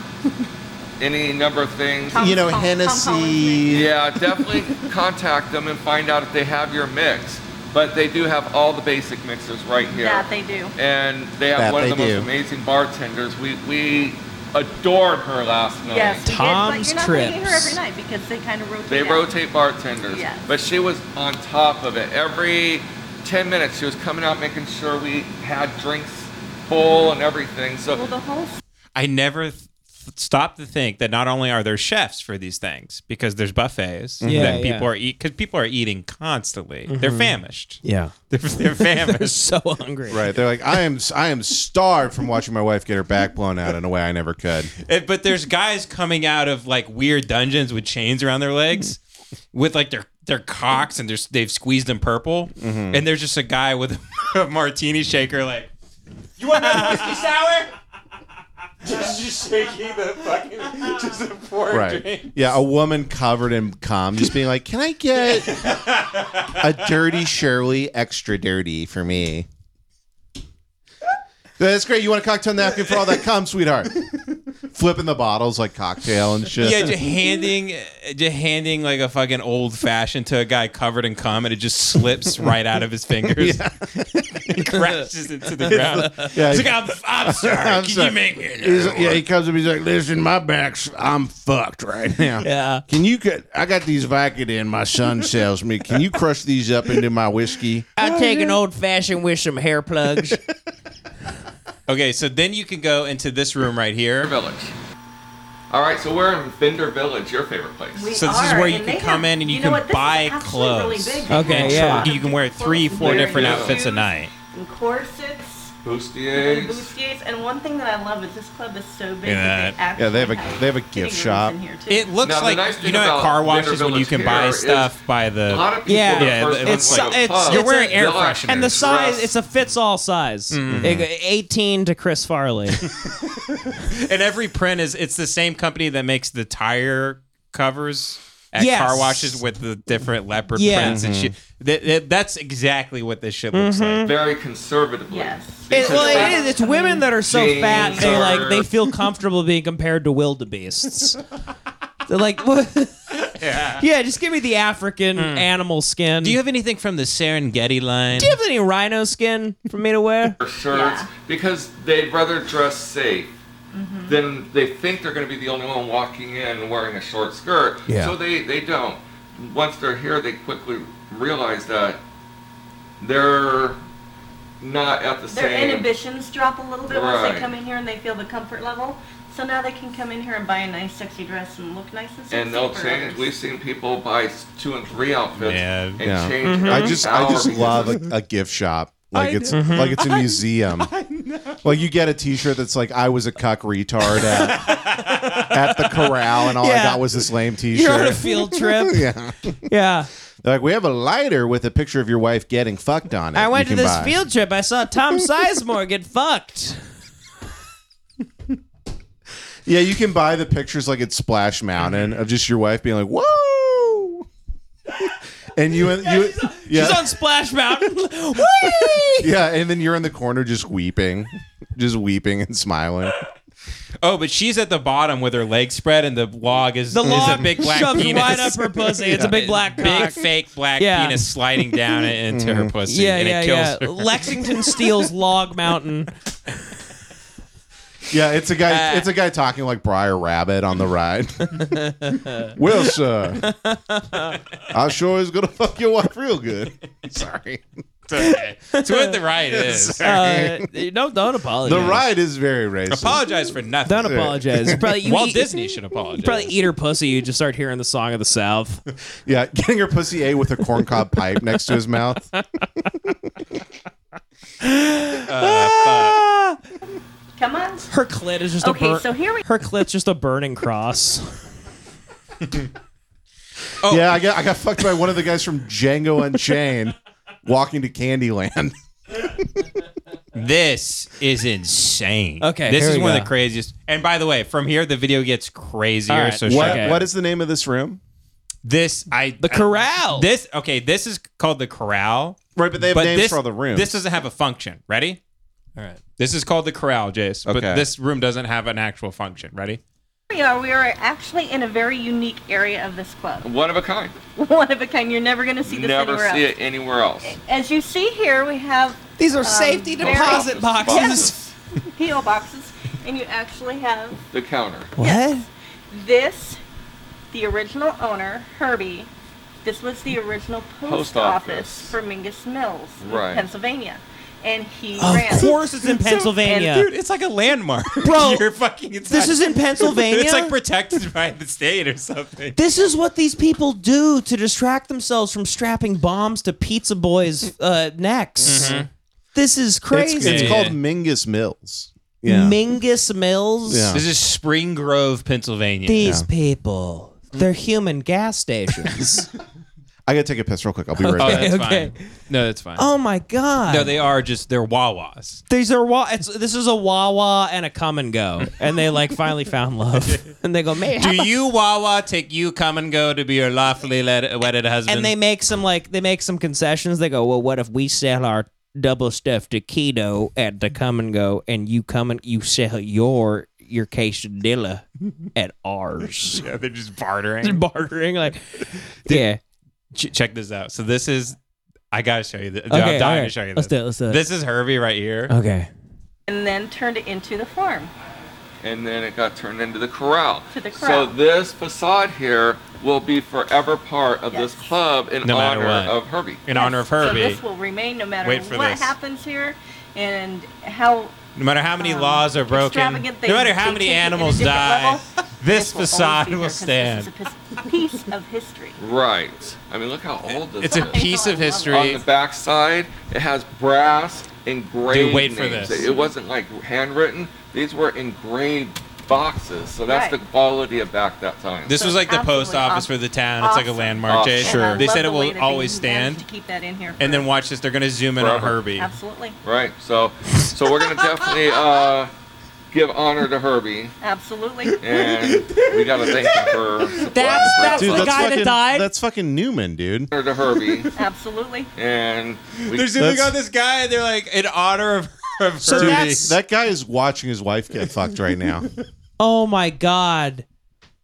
Speaker 7: any number of things,
Speaker 8: Tom-
Speaker 5: you know,
Speaker 8: Tom- Tom Collins.
Speaker 5: Hennessy.
Speaker 7: yeah, definitely contact them and find out if they have your mix. But they do have all the basic mixes right here.
Speaker 8: That they do.
Speaker 7: and they have
Speaker 5: That
Speaker 7: one of
Speaker 5: they
Speaker 7: the
Speaker 5: do.
Speaker 7: most amazing bartenders. We we adored her last night.
Speaker 8: Yes, we did,
Speaker 4: Tom's
Speaker 8: but you're not gonna get her
Speaker 4: Trips.
Speaker 8: every night because they kind of rotate.
Speaker 7: They
Speaker 8: out.
Speaker 7: rotate bartenders.
Speaker 8: Yes.
Speaker 7: But she was on top of it. Every 10 minutes, she was coming out making sure we had drinks full and everything.
Speaker 8: Well,
Speaker 7: So,
Speaker 8: the whole s-
Speaker 6: I never th- stopped to think that not only are there chefs for these things because there's buffets
Speaker 4: Yeah,
Speaker 6: that
Speaker 4: yeah.
Speaker 6: people are eat because people are eating constantly. They're famished.
Speaker 4: yeah,
Speaker 6: They're, they're
Speaker 4: they're
Speaker 6: famished.
Speaker 4: so hungry.
Speaker 5: Right. They're like, I am I am starved from watching my wife get her back blown out in a way I never could.
Speaker 6: Uh, but there's guys coming out of like weird dungeons with chains around their legs, with like their their cocks and they're, they've squeezed them purple, and there's just a guy with a martini shaker like,
Speaker 10: You want another whiskey sour?
Speaker 3: just, just shaking the fucking just a pouring
Speaker 5: Right.
Speaker 3: drink.
Speaker 5: Yeah, a woman covered in cum just being like, Can I get a dirty Shirley extra dirty for me? That's great. You want a cocktail napkin for all that cum, sweetheart? Flipping the bottles like cocktail and shit.
Speaker 6: Yeah, just handing, just handing like a fucking old fashioned to a guy covered in cum, and it just slips right out of his fingers and crashes into the ground.
Speaker 5: Yeah.
Speaker 6: He's like, I'm, I'm sorry.
Speaker 5: I'm
Speaker 6: Can
Speaker 5: sorry.
Speaker 6: you make me? Another
Speaker 5: He's-
Speaker 6: one?"
Speaker 5: yeah, he comes up. He's like, "Listen, my back's I'm fucked right now.
Speaker 11: Yeah.
Speaker 5: can you? Cut, I got these Vicodin. My son sells me. Can you crush these up into my whiskey?
Speaker 4: I take an old fashioned with some hair plugs.
Speaker 6: Okay, so then you can go into this room right here.
Speaker 7: Village. All right, so we're in Bender Village, your favorite place.
Speaker 8: We
Speaker 6: So this is
Speaker 8: are,
Speaker 6: where you
Speaker 8: and
Speaker 6: can
Speaker 8: they
Speaker 6: come
Speaker 8: have-
Speaker 6: in and you
Speaker 8: know
Speaker 6: can
Speaker 8: what, this is
Speaker 6: buy
Speaker 8: actually really
Speaker 6: clothes.
Speaker 8: big.
Speaker 11: Okay,
Speaker 8: They
Speaker 11: yeah.
Speaker 8: have
Speaker 6: You can wear three, four
Speaker 8: There
Speaker 6: different
Speaker 7: you go.
Speaker 6: outfits a night.
Speaker 8: And corsets. And
Speaker 7: Bustiers.
Speaker 8: bustiers. And one thing that I love is this club is so
Speaker 6: Look
Speaker 8: big.
Speaker 6: at that.
Speaker 8: that. They actually
Speaker 5: Yeah, they have a-
Speaker 8: have
Speaker 5: they have a
Speaker 8: fitting
Speaker 5: gift
Speaker 8: rooms
Speaker 5: shop.
Speaker 8: in here, too.
Speaker 6: It looks
Speaker 7: Now, the
Speaker 6: like
Speaker 7: nice
Speaker 6: you
Speaker 7: thing
Speaker 6: know at
Speaker 7: about
Speaker 6: car washes
Speaker 7: Bender
Speaker 6: when you
Speaker 7: Village
Speaker 6: can buy
Speaker 7: here is
Speaker 6: stuff by
Speaker 7: A
Speaker 6: the
Speaker 7: lot of people,
Speaker 11: Yeah.
Speaker 7: the
Speaker 6: Yeah,
Speaker 7: first
Speaker 6: it's- it's-
Speaker 7: one's like a
Speaker 4: it's-
Speaker 7: pub.
Speaker 4: you're
Speaker 6: wearing air
Speaker 7: They're like,
Speaker 6: fresheners.
Speaker 11: And the size,
Speaker 7: dress.
Speaker 11: it's a fits all size.
Speaker 4: Mm-hmm.
Speaker 11: It- 18 to Chris Farley.
Speaker 6: and every print is it's the same company that makes the tire covers at
Speaker 4: Yes.
Speaker 6: car washes with the different leopard
Speaker 4: Yeah.
Speaker 6: prints and shit. That, that- that's exactly what this shit looks like.
Speaker 7: very conservatively.
Speaker 8: Yes.
Speaker 4: It,
Speaker 7: Because
Speaker 4: well,
Speaker 7: that's-
Speaker 4: it is. It's women that are so
Speaker 7: Jeans
Speaker 4: fat they
Speaker 7: are-
Speaker 4: like they feel comfortable being compared to wildebeests. They're like, what? Yeah. just give me the African animal skin.
Speaker 6: Do you have anything from the Serengeti line?
Speaker 4: Do you have any rhino skin for me to wear?
Speaker 7: their shirts
Speaker 8: Yeah.
Speaker 7: because they'd rather dress safe
Speaker 8: Mm-hmm.
Speaker 7: than they think they're going to be the only one walking in wearing a short skirt.
Speaker 6: Yeah.
Speaker 7: So they, they don't. Once they're here, they quickly realize that they're not at the
Speaker 8: Their
Speaker 7: same.
Speaker 8: inhibitions drop a little bit once they
Speaker 7: Right.
Speaker 8: come in here and they feel the comfort level. So now they can come in here and buy a nice sexy dress and look nice and sexy.
Speaker 7: And they'll
Speaker 8: for
Speaker 7: change.
Speaker 8: others.
Speaker 7: We've seen people buy s- two and three outfits
Speaker 6: Yeah.
Speaker 7: and
Speaker 5: Yeah.
Speaker 7: change.
Speaker 8: Mm-hmm.
Speaker 5: I
Speaker 7: every
Speaker 5: just, I
Speaker 7: hour
Speaker 5: just
Speaker 7: because
Speaker 5: love
Speaker 7: of-
Speaker 5: a, a gift shop. Like it's like it's a museum. Like you get a T-shirt that's like I was a cuck retard at, at the corral, and all I
Speaker 4: Yeah.
Speaker 5: got was this lame T-shirt.
Speaker 4: You're on a field trip.
Speaker 5: yeah,
Speaker 4: yeah.
Speaker 5: They're like we have a lighter with a picture of your wife getting fucked on it.
Speaker 4: I went
Speaker 5: you
Speaker 4: to
Speaker 5: can
Speaker 4: this
Speaker 5: buy.
Speaker 4: field trip. I saw Tom Sizemore get fucked.
Speaker 5: Yeah, you can buy the pictures like at Splash Mountain of just your wife being like, "Whoa," and you, you, yeah,
Speaker 4: She's on Splash Mountain. Whee!
Speaker 5: yeah, and then you're in the corner just weeping, just weeping and smiling.
Speaker 6: Oh, but she's at the bottom with her legs spread and the log is,
Speaker 4: The
Speaker 6: is
Speaker 4: log
Speaker 6: a big black
Speaker 4: shoved
Speaker 6: penis.
Speaker 4: right up her pussy. It's a big black
Speaker 6: Big
Speaker 4: cock.
Speaker 6: fake black
Speaker 4: Yeah.
Speaker 6: penis sliding down it into
Speaker 5: Mm-hmm.
Speaker 6: her pussy
Speaker 4: Yeah,
Speaker 6: and
Speaker 4: yeah,
Speaker 6: it kills
Speaker 4: yeah.
Speaker 6: her.
Speaker 4: Lexington steals Log Mountain.
Speaker 5: Yeah, it's a
Speaker 6: Ah.
Speaker 5: guy. it's a guy talking like Briar Rabbit on the ride. well, sir, I sure is gonna fuck your wife real good. Sorry,
Speaker 6: It's okay. It's what the ride is.
Speaker 4: Uh, no, don't apologize.
Speaker 5: the ride is very racist.
Speaker 6: Apologize for nothing.
Speaker 11: Don't apologize. Probably you
Speaker 6: Walt
Speaker 11: eat-
Speaker 6: Disney should apologize.
Speaker 11: You probably eat her pussy. You just start hearing the song of the South.
Speaker 5: yeah, getting her pussy a with a corncob pipe next to his mouth.
Speaker 8: Come on.
Speaker 11: Her clit is just a
Speaker 8: Okay,
Speaker 11: bur-
Speaker 8: so here we
Speaker 11: her clit's just a burning cross.
Speaker 5: Yeah, I got I got fucked by one of the guys from Django Unchained walking to Candyland.
Speaker 6: This is insane.
Speaker 11: Okay,
Speaker 6: this
Speaker 11: here
Speaker 6: is
Speaker 11: we
Speaker 6: one
Speaker 11: go.
Speaker 6: of the craziest. And by the way, from here the video gets crazier.
Speaker 11: All right,
Speaker 6: So
Speaker 5: What
Speaker 6: shut up.
Speaker 5: what is the name of this room?
Speaker 6: this? I
Speaker 11: The corral.
Speaker 6: this okay. This is called the corral.
Speaker 5: Right, but they have
Speaker 6: but
Speaker 5: names
Speaker 6: this
Speaker 5: for all the rooms.
Speaker 6: This doesn't have a function. Ready? All right. This is called the corral, Jace.
Speaker 5: Okay.
Speaker 6: But this room doesn't have an actual function. Ready?
Speaker 8: We are. We are actually in a very unique area of this club.
Speaker 7: One of a kind.
Speaker 8: One of a kind. You're never going to see this
Speaker 7: Never
Speaker 8: anywhere
Speaker 7: see
Speaker 8: else.
Speaker 7: it anywhere else.
Speaker 8: As you see here, we have
Speaker 4: These
Speaker 5: Uh,
Speaker 4: are safety
Speaker 8: very-
Speaker 4: deposit boxes.
Speaker 8: Yes. PO boxes, and you actually have
Speaker 7: The counter.
Speaker 4: What?
Speaker 8: this, the original owner Herbie. This was the original post,
Speaker 7: Post
Speaker 8: office.
Speaker 7: office.
Speaker 8: for Mingus Mills, in
Speaker 7: Right.
Speaker 8: Pennsylvania, and he ran.
Speaker 4: Of course, it's in Pennsylvania.
Speaker 6: Dude, it's like a landmark,
Speaker 4: Bro,
Speaker 6: You're fucking. It's
Speaker 4: this
Speaker 6: not-
Speaker 4: is in Pennsylvania.
Speaker 6: It's like protected by the state or something.
Speaker 4: this is what these people do to distract themselves from strapping bombs to pizza boys' uh, necks.
Speaker 6: Mm-hmm.
Speaker 4: This is
Speaker 5: it's,
Speaker 4: crazy.
Speaker 5: it's
Speaker 6: Yeah,
Speaker 5: called
Speaker 6: yeah.
Speaker 5: Mingus Mills. Yeah.
Speaker 4: Mingus Mills.
Speaker 5: Yeah.
Speaker 6: This is Spring Grove, Pennsylvania.
Speaker 4: These people, they're human gas stations.
Speaker 5: I gotta take a piss real quick. I'll be right
Speaker 6: Oh,
Speaker 5: back.
Speaker 6: that's
Speaker 4: okay.
Speaker 6: fine. No, that's fine.
Speaker 4: Oh my god.
Speaker 6: no, they are just they're Wawas.
Speaker 4: These are wa- it's, this is a Wawa and a come and go, and they like finally found love, and they go, "Mate, how
Speaker 6: Do
Speaker 4: about-"
Speaker 6: you Wawa take you come and go to be your lawfully led, wedded husband?
Speaker 4: and they make some like they make some concessions. They go, "Well, what if we sell our double stuffed taquito at the come and go, and you come and you sell your your quesadilla at ours?"
Speaker 6: yeah, they're just bartering.
Speaker 4: They're bartering like, yeah.
Speaker 6: Ch- check this out. So this is I gotta show you. This.
Speaker 4: Okay,
Speaker 6: I'm dying
Speaker 4: okay.
Speaker 6: to show you this.
Speaker 4: Let's do it. Let's do it.
Speaker 6: This is Herbie right here.
Speaker 4: Okay.
Speaker 8: and then turned it into the farm.
Speaker 7: and then it got turned into the corral.
Speaker 8: To the
Speaker 7: So
Speaker 8: corral.
Speaker 7: this facade here will be forever part of this
Speaker 8: Yes.
Speaker 7: club in
Speaker 6: No matter
Speaker 7: honor
Speaker 6: what.
Speaker 7: of Herbie.
Speaker 6: In honor of Herbie.
Speaker 8: So this will remain no matter
Speaker 6: Wait for
Speaker 8: what
Speaker 6: this.
Speaker 8: happens here and how
Speaker 6: No matter how many
Speaker 8: um,
Speaker 6: laws are broken, no
Speaker 8: extravagant they-
Speaker 6: matter
Speaker 8: they
Speaker 6: how many
Speaker 8: take it at a
Speaker 6: animals
Speaker 8: different
Speaker 6: die,
Speaker 8: level,
Speaker 6: this
Speaker 8: will always
Speaker 6: facade
Speaker 8: be there
Speaker 6: will
Speaker 8: 'cause this
Speaker 6: stand.
Speaker 8: is a pis- piece of history.
Speaker 7: Right. I mean, look how old this
Speaker 6: It's
Speaker 7: is.
Speaker 6: a piece of
Speaker 7: on the
Speaker 6: history.
Speaker 7: backside, it has brass engraved
Speaker 6: Dude, wait for
Speaker 7: names.
Speaker 6: this.
Speaker 7: It wasn't like handwritten. These were engraved boxes. So that's
Speaker 8: Right.
Speaker 7: the quality of back that time.
Speaker 6: This was like the post
Speaker 8: Absolutely
Speaker 6: office
Speaker 8: awesome.
Speaker 6: for the town. It's like a
Speaker 8: Awesome.
Speaker 6: landmark. Jay.
Speaker 7: Awesome. Sure.
Speaker 8: And I
Speaker 6: They
Speaker 8: love
Speaker 6: said
Speaker 8: the
Speaker 6: it
Speaker 8: way
Speaker 6: will
Speaker 8: that they
Speaker 6: always
Speaker 8: managed
Speaker 6: stand.
Speaker 8: To keep that in here.
Speaker 6: And then
Speaker 8: forever.
Speaker 6: watch this. They're gonna zoom in on
Speaker 7: Forever.
Speaker 6: Herbie.
Speaker 8: Absolutely,
Speaker 7: right. So so we're going to definitely uh, give honor to Herbie.
Speaker 8: absolutely.
Speaker 7: And we got to thank him for supplying
Speaker 12: That's-
Speaker 7: the
Speaker 12: that's
Speaker 7: bread.
Speaker 12: the guy that
Speaker 5: fucking,
Speaker 12: died?
Speaker 5: That's fucking Newman, dude.
Speaker 7: honor to Herbie.
Speaker 8: Absolutely.
Speaker 7: And we
Speaker 6: They're zooming
Speaker 5: That's-
Speaker 6: on this guy. and They're like in honor of, of
Speaker 5: So
Speaker 6: Herbie.
Speaker 12: that's-
Speaker 5: that guy is watching his wife get fucked right now.
Speaker 4: Oh my god.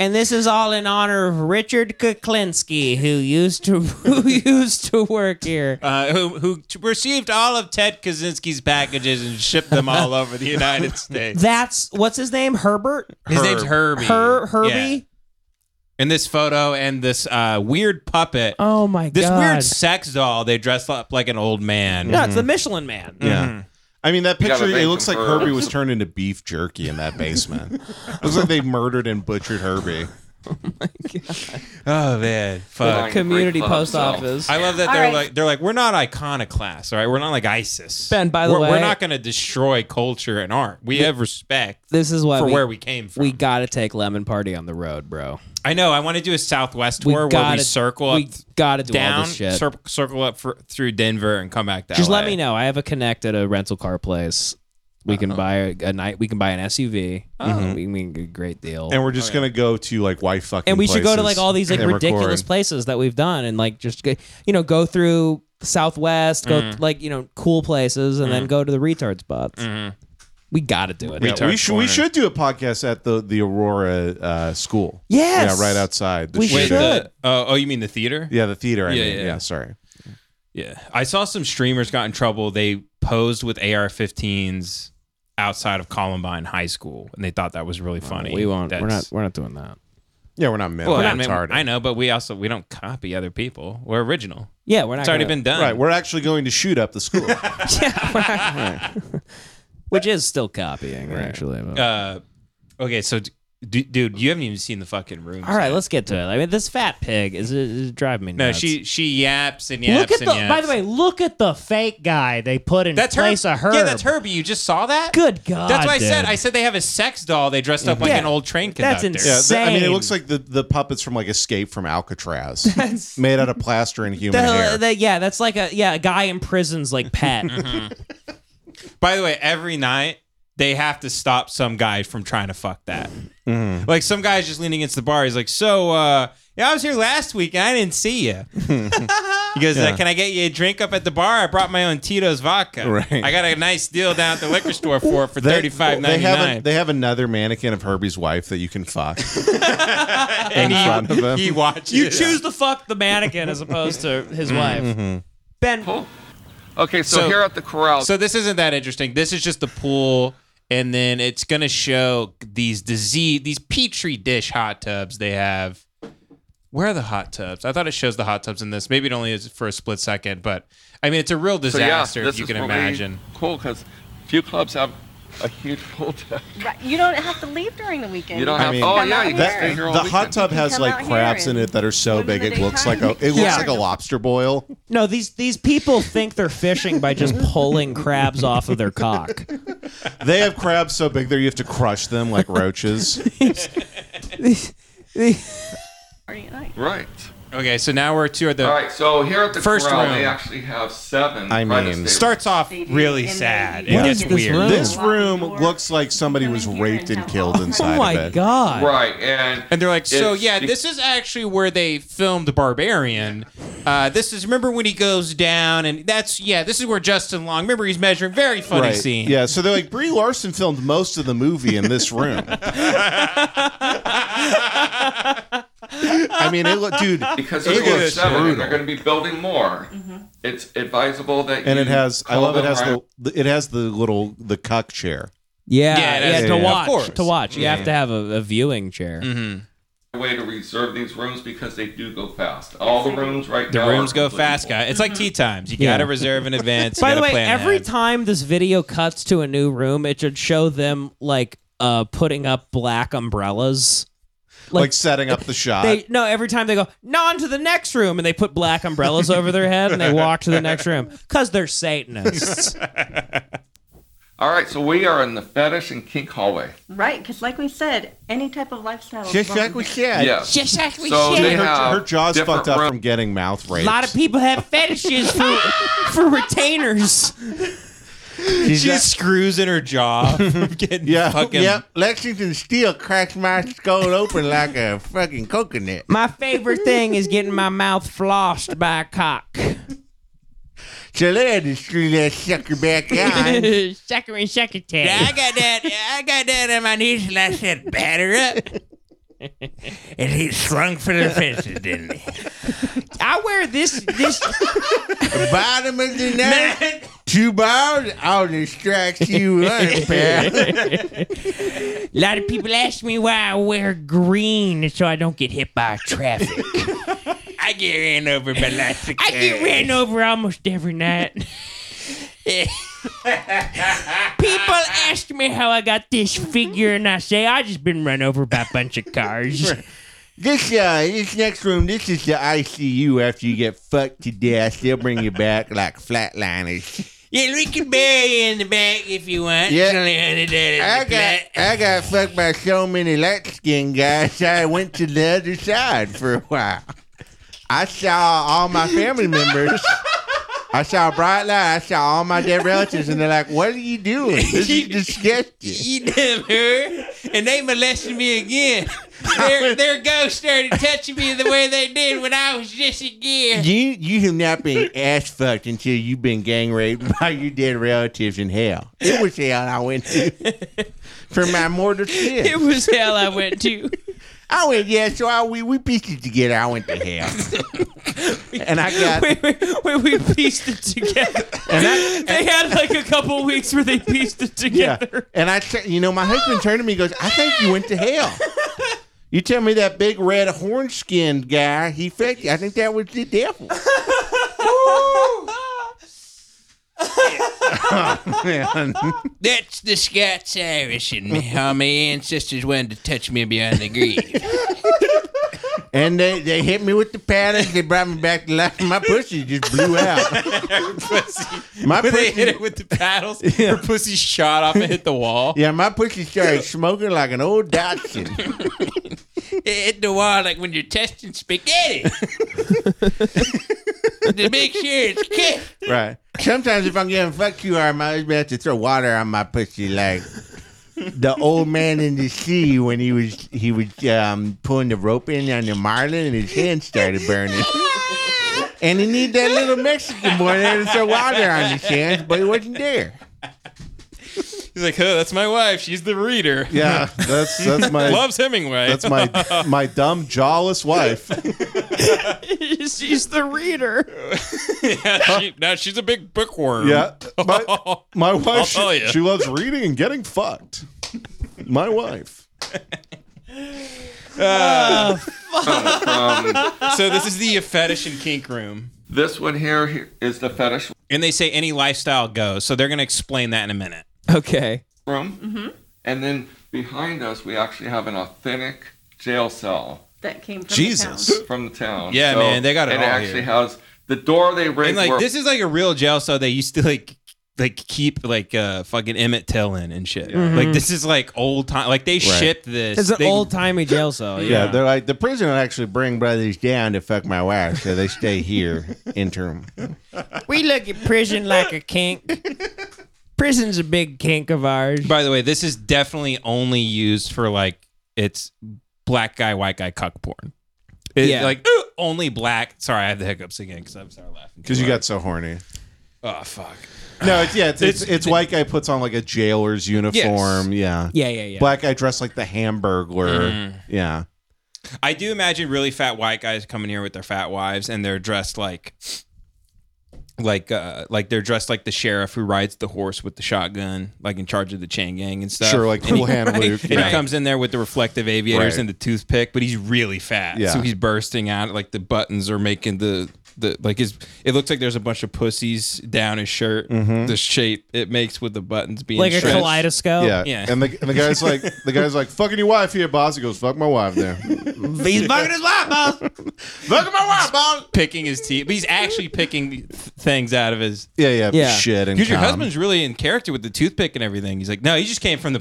Speaker 4: And this is all in honor of Richard Kuklinski, who used to who used to work here.
Speaker 6: uh, who who t- received all of Ted Kaczynski's packages and shipped them all over the United States.
Speaker 4: That's what's his name? Herbert?
Speaker 6: His
Speaker 4: Herb.
Speaker 6: name's Herbie.
Speaker 4: Her Herbie?
Speaker 6: Yeah. In this photo and this uh, weird puppet,
Speaker 4: Oh my
Speaker 6: this
Speaker 4: god.
Speaker 6: weird sex doll, they dressed up like an old man.
Speaker 4: No, it's the Michelin man.
Speaker 5: Yeah. I mean that
Speaker 7: You gotta
Speaker 5: picture. It
Speaker 7: thank
Speaker 5: looks
Speaker 7: him
Speaker 5: like
Speaker 7: for-
Speaker 5: Herbie was turned into beef jerky in that basement. looks like they murdered and butchered Herbie.
Speaker 6: Oh man, fuck.
Speaker 7: Like
Speaker 4: Community
Speaker 7: Great club,
Speaker 4: post
Speaker 7: so.
Speaker 4: office.
Speaker 6: I love that
Speaker 8: All
Speaker 6: they're
Speaker 8: right.
Speaker 6: like they're like we're not iconoclasts, all right? We're not like ISIS.
Speaker 4: Ben, by the
Speaker 6: we're,
Speaker 4: way-
Speaker 6: we're not going to destroy culture and art. We have respect
Speaker 4: this is why
Speaker 6: for
Speaker 4: we,
Speaker 6: where we came from.
Speaker 4: we gotta take Lemon Party on the road, bro.
Speaker 6: I know. I want to do a Southwest
Speaker 4: We
Speaker 6: tour where
Speaker 4: gotta
Speaker 6: we circle up
Speaker 4: we gotta do all
Speaker 6: down,
Speaker 4: this shit.
Speaker 6: cir- circle up for, through Denver, and come back down.
Speaker 4: Just let me know. I have a connect at a rental car place. We
Speaker 6: Uh-huh.
Speaker 4: can buy a, a night. We can buy an SUV. We, we can get a great deal.
Speaker 5: And we're just gonna go to like wife fucking.
Speaker 4: Oh, and we should go to
Speaker 5: places
Speaker 4: like all these like
Speaker 5: and
Speaker 4: ridiculous
Speaker 5: record.
Speaker 4: places that we've done and like just go- you know go through southwest go
Speaker 6: Mm-hmm.
Speaker 4: like you know cool places and then go to the retard spots
Speaker 6: Mm-hmm.
Speaker 4: we gotta do it
Speaker 5: Yeah, we should we should do a podcast at the the Aurora uh, school.
Speaker 4: Yes!
Speaker 5: Yeah, right outside. The
Speaker 4: We
Speaker 5: shooting.
Speaker 6: Wait,
Speaker 4: should.
Speaker 6: the, oh, oh, you mean the theater?
Speaker 5: Yeah, the theater. I
Speaker 6: Yeah,
Speaker 5: mean.
Speaker 6: yeah.
Speaker 5: Yeah. sorry.
Speaker 6: Yeah. I saw some streamers got in trouble. They posed with AR-15s outside of Columbine High School, and they thought that was really funny.
Speaker 4: we won't we're not
Speaker 6: That's-
Speaker 4: we're not doing that
Speaker 5: Yeah, we're not men.
Speaker 6: Well,
Speaker 5: we're
Speaker 6: I,
Speaker 5: not
Speaker 6: mean,
Speaker 5: retarded.
Speaker 6: I know, but we also we don't copy other people. We're original.
Speaker 4: yeah we're not
Speaker 6: It's already
Speaker 4: gonna-
Speaker 6: been done.
Speaker 5: Right, we're actually going to shoot up the school.
Speaker 4: yeah, we're not- which is still copying actually but-
Speaker 6: uh, okay, so d- d- dude, you haven't even seen the fucking room.
Speaker 4: all right let's get to it i mean this fat pig is, is driving me
Speaker 6: No,
Speaker 4: nuts.
Speaker 6: she she yaps and yaps
Speaker 12: Look at
Speaker 6: and
Speaker 12: the.
Speaker 6: yaps.
Speaker 12: By the way, look at the fake guy they put in
Speaker 6: that's her.
Speaker 12: place of her.
Speaker 6: Yeah, that's Herbie. You just saw that.
Speaker 12: Good God.
Speaker 6: That's why I said
Speaker 12: dude.
Speaker 6: I said they have a sex doll. They dressed up like
Speaker 12: Yeah.
Speaker 6: an old train
Speaker 12: That's
Speaker 6: conductor.
Speaker 5: Yeah, th- I mean, it
Speaker 12: Same.
Speaker 5: looks like the, the puppets from like Escape from Alcatraz, made out of plaster and human hair.
Speaker 4: the, the, yeah that's like a yeah a guy imprisons like pet
Speaker 6: Mm-hmm. By the way, every night they have to stop some guy from trying to fuck that.
Speaker 5: Mm-hmm.
Speaker 6: Like some guy's just leaning against the bar. He's like, "So, uh, yeah, I was here last week and I didn't see you." he goes, uh, "Can I get you a drink up at the bar? I brought my own Tito's vodka.
Speaker 5: Right.
Speaker 6: I got a nice deal down at the liquor store for it for
Speaker 5: They-
Speaker 6: thirty five
Speaker 5: they
Speaker 6: ninety
Speaker 5: have, a-
Speaker 6: nine.
Speaker 5: they have another mannequin of Herbie's wife that you can fuck in front of them.
Speaker 6: He watches.
Speaker 4: you choose to fuck the mannequin as opposed to his
Speaker 6: Mm-hmm.
Speaker 4: wife ben
Speaker 7: Cool. Okay, so,
Speaker 6: So-
Speaker 7: here at the corral,
Speaker 6: So this isn't that interesting. This is just the pool, and then it's gonna show these disease, these petri dish hot tubs they have. Where are the hot tubs? I thought it shows the hot tubs in this. Maybe it only is for a split second, but I mean, it's a real
Speaker 7: so yeah,
Speaker 6: disaster
Speaker 7: this
Speaker 6: if you
Speaker 7: is
Speaker 6: can
Speaker 7: what we-
Speaker 6: imagine.
Speaker 7: cool, because few clubs have a huge pool deck.
Speaker 8: Right. You don't have to leave during the weekend.
Speaker 7: You don't have.
Speaker 5: mean,
Speaker 7: oh
Speaker 8: come
Speaker 7: yeah,
Speaker 8: out
Speaker 7: you
Speaker 8: here.
Speaker 7: can stay
Speaker 5: That,
Speaker 7: here
Speaker 5: the
Speaker 7: all
Speaker 5: hot
Speaker 7: weekend.
Speaker 5: tub
Speaker 8: You
Speaker 5: has
Speaker 8: come out
Speaker 5: like
Speaker 8: here
Speaker 5: crabs in
Speaker 8: and
Speaker 5: it that are so
Speaker 8: swim in
Speaker 5: big
Speaker 8: the
Speaker 5: it looks like
Speaker 8: daytime.
Speaker 5: a it looks
Speaker 8: Yeah.
Speaker 5: like a lobster boil.
Speaker 4: No, these these people think they're fishing by just pulling crabs off of their cock.
Speaker 5: They have crabs so big there you have to crush them like roaches.
Speaker 8: Party at night.
Speaker 7: Right.
Speaker 6: Okay, so now we're to the
Speaker 7: All right, so here at the
Speaker 6: First
Speaker 7: corral, they
Speaker 6: room.
Speaker 7: actually have seven.
Speaker 5: I
Speaker 7: private
Speaker 5: mean-
Speaker 7: stables.
Speaker 6: starts off
Speaker 8: They do
Speaker 6: really
Speaker 8: in the
Speaker 6: sad.
Speaker 8: evening.
Speaker 6: It
Speaker 8: What
Speaker 6: gets
Speaker 4: is this
Speaker 6: weird.
Speaker 4: room?
Speaker 5: This room
Speaker 8: Door.
Speaker 5: looks like somebody was
Speaker 8: Come in here
Speaker 5: raped
Speaker 8: and
Speaker 5: and
Speaker 8: have
Speaker 5: killed
Speaker 8: fun.
Speaker 5: inside
Speaker 4: Oh my
Speaker 5: of it.
Speaker 4: god!
Speaker 7: Right, and
Speaker 6: And they're like, so
Speaker 7: It's-
Speaker 6: yeah, this is actually where they filmed Barbarian. Uh, this is remember when he goes down, and that's yeah, this is where Justin Long. Remember he's measuring. Very funny
Speaker 5: Right.
Speaker 6: scene.
Speaker 5: Yeah, so they're like Brie Larson filmed most of the movie in this room. I mean, it look, dude,
Speaker 7: because
Speaker 5: It
Speaker 7: there's only
Speaker 5: was
Speaker 7: seven, and
Speaker 5: brutal.
Speaker 7: they're going to be building more. It's advisable that
Speaker 5: and
Speaker 7: you
Speaker 5: it has. I
Speaker 7: call
Speaker 5: love it
Speaker 7: them
Speaker 5: has
Speaker 7: right-
Speaker 5: the it has the little the cuck chair.
Speaker 4: Yeah,
Speaker 6: Yeah,
Speaker 4: yeah,
Speaker 6: that's-
Speaker 4: to
Speaker 5: yeah, of
Speaker 4: watch,
Speaker 6: course. Mm-hmm.
Speaker 4: to watch. You have to have a, a viewing chair.
Speaker 7: way to reserve these rooms because they do go fast. All the rooms right
Speaker 6: The
Speaker 7: now.
Speaker 6: rooms
Speaker 7: are
Speaker 6: go
Speaker 7: completely
Speaker 6: fast,
Speaker 7: full.
Speaker 6: guy. It's like tea times. You
Speaker 4: Yeah.
Speaker 6: gotta reserve in advance. You
Speaker 4: By the way,
Speaker 6: gotta plan
Speaker 4: every
Speaker 6: ahead.
Speaker 4: time this video cuts to a new room, it should show them like uh putting up black umbrellas.
Speaker 5: Like,
Speaker 4: Like-
Speaker 5: setting up the shot.
Speaker 4: They no, every time they go, no, on to the next room, and they put black umbrellas over their head and they walk to the next room because they're Satanists.
Speaker 7: All right, so we are in the fetish and kink hallway.
Speaker 8: Right, because like we said, any type of lifestyle. is
Speaker 5: Just
Speaker 8: welcome
Speaker 5: like we
Speaker 8: here.
Speaker 5: said.
Speaker 7: Yeah.
Speaker 13: Just like we
Speaker 7: So
Speaker 13: said.
Speaker 7: they
Speaker 5: Her,
Speaker 7: have
Speaker 5: her jaw's
Speaker 7: different
Speaker 5: fucked up
Speaker 7: rooms.
Speaker 5: from getting mouth
Speaker 4: a
Speaker 5: raped.
Speaker 4: lot of people have fetishes for for retainers.
Speaker 6: she has screws in her jaw. from getting
Speaker 5: yeah,
Speaker 6: fucking.
Speaker 5: yep. Lexington Steel cracked my skull open like a fucking coconut.
Speaker 4: My favorite thing is getting my mouth flossed by a cock.
Speaker 5: So they had to screw that sucker back on.
Speaker 4: Sucker and secretary.
Speaker 14: I got that. I got that on my knees, and I said, "Batter up." and he slung for the fences, didn't he?
Speaker 4: I wear this this
Speaker 5: Bottom of the night, two bars. I'll distract you, on, pal.
Speaker 4: A lot of people ask me why I wear green so I don't get hit by traffic.
Speaker 14: I get ran over by lots of
Speaker 4: I get ran over almost every night. people ask me how I got this figure, and I say I just been run over by a bunch of cars.
Speaker 5: This uh, this next room, this is the ICU. After you get fucked to death, they'll bring you back like flatliners.
Speaker 14: Yeah, we can bury you in the back if you want.
Speaker 5: Yeah.
Speaker 14: It's only $100
Speaker 5: I
Speaker 14: a
Speaker 5: got
Speaker 14: plat.
Speaker 5: I got fucked by so many light skinned guys. I went to the other side for a while. I saw all my family members. I saw a bright light. I saw all my dead relatives, and they're like, "What are you doing? This is disgusting."
Speaker 14: You damn her. And they molested me again. Their, their ghost started touching me the way they did when I was just a kid.
Speaker 5: You you have not been ass fucked until you've been gang raped by your dead relatives in hell. It was hell I went to for my mortal sin.
Speaker 4: It was hell I went to.
Speaker 5: I went, yeah, so I, we, we pieces together. I went to hell. and I got,
Speaker 4: Wait, wait, wait, we pieced it together.
Speaker 5: and I,
Speaker 4: They had like a couple weeks where they pieced it
Speaker 5: yeah.
Speaker 4: together.
Speaker 5: And I, said- you know, my husband turned to me and goes, I think you went to hell. You tell me that big red horn skinned guy, he fed you. I think that was the devil. Oh, man.
Speaker 14: That's the Scots Irish in me. How my ancestors wanted to touch me beyond the grave.
Speaker 5: And they, they hit me with the paddles. They brought me back to life. My pussy just blew out. My
Speaker 6: When they hit
Speaker 5: pussy,
Speaker 6: it with the paddles, her pussy shot off and hit the wall.
Speaker 5: yeah, my pussy started smoking like an old Datsun.
Speaker 14: It hit the wall like when you're testing spaghetti. to make sure it's cooked.
Speaker 5: Right. Sometimes if I'm getting fucked too hard, my husband has to throw water on my pussy like the old man in the sea when he was he was um, pulling the rope in on the marlin and his hand started burning. And he need that little Mexican boy there to throw water on his hands, but he wasn't there.
Speaker 6: He's like, oh, that's my wife. She's the reader.
Speaker 5: Yeah, that's that's my
Speaker 6: Loves Hemingway.
Speaker 5: That's my my dumb jawless wife.
Speaker 4: She's the reader.
Speaker 6: yeah, she, now she's a big bookworm.
Speaker 5: Yeah, my, my
Speaker 6: Oh,
Speaker 5: wife.
Speaker 6: tell
Speaker 5: She,
Speaker 6: ya.
Speaker 5: she loves reading and getting fucked. My wife.
Speaker 7: Um,
Speaker 6: So this is the fetish and kink room.
Speaker 7: this one here, here is the fetish
Speaker 6: And they say any lifestyle goes. So they're going to explain that in a minute.
Speaker 4: Okay.
Speaker 7: room.
Speaker 8: Mm-hmm.
Speaker 7: And then behind us, we actually have an authentic jail cell
Speaker 8: That came from the
Speaker 5: Jesus.
Speaker 8: town.
Speaker 7: from the town.
Speaker 6: Yeah, man, they got it
Speaker 7: And
Speaker 6: all
Speaker 7: it actually
Speaker 6: here.
Speaker 7: has the door they
Speaker 6: And
Speaker 7: rigged.
Speaker 6: like
Speaker 7: where-
Speaker 6: this is like a real jail cell that used to like like keep like uh fucking Emmett Till in and shit. Like this is like old time. Like they shipped this.
Speaker 4: Mm-hmm. It's an
Speaker 6: They-
Speaker 4: old timey jail cell. Yeah.
Speaker 5: Yeah, they're like the prison will actually bring brothers down to fuck my wife, so they stay here interim.
Speaker 11: We look at prison like a kink. Prison's a big kink of ours.
Speaker 6: By the way, this is definitely only used for like it's black guy, white guy cuck porn. It,
Speaker 11: Yeah.
Speaker 6: Like "Ooh, only black. Sorry, I have the hiccups again because I'm sorry laughing.
Speaker 5: Because you got so horny.
Speaker 6: Oh fuck.
Speaker 5: No, it's yeah, it's it's, it's white guy puts on like a jailer's uniform. Yeah.
Speaker 11: Yeah, yeah, yeah.
Speaker 5: Black guy dressed like the Hamburglar.
Speaker 6: Mm.
Speaker 5: Yeah.
Speaker 6: I do imagine really fat white guys coming here with their fat wives and they're dressed like like uh like they're dressed like the sheriff who rides the horse with the shotgun, like in charge of the chain gang and stuff.
Speaker 5: Sure, like cool hand Luke.
Speaker 6: And
Speaker 5: Yeah.
Speaker 6: he comes in there with the reflective aviators
Speaker 5: Right.
Speaker 6: and the toothpick, but he's really fat.
Speaker 5: Yeah.
Speaker 6: So he's bursting out like the buttons are making the the like his it looks like there's a bunch of pussies down his shirt.
Speaker 5: Mm-hmm.
Speaker 6: The shape it makes with the buttons being
Speaker 4: Like a
Speaker 6: stretched.
Speaker 4: kaleidoscope.
Speaker 5: yeah.
Speaker 6: Oh, yeah.
Speaker 5: And the, and the guy's like the guy's like, fucking your wife here, boss. He goes, Fuck my wife there.
Speaker 6: He's fucking his wife, boss. Fucking my wife, boss. Picking his teeth, but he's actually picking th- things out of his.
Speaker 5: Yeah, yeah.
Speaker 4: Yeah.
Speaker 5: Shit and
Speaker 6: Because your
Speaker 5: cum.
Speaker 6: husband's really in character with the toothpick and everything. He's like, no, he just came from the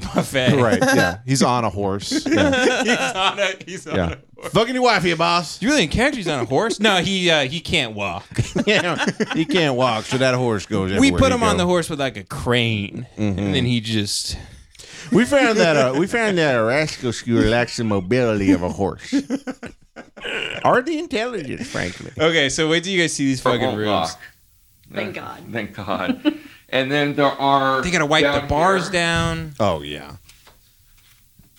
Speaker 6: buffet.
Speaker 5: Right, yeah. He's on a horse. Yeah.
Speaker 6: he's on a. He's on
Speaker 5: yeah.
Speaker 6: a.
Speaker 5: fucking your wife here, boss.
Speaker 6: He's really in character. He's on a horse. No, he uh, he can't walk.
Speaker 5: yeah, he can't walk, so that horse goes.
Speaker 6: we
Speaker 5: everywhere
Speaker 6: put
Speaker 5: he
Speaker 6: him
Speaker 5: go.
Speaker 6: on
Speaker 5: Mm-hmm.
Speaker 6: the horse with like a crane, and then he just.
Speaker 5: We found that uh, we found that Erascoscu lacks the mobility of a horse, or the intelligence, frankly.
Speaker 6: Okay, so wait till you guys see these
Speaker 7: Purple
Speaker 6: fucking rooms.
Speaker 7: rock.
Speaker 8: Thank God.
Speaker 7: Thank God. and then there are.
Speaker 6: They gotta wipe the
Speaker 7: down
Speaker 6: bars
Speaker 7: here-
Speaker 6: down.
Speaker 5: Oh yeah,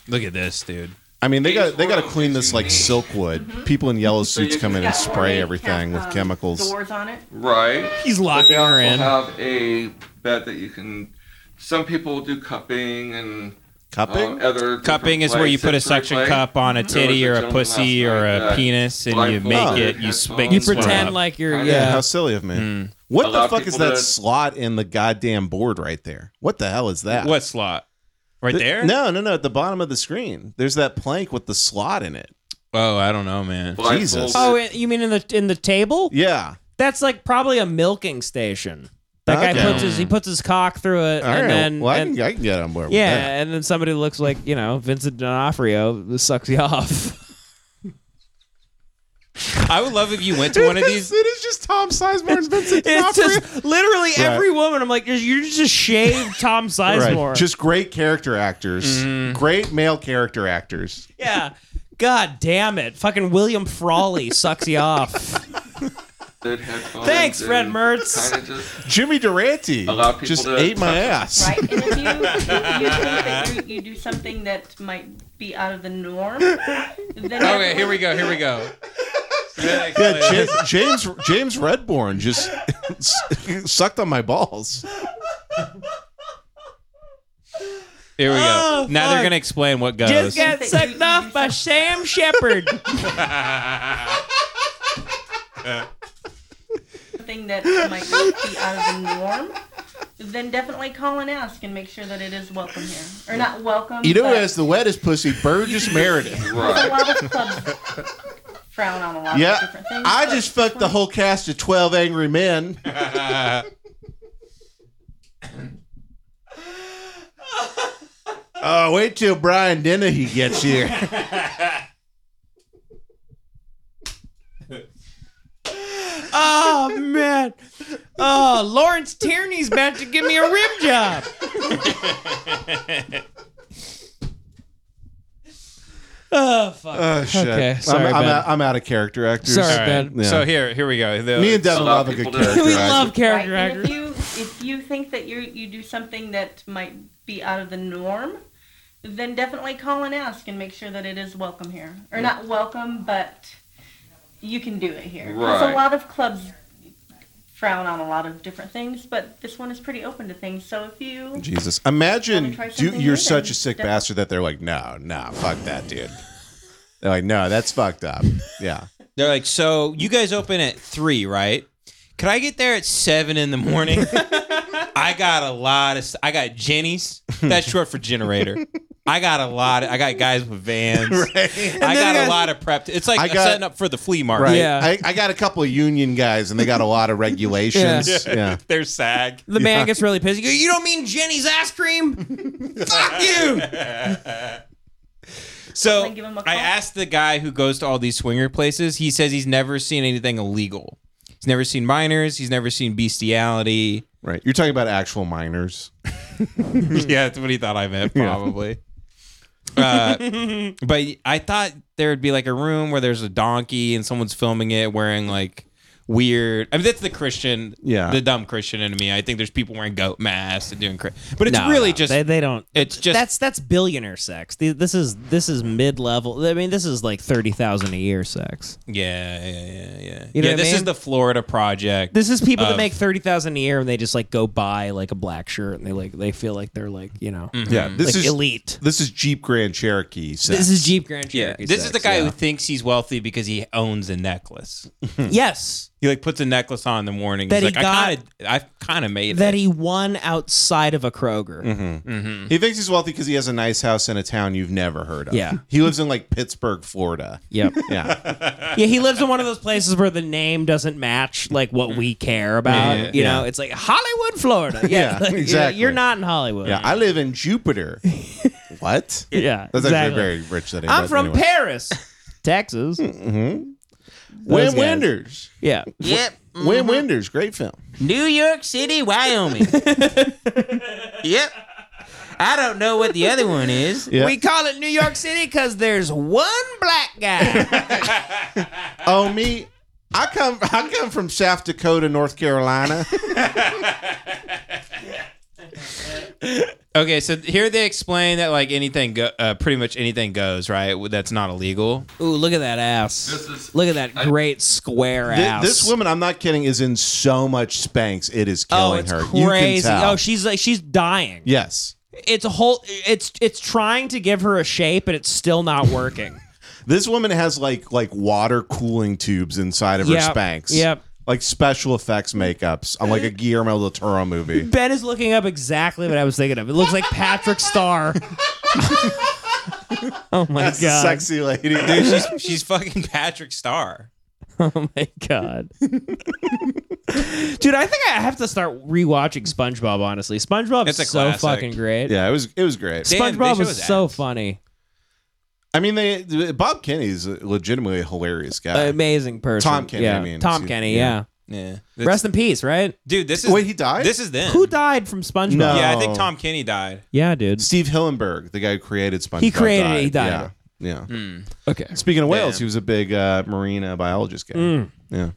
Speaker 6: Look at this, dude.
Speaker 5: I mean they got they got to clean this like silkwood. People in yellow suits come in and
Speaker 8: Got
Speaker 5: spray
Speaker 8: ornate
Speaker 5: everything
Speaker 8: cap-
Speaker 5: with
Speaker 8: um,
Speaker 5: chemicals.
Speaker 8: Doors on it.
Speaker 7: Right.
Speaker 4: He's
Speaker 7: But
Speaker 4: locking
Speaker 7: they
Speaker 4: her
Speaker 7: also
Speaker 4: in.
Speaker 7: have a bed that you can. Some people do cupping and um,
Speaker 5: Cupping.
Speaker 7: other.
Speaker 6: Cupping
Speaker 7: different
Speaker 6: is where you
Speaker 7: ways,
Speaker 6: put a
Speaker 7: sensory
Speaker 6: suction
Speaker 7: way.
Speaker 6: cup on a
Speaker 7: There was
Speaker 6: titty
Speaker 7: a
Speaker 6: or a
Speaker 7: gentleman
Speaker 6: pussy
Speaker 7: last
Speaker 6: or
Speaker 7: night
Speaker 6: a
Speaker 7: that
Speaker 6: penis, and you
Speaker 7: blindfolded
Speaker 6: make it.
Speaker 7: and
Speaker 6: You
Speaker 7: had
Speaker 6: make it
Speaker 4: You
Speaker 7: phones.
Speaker 4: pretend
Speaker 6: swell up.
Speaker 4: like you're
Speaker 7: I
Speaker 4: yeah.
Speaker 5: How silly Mm. of me! What the
Speaker 7: Allow
Speaker 5: fuck is
Speaker 7: people
Speaker 5: that
Speaker 7: to-
Speaker 5: slot in the goddamn board right there? What the hell is that?
Speaker 6: What slot? Right
Speaker 5: Th-
Speaker 6: there?
Speaker 5: No, no, no. At the bottom of the screen, there's that plank with the slot in it.
Speaker 6: Oh, I don't know, man.
Speaker 7: Blindfolded.
Speaker 5: Jesus.
Speaker 4: Oh, and- you mean in the in the table?
Speaker 5: Yeah.
Speaker 4: That's like probably a milking station. That guy
Speaker 5: Okay.
Speaker 4: puts his he puts his cock through it,
Speaker 5: All right.
Speaker 4: and then
Speaker 5: well, I,
Speaker 4: and-
Speaker 5: can, I can get on board.
Speaker 4: yeah,
Speaker 5: With that.
Speaker 4: and then somebody looks like you know Vincent D'Onofrio sucks you off.
Speaker 6: I would love if you went to one of these.
Speaker 5: It is just Tom Sizemore and Vincent
Speaker 4: It's just literally every woman. I'm like, you're, you're just a shaved Tom Sizemore. Mm-hmm.
Speaker 5: Just great character actors. Great male character actors.
Speaker 4: yeah. God damn it! Fucking William Frawley sucks you off. Thanks, Fred Mertz.
Speaker 7: Kind of just
Speaker 5: Jimmy Durante
Speaker 7: Allow people
Speaker 5: just
Speaker 7: to
Speaker 5: ate my
Speaker 7: touch it.
Speaker 5: ass.
Speaker 8: Right? And if you, you, you think that you, you do something that might be out of the norm, then
Speaker 6: Okay, here we go. Here we go.
Speaker 5: Yeah, Ja- James James Redbourne just sucked on my balls.
Speaker 6: Here we go.
Speaker 4: Oh,
Speaker 6: Now they're
Speaker 4: fuck.
Speaker 6: gonna explain what goes.
Speaker 4: Just got sucked off by Sam Shepard.
Speaker 8: something that might not be out of the norm, then definitely call and ask and make sure that it is welcome here. Or not welcome.
Speaker 5: You know who
Speaker 8: but
Speaker 5: has the wettest pussy? Burgess Meredith.
Speaker 8: a
Speaker 7: right.
Speaker 8: lot of clubs frown on a lot
Speaker 5: Yeah.
Speaker 8: of different things.
Speaker 5: I
Speaker 8: but
Speaker 5: just fucked the whole cast of Twelve Angry Men. Oh, wait till Brian Dennehy gets here.
Speaker 4: Oh man. Oh, Lawrence Tierney's about to give me a rim job. oh fuck.
Speaker 5: Oh shit!
Speaker 4: Okay, sorry,
Speaker 5: I'm, I'm,
Speaker 4: Ben.
Speaker 5: out, I'm out of character actors.
Speaker 4: Sorry,
Speaker 6: All right.
Speaker 4: Ben.
Speaker 5: Yeah.
Speaker 6: So here, here we go. The-
Speaker 5: Me and Devin
Speaker 7: Allow
Speaker 5: love a good
Speaker 7: people to-
Speaker 5: character.
Speaker 4: we
Speaker 5: actor.
Speaker 4: love
Speaker 8: Right?
Speaker 4: character
Speaker 8: And
Speaker 4: actors.
Speaker 8: if you if you think that you you do something that might be out of the norm, then definitely call and ask and make sure that it is welcome here, or not welcome, but you can do it here. 'Cause
Speaker 7: Right.
Speaker 8: a lot of clubs frown on a lot of different things, but this one is pretty open to things. So if you
Speaker 5: Jesus,
Speaker 8: Wanna
Speaker 5: imagine
Speaker 8: try
Speaker 5: you,
Speaker 8: something
Speaker 5: you're
Speaker 8: new
Speaker 5: such
Speaker 8: then?
Speaker 5: a sick
Speaker 8: Devin.
Speaker 5: bastard that they're like, no, no, fuck that, dude. They're like, no, that's fucked up. Yeah,
Speaker 6: They're like, so you guys open at three, right? Could I get there at seven in the morning? I got a lot of. St- I got Jenny's. That's short for generator. I got a lot. Of, I got guys with vans. I got a lot of prep. It's like
Speaker 5: I got-
Speaker 6: setting up for the flea market.
Speaker 5: Right.
Speaker 4: Yeah.
Speaker 5: I, I got a couple of union guys and they got a lot of regulations. yeah.
Speaker 6: There's SAG.
Speaker 4: The man gets really pissed. He goes, You don't mean Jenny's ice cream? Fuck you!
Speaker 6: So
Speaker 8: Someone give him a
Speaker 6: I
Speaker 8: call?
Speaker 6: asked the guy who goes to all these swinger places. He says he's never seen anything illegal. He's never seen minors. He's never seen bestiality.
Speaker 5: Right. You're talking about actual minors.
Speaker 6: yeah, that's what he thought I meant, probably. uh, but I thought there would be like a room where there's a donkey and someone's filming it wearing like weird. I mean, that's the Christian,
Speaker 5: Yeah.
Speaker 6: the dumb Christian in me. I think there's people wearing goat masks and doing, cra- but it's
Speaker 4: No,
Speaker 6: really
Speaker 4: no,
Speaker 6: just
Speaker 4: they, they don't.
Speaker 6: it's just
Speaker 4: that's that's billionaire sex. The- This is this is mid level. I mean, this is like thirty thousand a year sex.
Speaker 6: yeah, yeah, yeah, yeah.
Speaker 4: You know
Speaker 6: yeah,
Speaker 4: what I
Speaker 6: this is
Speaker 4: mean?
Speaker 6: the Florida project.
Speaker 4: This is people
Speaker 6: Of-
Speaker 4: that make thirty thousand a year and they just like go buy like a black shirt and they like they feel like they're like you know
Speaker 5: Yeah. This
Speaker 4: like
Speaker 5: is
Speaker 4: elite.
Speaker 5: This is Jeep Grand Cherokee. sex.
Speaker 4: This is Jeep Grand
Speaker 6: yeah,
Speaker 4: Cherokee.
Speaker 6: this is the guy who thinks he's wealthy because he owns a necklace.
Speaker 4: who yes
Speaker 6: He like puts a necklace on in the morning.
Speaker 4: That
Speaker 6: he's
Speaker 4: he
Speaker 6: like,
Speaker 4: got-
Speaker 6: I kind of, I kind of made
Speaker 4: that
Speaker 6: it.
Speaker 4: he won outside of a Kroger.
Speaker 5: He thinks he's wealthy because he has a nice house in a town you've never heard of.
Speaker 4: Yeah.
Speaker 5: He lives in like Pittsburgh, Florida.
Speaker 4: Yep.
Speaker 5: Yeah.
Speaker 4: yeah, he lives in one of those places where the name doesn't match like what we care about.
Speaker 6: Yeah,
Speaker 4: you know, it's like Hollywood, Florida. Yeah,
Speaker 5: Yeah,
Speaker 4: Like,
Speaker 5: exactly.
Speaker 4: You're not in Hollywood.
Speaker 5: yeah. I live in Jupiter. what?
Speaker 4: yeah
Speaker 5: That's
Speaker 4: exactly.
Speaker 5: actually very rich that
Speaker 4: I'm from Paris, Texas. those
Speaker 5: Win
Speaker 4: guys.
Speaker 5: Winders.
Speaker 4: Yeah.
Speaker 2: Yep.
Speaker 4: Mm-hmm.
Speaker 5: Win Winders. Great film.
Speaker 2: New York City, Wyoming. yep. I don't know what the other one is.
Speaker 5: Yeah.
Speaker 4: We call it New York City because there's one black guy.
Speaker 5: Oh me. I come I come from South Dakota, North Carolina.
Speaker 6: Okay, so here they explain that like anything, go- uh, pretty much anything goes, right? That's not illegal.
Speaker 4: Ooh, look at that ass.
Speaker 7: This is-
Speaker 4: look at that
Speaker 7: I-
Speaker 4: great square
Speaker 5: Thi-
Speaker 4: ass.
Speaker 5: this woman, I'm not kidding, is in so much spanks. It is
Speaker 4: Oh,
Speaker 5: killing
Speaker 4: it's
Speaker 5: her. You can
Speaker 4: crazy.
Speaker 5: tell.
Speaker 4: Oh, she's like she's dying.
Speaker 5: yes.
Speaker 4: It's a whole it's it's trying to give her a shape and it's still not working.
Speaker 5: This woman has like like water cooling tubes inside of her
Speaker 4: Yep.
Speaker 5: spanks.
Speaker 4: Yep.
Speaker 5: Like special effects makeups on like a Guillermo del Toro movie.
Speaker 4: Ben is looking up exactly what I was thinking of. It looks like Patrick Starr. oh my
Speaker 5: That's a
Speaker 4: god.
Speaker 5: sexy lady, dude.
Speaker 6: She's, she's fucking Patrick Starr.
Speaker 4: Oh my god. Dude, I think I have to start rewatching SpongeBob honestly. SpongeBob
Speaker 6: It's a
Speaker 4: is so
Speaker 6: classic.
Speaker 4: fucking great.
Speaker 5: Yeah, it was it was great.
Speaker 6: Damn, they
Speaker 4: SpongeBob
Speaker 6: show
Speaker 4: was
Speaker 6: his
Speaker 4: so
Speaker 6: abs.
Speaker 4: funny.
Speaker 5: I mean, they Bob Kenny's a legitimately hilarious
Speaker 6: Uh,
Speaker 5: guy.
Speaker 4: Amazing person.
Speaker 5: Tom Kenny,
Speaker 4: yeah.
Speaker 5: I mean.
Speaker 4: Tom
Speaker 5: He's-
Speaker 4: Kenny,
Speaker 5: yeah.
Speaker 4: yeah.
Speaker 6: Yeah,
Speaker 4: Rest in peace, right?
Speaker 6: dude. This is
Speaker 5: Wait, he died?
Speaker 6: This is them.
Speaker 4: Who died from SpongeBob?
Speaker 5: No.
Speaker 6: Yeah, I think Tom Kenny died.
Speaker 4: Yeah, dude.
Speaker 5: Steve Hillenberg, the guy who created SpongeBob,
Speaker 4: He created it, he died.
Speaker 5: Yeah. yeah.
Speaker 4: Okay.
Speaker 5: Speaking of whales,
Speaker 6: Hmm. Damn.
Speaker 5: he was a big uh, marine uh, biologist guy.
Speaker 4: Hmm.
Speaker 5: Yeah.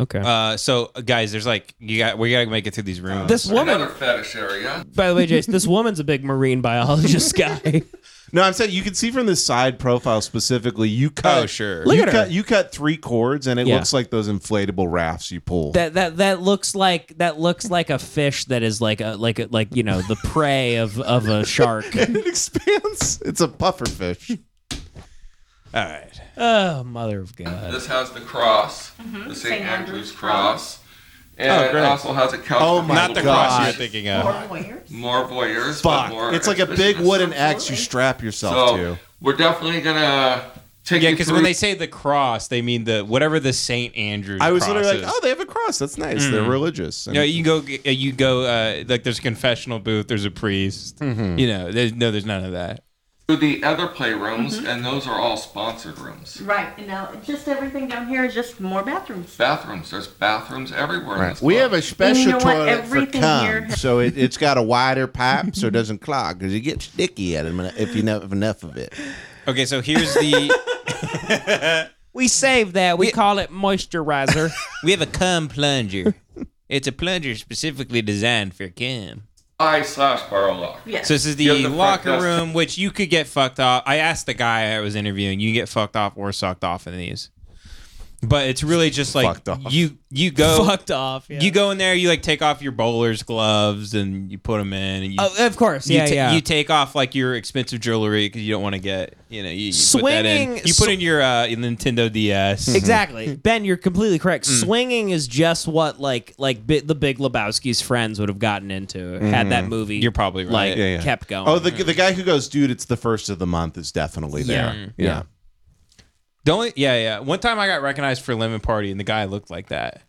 Speaker 4: Okay.
Speaker 6: Uh, so uh, guys, there's like you got we gotta make it through these rooms.
Speaker 4: this woman,
Speaker 7: Another fetish area.
Speaker 4: by the way, Jace, this woman's a big marine biologist guy.
Speaker 5: No, I'm saying you can see from this side profile specifically. You cut.
Speaker 6: Oh, sure.
Speaker 4: Look
Speaker 5: you
Speaker 4: at her.
Speaker 5: cut, You cut three cords, and it
Speaker 4: Yeah.
Speaker 5: looks like those inflatable rafts you pull.
Speaker 4: that that that looks like that looks like a fish that is like a like a, like you know the prey of of a shark.
Speaker 5: it expands. It's a puffer fish.
Speaker 6: all right.
Speaker 4: oh, mother of God!
Speaker 7: This has the cross, the St.
Speaker 8: St.
Speaker 7: Andrew's
Speaker 8: Andrew's
Speaker 7: cross. And it also has a couch.
Speaker 5: Oh
Speaker 7: for
Speaker 5: my
Speaker 7: people
Speaker 6: Not the
Speaker 7: to
Speaker 6: cross
Speaker 5: God.
Speaker 6: you're
Speaker 7: watch.
Speaker 6: thinking of.
Speaker 7: More voyeurs. but
Speaker 5: Fuck.
Speaker 7: more
Speaker 5: It's like a big
Speaker 7: exhibitionist.
Speaker 5: wooden axe you strap yourself
Speaker 7: So
Speaker 5: to.
Speaker 7: we're definitely gonna take
Speaker 6: Yeah,
Speaker 7: you
Speaker 6: because
Speaker 7: through.
Speaker 6: when they say the cross, they mean the whatever the Saint Andrew's.
Speaker 5: I was
Speaker 6: cross
Speaker 5: literally
Speaker 6: is.
Speaker 5: like, oh, they have a cross. That's nice. They're religious. And
Speaker 6: No, Mm. you go. uh, You go. Uh, like, there's a confessional booth. There's a priest. You know, there's, no, there's none of that.
Speaker 7: through the other playrooms,
Speaker 4: Mm-hmm.
Speaker 7: and those are all sponsored rooms.
Speaker 8: Right. And now just everything down here is just more bathrooms.
Speaker 7: Bathrooms. There's bathrooms everywhere. in this
Speaker 5: We
Speaker 7: club.
Speaker 5: have a special
Speaker 8: You know what?
Speaker 5: toilet for
Speaker 8: Everything
Speaker 5: cum,
Speaker 8: here-
Speaker 5: so it, it's got a wider pipe, so it doesn't clog because it gets sticky at it if you have enough of it.
Speaker 6: Okay, so here's the.
Speaker 4: We saved that. We call it moisturizer.
Speaker 2: We have a cum plunger. It's a plunger specifically designed for cum.
Speaker 7: I slash bar lock.
Speaker 8: Yes.
Speaker 6: So this is
Speaker 7: Give
Speaker 6: the
Speaker 7: the fuck
Speaker 6: locker
Speaker 7: us-
Speaker 6: room, which you could get fucked off. I asked the guy I was interviewing, you can get fucked off or sucked off in these. But it's really just like
Speaker 5: Fucked off.
Speaker 6: you you go
Speaker 4: Fucked off. Yeah.
Speaker 6: you go in there, you like take off your bowler's gloves and you put them in, and you
Speaker 4: Oh, of course.
Speaker 6: you
Speaker 4: Yeah,
Speaker 6: ta-
Speaker 4: yeah.
Speaker 6: you take off like your expensive jewelry because you don't want to get you know you, you put that in.
Speaker 4: Swinging-
Speaker 6: You put in your uh, your Nintendo DS.
Speaker 4: Exactly,
Speaker 6: Mm-hmm.
Speaker 4: Ben. You're completely correct.
Speaker 6: Mm.
Speaker 4: Swinging is just what like like bi- the Big Lebowski's friends would have gotten into had that movie.
Speaker 6: Mm-hmm. You're probably right.
Speaker 4: like
Speaker 5: Yeah, yeah.
Speaker 4: kept going.
Speaker 5: Oh, the, the guy who goes, dude, it's the first of the month is definitely there. Yeah.
Speaker 6: Yeah. Don't yeah yeah. One time I got recognized for lemon party and the guy looked like that.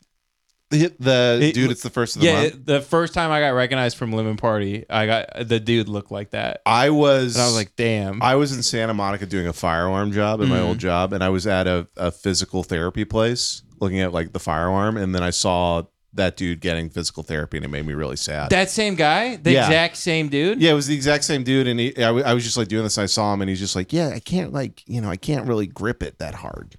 Speaker 5: The, the-
Speaker 6: It-
Speaker 5: dude, it's the first of the
Speaker 6: Yeah,
Speaker 5: month.
Speaker 6: it- the first time I got recognized from lemon party, I got the dude looked like that.
Speaker 5: I was,
Speaker 6: And I was like, damn.
Speaker 5: I was in Santa Monica doing a firearm job in my
Speaker 6: Mm-hmm.
Speaker 5: old job, and I was at a, a physical therapy place looking at like the firearm, and then I saw that dude getting physical therapy, and it made me really sad.
Speaker 6: that same guy, the
Speaker 5: Yeah.
Speaker 6: exact same dude.
Speaker 5: yeah, it was the exact same dude, and he, I, w- I was just like doing this. And I saw him, and he's just like, "Yeah, I can't like, you know, I can't really grip it that hard.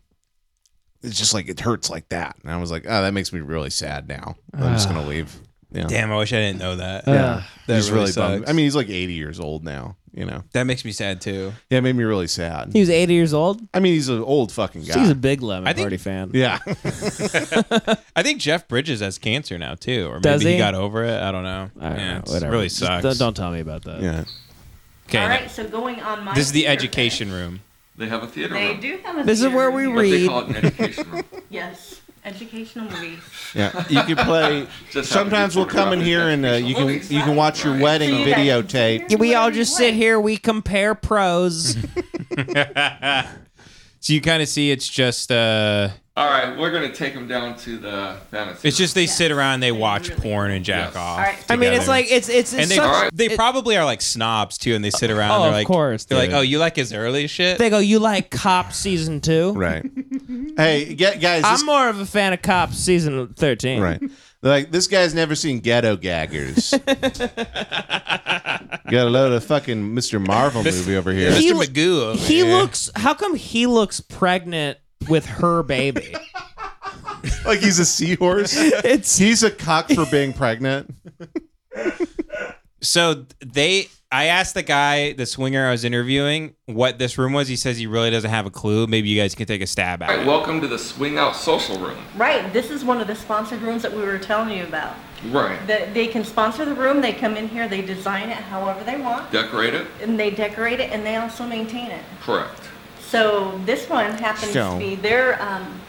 Speaker 5: It's just like it hurts like that." And I was like, "Oh, that makes me really sad now. I'm just gonna leave." Yeah,
Speaker 6: Ah. Damn, I wish I didn't know that.
Speaker 5: yeah,
Speaker 6: that
Speaker 5: he's
Speaker 6: really
Speaker 5: really, bummed.
Speaker 6: sucks.
Speaker 5: I mean, he's like 80 years old now. You know,
Speaker 6: That makes me sad too.
Speaker 5: yeah, it made me really sad.
Speaker 4: he was 80 years old.
Speaker 5: I mean, he's an old fucking guy.
Speaker 4: He's a big lemon
Speaker 6: Ah. I think-
Speaker 4: party fan.
Speaker 5: yeah.
Speaker 6: I think Jeff Bridges has cancer now too, or
Speaker 4: Does
Speaker 6: maybe he?
Speaker 4: he?
Speaker 6: got over it. I don't know.
Speaker 4: I don't
Speaker 6: yeah,
Speaker 4: know,
Speaker 6: it's-
Speaker 4: whatever.
Speaker 6: really
Speaker 4: Just uh,
Speaker 6: sucks.
Speaker 4: don't, don't tell me about that.
Speaker 5: Yeah.
Speaker 6: Okay,
Speaker 8: All right, so going on my.
Speaker 6: this is the
Speaker 8: theater
Speaker 6: education room.
Speaker 7: They have a theater
Speaker 8: thing. They
Speaker 7: room.
Speaker 8: do have a.
Speaker 4: This is
Speaker 8: theater
Speaker 4: where we
Speaker 8: room.
Speaker 7: But they
Speaker 4: read.
Speaker 7: call it an education room.
Speaker 8: Yes, educational movies.
Speaker 5: Yeah, you can play.
Speaker 7: Just
Speaker 5: sometimes we'll
Speaker 7: happened to
Speaker 5: come in
Speaker 7: be
Speaker 5: here and uh, you can
Speaker 7: movies.
Speaker 5: you can watch your wedding
Speaker 8: So you guys can sit
Speaker 5: videotape.
Speaker 8: here
Speaker 4: We
Speaker 8: and
Speaker 4: all
Speaker 8: learn
Speaker 4: just
Speaker 8: what?
Speaker 4: sit here. We compare pros.
Speaker 6: So you kind of see it's just uh
Speaker 7: All right, we're gonna take them down to the fantasy.
Speaker 6: it's just they sit around and they watch
Speaker 8: really-
Speaker 6: porn and jack
Speaker 7: Yes.
Speaker 6: off.
Speaker 8: All right.
Speaker 4: I mean, it's
Speaker 6: together.
Speaker 4: like it's it's, it's
Speaker 6: and they
Speaker 4: such,
Speaker 7: Alright.
Speaker 6: they
Speaker 4: it-
Speaker 6: probably are like snobs too and they sit around
Speaker 4: Oh,
Speaker 6: they're
Speaker 4: of
Speaker 6: like
Speaker 4: course,
Speaker 6: they're
Speaker 4: dude.
Speaker 6: like, "Oh, you like his early shit?"
Speaker 4: They go, you like Cop season two?
Speaker 5: Right. hey, get, guys. This,
Speaker 4: I'm more of a fan of Cop season thirteen.
Speaker 5: right. They're like this guy's never seen Ghetto Gaggers. Got a load of fucking Mr. Marvel movie over here.
Speaker 4: He-
Speaker 6: Mr. Magoo. over
Speaker 4: He
Speaker 6: here.
Speaker 4: looks. How come he looks pregnant with her baby?
Speaker 5: like he's a seahorse.
Speaker 4: it's
Speaker 5: He's a cock for being pregnant.
Speaker 6: So they I asked the guy, the swinger I was interviewing, what this room was. He says he really doesn't have a clue. Maybe you guys can take a stab
Speaker 7: All
Speaker 6: at
Speaker 7: right,
Speaker 6: it.
Speaker 7: welcome to the swing out social room.
Speaker 8: Right, this is one of the sponsored rooms that we were telling you about.
Speaker 7: Right.
Speaker 8: That they can sponsor the room. They come in here. They design it however they want,
Speaker 7: Decorate it.
Speaker 8: and they decorate it, and they also maintain it.
Speaker 7: Correct.
Speaker 8: So this one happens
Speaker 5: So-
Speaker 8: to be their um,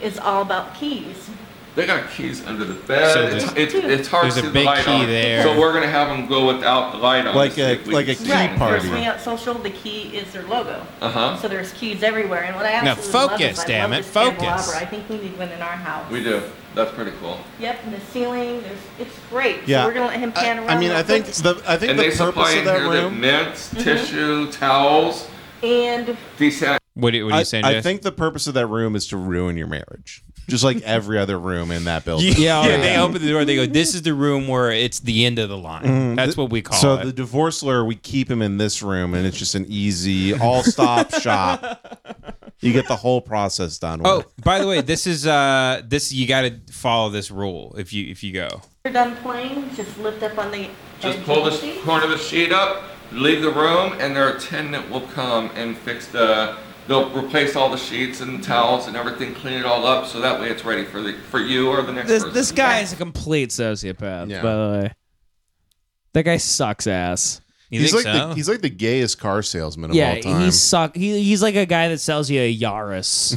Speaker 8: is all about keys.
Speaker 7: They got keys under the bed.
Speaker 6: So
Speaker 7: it's,
Speaker 6: there's-
Speaker 7: it's, it's hard
Speaker 6: there's
Speaker 7: to
Speaker 6: a
Speaker 7: see the
Speaker 6: big
Speaker 7: light
Speaker 6: key
Speaker 7: on.
Speaker 6: there.
Speaker 7: So we're gonna have them go without the light on.
Speaker 5: Like a- like a Key
Speaker 8: right.
Speaker 5: party.
Speaker 8: Swing out social. The key is their logo.
Speaker 7: Uh huh.
Speaker 8: So there's keys everywhere. And what I
Speaker 6: Now
Speaker 8: absolutely love
Speaker 6: focus,
Speaker 8: is I
Speaker 6: damn
Speaker 8: love
Speaker 6: it,
Speaker 8: this
Speaker 6: focus.
Speaker 8: candelabra. I think we need one in our house.
Speaker 7: We do. That's pretty cool.
Speaker 8: Yep, and the ceiling. There's, it's great.
Speaker 5: Yeah.
Speaker 8: So we're gonna let him
Speaker 5: I,
Speaker 8: pan around.
Speaker 5: I mean,
Speaker 8: real
Speaker 5: I think
Speaker 8: quick.
Speaker 5: the I think
Speaker 7: And
Speaker 5: the
Speaker 7: they
Speaker 5: purpose
Speaker 7: supply
Speaker 5: of
Speaker 7: in
Speaker 5: that
Speaker 7: here the
Speaker 5: room.
Speaker 7: mints, tissue, towels,
Speaker 8: and
Speaker 7: desanitization.
Speaker 6: What, do- what are
Speaker 5: I,
Speaker 6: you saying,
Speaker 5: I
Speaker 6: Jess?
Speaker 5: think the purpose of that room is to ruin your marriage, just like every other room in that building.
Speaker 6: Yeah, they open the door. They go, "This is the room where it's the end of the line." That's what we call
Speaker 5: Mm-hmm. so
Speaker 6: it.
Speaker 5: the divorce lawyer, we keep him in this room, and it's just an easy all-stop shop. You get the whole process done.
Speaker 6: oh,
Speaker 5: with.
Speaker 6: by the way, this is uh this you got to follow this rule if you if you go.
Speaker 8: you're done playing, just lift up on the
Speaker 7: Just
Speaker 8: edge
Speaker 7: pull
Speaker 8: of
Speaker 7: this
Speaker 8: the seat.
Speaker 7: corner of the sheet up, leave the room, and their attendant will come and fix the. They'll replace all the sheets and towels and everything, clean it all up, so that way it's ready for the for you or the next
Speaker 4: this
Speaker 7: person.
Speaker 4: this guy is a complete sociopath.
Speaker 5: Yeah.
Speaker 4: By the way, that guy sucks ass.
Speaker 6: You
Speaker 5: he's like
Speaker 6: think
Speaker 5: the,
Speaker 6: so?
Speaker 5: he's like the gayest car salesman of
Speaker 4: yeah,
Speaker 5: all time.
Speaker 4: he suck. He, he's like a guy that sells you a Yaris.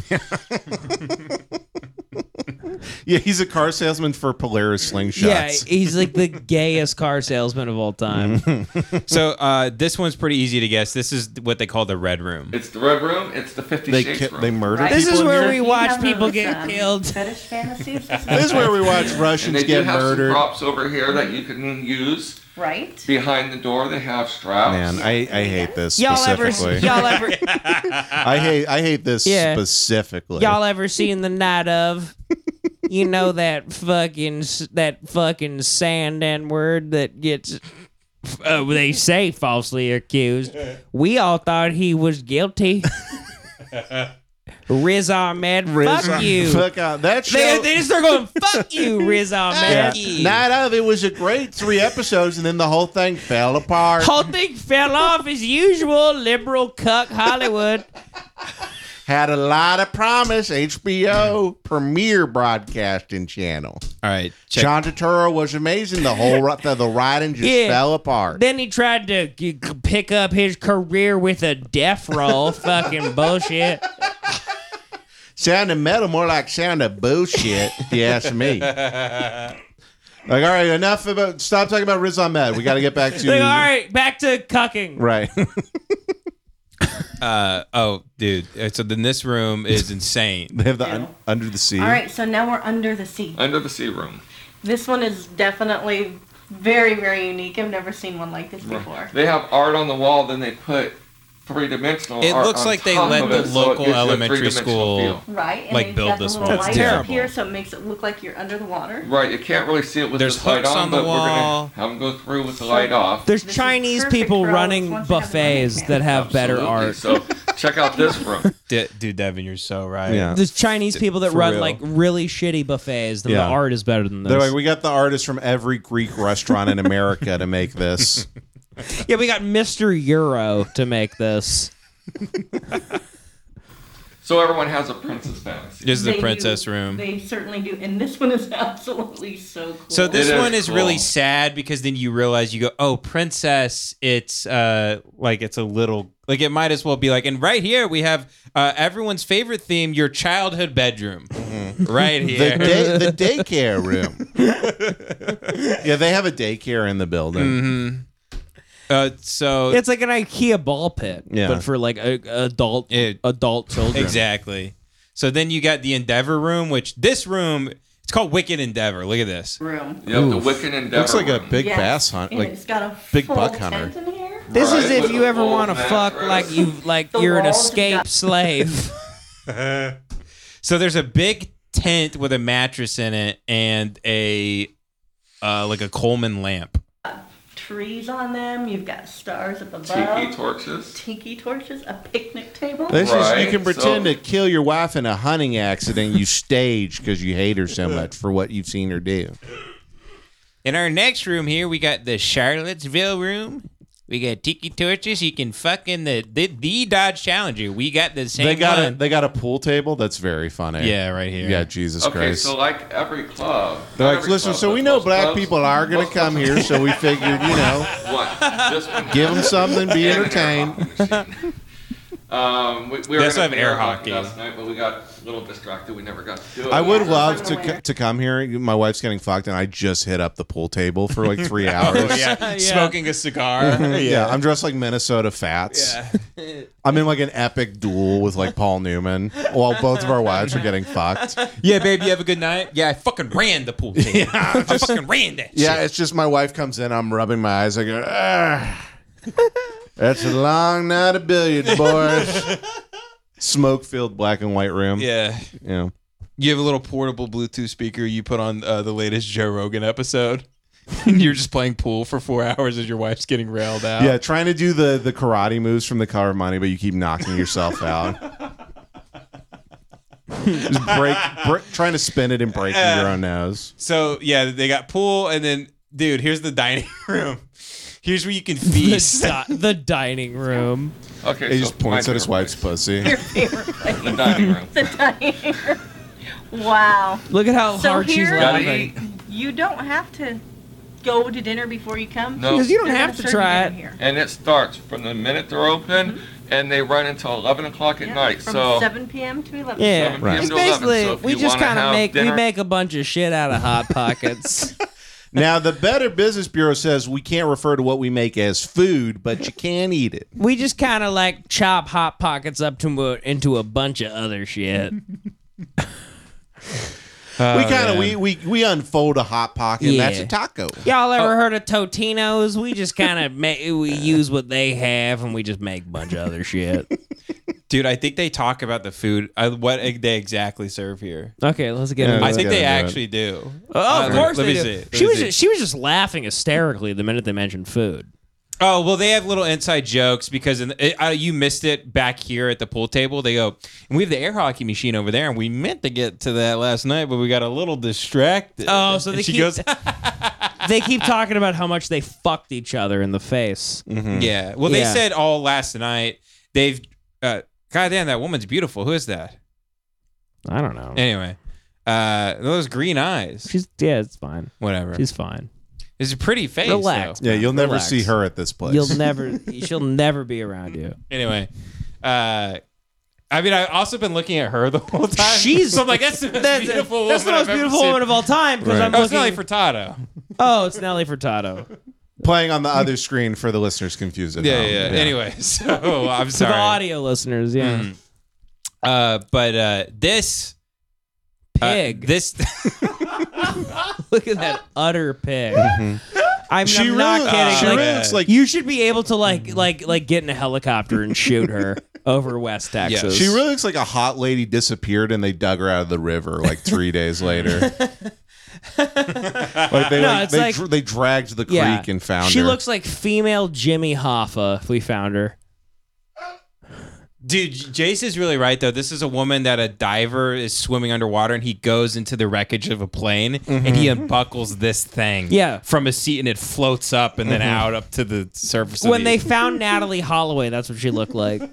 Speaker 5: yeah, he's a car salesman for Polaris
Speaker 4: yeah,
Speaker 5: slingshots.
Speaker 4: he's like the gayest car salesman of all time.
Speaker 6: so uh this one's pretty easy to guess. This is what they call the red room.
Speaker 7: It's the red room. It's the Fifty
Speaker 5: they
Speaker 7: Shades
Speaker 5: ki-
Speaker 7: room.
Speaker 5: they murder.
Speaker 8: Right.
Speaker 4: This
Speaker 5: people
Speaker 4: is
Speaker 5: in
Speaker 4: where
Speaker 5: here?
Speaker 4: we
Speaker 8: You
Speaker 4: watch
Speaker 8: have
Speaker 4: people
Speaker 8: those,
Speaker 4: get
Speaker 8: um,
Speaker 4: killed.
Speaker 8: Fetish fantasies.
Speaker 5: This is where we watch
Speaker 7: and
Speaker 5: Russians
Speaker 7: they do
Speaker 5: get
Speaker 7: have
Speaker 5: murdered.
Speaker 7: some props over here that you can use
Speaker 8: right.
Speaker 7: behind the door. They have straps.
Speaker 5: Man, I, I hate this
Speaker 4: Y'all ever?
Speaker 5: specifically.
Speaker 4: Y'all ever?
Speaker 5: I hate I hate this
Speaker 4: Yeah.
Speaker 5: specifically.
Speaker 4: Y'all ever seen the night of? You know that fucking s- that fucking sand n word that gets. Uh, they say falsely accused. We all thought he was guilty. Riz Ahmed, fuck you.
Speaker 5: Fuck out. That show.
Speaker 4: They, they just start going, fuck you, Riz
Speaker 5: yeah.
Speaker 4: Ahmed.
Speaker 5: Night of it was a great three episodes, and then the whole thing fell apart.
Speaker 4: Whole thing fell off as usual, liberal cuck Hollywood.
Speaker 15: had a lot of promise. HBO premiere broadcasting channel.
Speaker 6: All right, check.
Speaker 15: John Turturro was amazing. The whole ri- the, the writing just
Speaker 4: Yeah.
Speaker 15: fell apart.
Speaker 4: Then he tried to g- g- pick up his career with a death roll. Fucking bullshit.
Speaker 15: Sounded metal more like sound of bullshit. if you ask me. Like, all right, enough about. Stop talking about Riz Ahmed. We got to get back to.
Speaker 4: Like, all right, back to cucking.
Speaker 15: Right.
Speaker 6: Uh, oh, dude. Uh, So then this room is insane.
Speaker 5: They have the un- under the sea.
Speaker 8: All right, so now we're under the sea.
Speaker 7: Under the sea room.
Speaker 8: This one is definitely very, very unique. I've never seen one like this before.
Speaker 7: They have art on the wall, then they put three dimensional.
Speaker 6: It
Speaker 7: art
Speaker 6: looks
Speaker 7: on
Speaker 6: like they
Speaker 7: top
Speaker 6: let
Speaker 7: of
Speaker 6: the
Speaker 7: it, so it
Speaker 6: local
Speaker 7: gives you a
Speaker 6: elementary
Speaker 7: three-dimensional
Speaker 6: school-
Speaker 7: feel.
Speaker 8: Right, and
Speaker 6: Like,
Speaker 8: they've
Speaker 6: build
Speaker 8: got the
Speaker 6: this
Speaker 8: little
Speaker 6: one. That's
Speaker 8: lights up
Speaker 6: terrible.
Speaker 8: here, so it makes it look like you're under the water.
Speaker 7: Right, you can't really see it with
Speaker 6: There's
Speaker 7: the light
Speaker 6: hooks
Speaker 7: on,
Speaker 6: on the
Speaker 7: but we're
Speaker 6: wall.
Speaker 7: gonna have them go through with the light off.
Speaker 4: There's
Speaker 8: This is
Speaker 4: Chinese
Speaker 8: perfect
Speaker 4: people
Speaker 8: for all
Speaker 4: running
Speaker 8: those ones that have
Speaker 4: buffets
Speaker 8: running
Speaker 4: that have better
Speaker 7: Absolutely.
Speaker 4: art.
Speaker 7: So check out this room.
Speaker 6: D- dude, Devin, you're so right.
Speaker 5: Yeah.
Speaker 4: There's Chinese people that
Speaker 6: for
Speaker 4: run
Speaker 6: real.
Speaker 4: like really shitty buffets, and
Speaker 5: Yeah.
Speaker 4: the art is better than
Speaker 5: They're
Speaker 4: this.
Speaker 5: like, we got the artists from every Greek restaurant in America to make this.
Speaker 4: yeah, we got Mr. Euro to make this.
Speaker 7: So everyone has a princess fantasy.
Speaker 6: This is the
Speaker 8: They do-
Speaker 6: princess room.
Speaker 8: They certainly do, and this one is absolutely so cool.
Speaker 6: So this
Speaker 7: It is
Speaker 6: one is really
Speaker 7: cool.
Speaker 6: sad because then you realize you go, oh, princess. It's uh like it's a little like it might as well be like. And right here we have uh, everyone's favorite theme, your childhood bedroom, right
Speaker 5: Mm-hmm. The,
Speaker 6: here.
Speaker 5: day, the daycare room. yeah, they have a daycare in the building.
Speaker 6: uh, so
Speaker 4: It's like an IKEA ball pit,
Speaker 5: Yeah.
Speaker 4: but for like a, adult
Speaker 6: It-
Speaker 4: adult children.
Speaker 6: exactly. So then you got the Endeavor room, which this room it's called Wicked Endeavor. Look at this.
Speaker 8: room.
Speaker 7: You have the Wicked Endeavor.
Speaker 5: Looks like a
Speaker 7: room.
Speaker 5: big
Speaker 8: Yes,
Speaker 5: bass hunt.
Speaker 8: and
Speaker 5: Like
Speaker 8: it's got a
Speaker 5: big
Speaker 8: full
Speaker 5: buck hunter.
Speaker 8: tent in here.
Speaker 4: This is
Speaker 7: Right,
Speaker 4: if
Speaker 7: with
Speaker 4: you
Speaker 7: the
Speaker 4: ever
Speaker 7: full
Speaker 4: want to fuck
Speaker 7: mattress.
Speaker 4: like you like
Speaker 8: The
Speaker 4: you're an
Speaker 8: walls
Speaker 4: escaped
Speaker 8: got-
Speaker 4: slave.
Speaker 6: So there's a big tent with a mattress in it and a uh, like a Coleman lamp.
Speaker 8: Trees on them. You've got stars up above.
Speaker 7: Tiki torches.
Speaker 8: Tiki torches. A picnic table.
Speaker 5: this is
Speaker 7: Right,
Speaker 5: you can pretend
Speaker 7: so-
Speaker 5: to kill your wife in a hunting accident you stage because you hate her so much for what you've seen her do.
Speaker 2: In our next room here, we got the Charlottesville room. We got tiki torches. You can fuck in the the, the Dodge Challenger. We got the same
Speaker 5: They got a
Speaker 2: one.
Speaker 5: they got a pool table that's very funny.
Speaker 6: Yeah, right here.
Speaker 5: Yeah, Jesus
Speaker 7: Okay,
Speaker 5: Christ.
Speaker 7: so like every club.
Speaker 5: They're like,
Speaker 7: every
Speaker 5: listen,
Speaker 7: club,
Speaker 5: so we
Speaker 7: but
Speaker 5: know
Speaker 7: most
Speaker 5: black
Speaker 7: clubs-
Speaker 5: people are going to
Speaker 7: most
Speaker 5: come
Speaker 7: clubs
Speaker 5: here, so we figured, you know,
Speaker 7: have One. This one.
Speaker 5: give them something, be
Speaker 7: and an air
Speaker 5: entertained.
Speaker 7: hockey machine. um, we, we were
Speaker 6: They also
Speaker 7: gonna
Speaker 6: have
Speaker 7: do
Speaker 6: air hockey.
Speaker 7: last night, but we got a little distracted. We never got to do it.
Speaker 5: I would
Speaker 8: Yeah.
Speaker 5: love to
Speaker 8: Somewhere.
Speaker 5: co- to come here. My wife's getting fucked, and I just hit up the pool table for like three hours.
Speaker 6: Oh, yeah. Smoking a cigar.
Speaker 5: Oh, yeah. I'm dressed like Minnesota Fats. I'm in like an epic duel with like Paul Newman while both of our wives are getting fucked.
Speaker 6: yeah, baby, you have a good night. Yeah, I fucking ran the pool table. I fucking ran that. shit.
Speaker 5: Yeah, it's just my wife comes in. I'm rubbing my eyes. I go, "Ugh. that's a long night of billiards, boys. Smoke filled black and white room.
Speaker 6: Yeah.
Speaker 5: yeah.
Speaker 6: You have a little portable Bluetooth speaker you put on uh, the latest Joe Rogan episode. And you're just playing pool for four hours as your wife's getting railed out.
Speaker 5: Yeah, trying to do the the karate moves from the color of money, but you keep knocking yourself out. Just break, break, trying to spin it and breaking your own nose.
Speaker 6: So yeah, they got pool, and then dude, here's the dining room. Here's where you can feast.
Speaker 4: the, di- the dining room.
Speaker 7: Okay,
Speaker 5: He
Speaker 7: so
Speaker 5: just points
Speaker 7: my
Speaker 5: at his
Speaker 7: favorite
Speaker 5: wife's pussy.
Speaker 8: Your favorite place.
Speaker 7: place, The dining room.
Speaker 8: the dining room. Wow.
Speaker 4: Look at how
Speaker 8: So
Speaker 4: hard she's
Speaker 8: here-
Speaker 7: Gotta
Speaker 4: laughing.
Speaker 7: eat.
Speaker 8: You don't have to go to dinner before you come.
Speaker 7: No.
Speaker 4: Because you don't
Speaker 8: They're
Speaker 4: have
Speaker 8: gonna
Speaker 4: to
Speaker 8: serve
Speaker 4: try
Speaker 8: you
Speaker 4: it.
Speaker 8: dinner Here.
Speaker 7: And it starts from the minute they're open, and they run until 11 o'clock at
Speaker 8: Yeah,
Speaker 7: night.
Speaker 8: From
Speaker 7: so
Speaker 8: 7 p.m. to 11.
Speaker 4: Yeah.
Speaker 7: Right.
Speaker 4: It's
Speaker 7: 11, so
Speaker 4: basically
Speaker 7: if
Speaker 4: we
Speaker 7: you
Speaker 4: just
Speaker 7: wanna
Speaker 4: kind of
Speaker 7: have
Speaker 4: make we
Speaker 7: dinner-
Speaker 4: make a bunch of shit out of hot pockets.
Speaker 5: Now, the Better Business Bureau says we can't refer to what we make as food, but you can eat it.
Speaker 4: we just kind of like chop hot pockets up to a, into a bunch of other shit.
Speaker 6: Oh,
Speaker 5: we kind of we, we we unfold a hot pocket. and That's
Speaker 4: Yeah.
Speaker 5: a taco.
Speaker 4: Y'all
Speaker 6: Oh.
Speaker 4: ever heard of Totinos? We just kind of make we use what they have and we just make a bunch of other shit.
Speaker 6: dude, I think they talk about the food. I, what they exactly serve here?
Speaker 4: Okay, let's get.
Speaker 5: Yeah,
Speaker 4: into
Speaker 6: I
Speaker 5: Let's
Speaker 6: think
Speaker 5: get
Speaker 6: they
Speaker 5: into it.
Speaker 6: actually do.
Speaker 4: Oh, of
Speaker 6: Uh,
Speaker 4: course
Speaker 6: let
Speaker 4: they
Speaker 6: me
Speaker 4: do.
Speaker 6: see. Let
Speaker 4: She
Speaker 6: me
Speaker 4: was
Speaker 6: see.
Speaker 4: just, she was just laughing hysterically the minute they mentioned food.
Speaker 6: Oh well, they have little inside jokes because in the, it, uh, you missed it back here at the pool table. They go, and we have the air hockey machine over there, and we meant to get to that last night, but we got a little distracted.
Speaker 4: Oh, so
Speaker 6: And
Speaker 4: they
Speaker 6: she
Speaker 4: keep-
Speaker 6: goes,
Speaker 4: They keep talking about how much they fucked each other in the face.
Speaker 6: yeah. Well,
Speaker 4: Yeah.
Speaker 6: they said all last night they've uh, God damn, that woman's beautiful. Who is that?
Speaker 4: I don't know.
Speaker 6: Anyway, uh, those green eyes.
Speaker 4: She's yeah, it's fine.
Speaker 6: Whatever.
Speaker 4: She's fine.
Speaker 6: It's a pretty face. though.
Speaker 4: Relax.
Speaker 5: Yeah, you'll never
Speaker 4: Relax.
Speaker 5: see her at this place.
Speaker 4: You'll never. she'll never be around you.
Speaker 6: Anyway, uh, I mean, I've also been looking at her the whole time.
Speaker 4: She's-
Speaker 6: so I'm like, that's the most
Speaker 4: That's,
Speaker 6: beautiful
Speaker 4: that's the
Speaker 6: woman
Speaker 4: most
Speaker 6: I've ever
Speaker 4: beautiful
Speaker 6: seen.
Speaker 4: woman of all time because
Speaker 5: Right.
Speaker 4: I'm
Speaker 6: Oh,
Speaker 4: looking.
Speaker 6: it's Nelly Furtado.
Speaker 4: oh, it's Nelly Furtado.
Speaker 5: Playing on the other screen for the listeners confused at
Speaker 6: Yeah,
Speaker 5: home.
Speaker 6: yeah, yeah. Anyway, so I'm
Speaker 4: To the
Speaker 6: sorry.
Speaker 4: audio listeners, yeah.
Speaker 6: Mm. Uh, but uh, this uh,
Speaker 4: Pig.
Speaker 6: this
Speaker 4: Look at that utter pig. I'm,
Speaker 5: She
Speaker 4: I'm not
Speaker 5: really-
Speaker 4: kidding.
Speaker 5: she
Speaker 4: like,
Speaker 5: really looks like-
Speaker 4: you should be able to like like like get in a helicopter and shoot her over West Texas.
Speaker 5: She really looks like a hot lady disappeared and they dug her out of the river like three days later. like they,
Speaker 4: No,
Speaker 5: like,
Speaker 4: it's
Speaker 5: they,
Speaker 4: like-
Speaker 5: dr- they dragged the creek
Speaker 4: Yeah.
Speaker 5: and found
Speaker 4: She
Speaker 5: her.
Speaker 4: looks like female Jimmy Hoffa if we found her.
Speaker 6: dude, Jace is really right though. This is a woman that a diver is swimming underwater and he goes into the wreckage of a plane and he unbuckles this thing.
Speaker 4: Yeah.
Speaker 6: from a seat and it floats up and then out up to the surface.
Speaker 4: when
Speaker 6: of
Speaker 4: they
Speaker 6: the,
Speaker 4: found Natalie Holloway, that's what she looked like.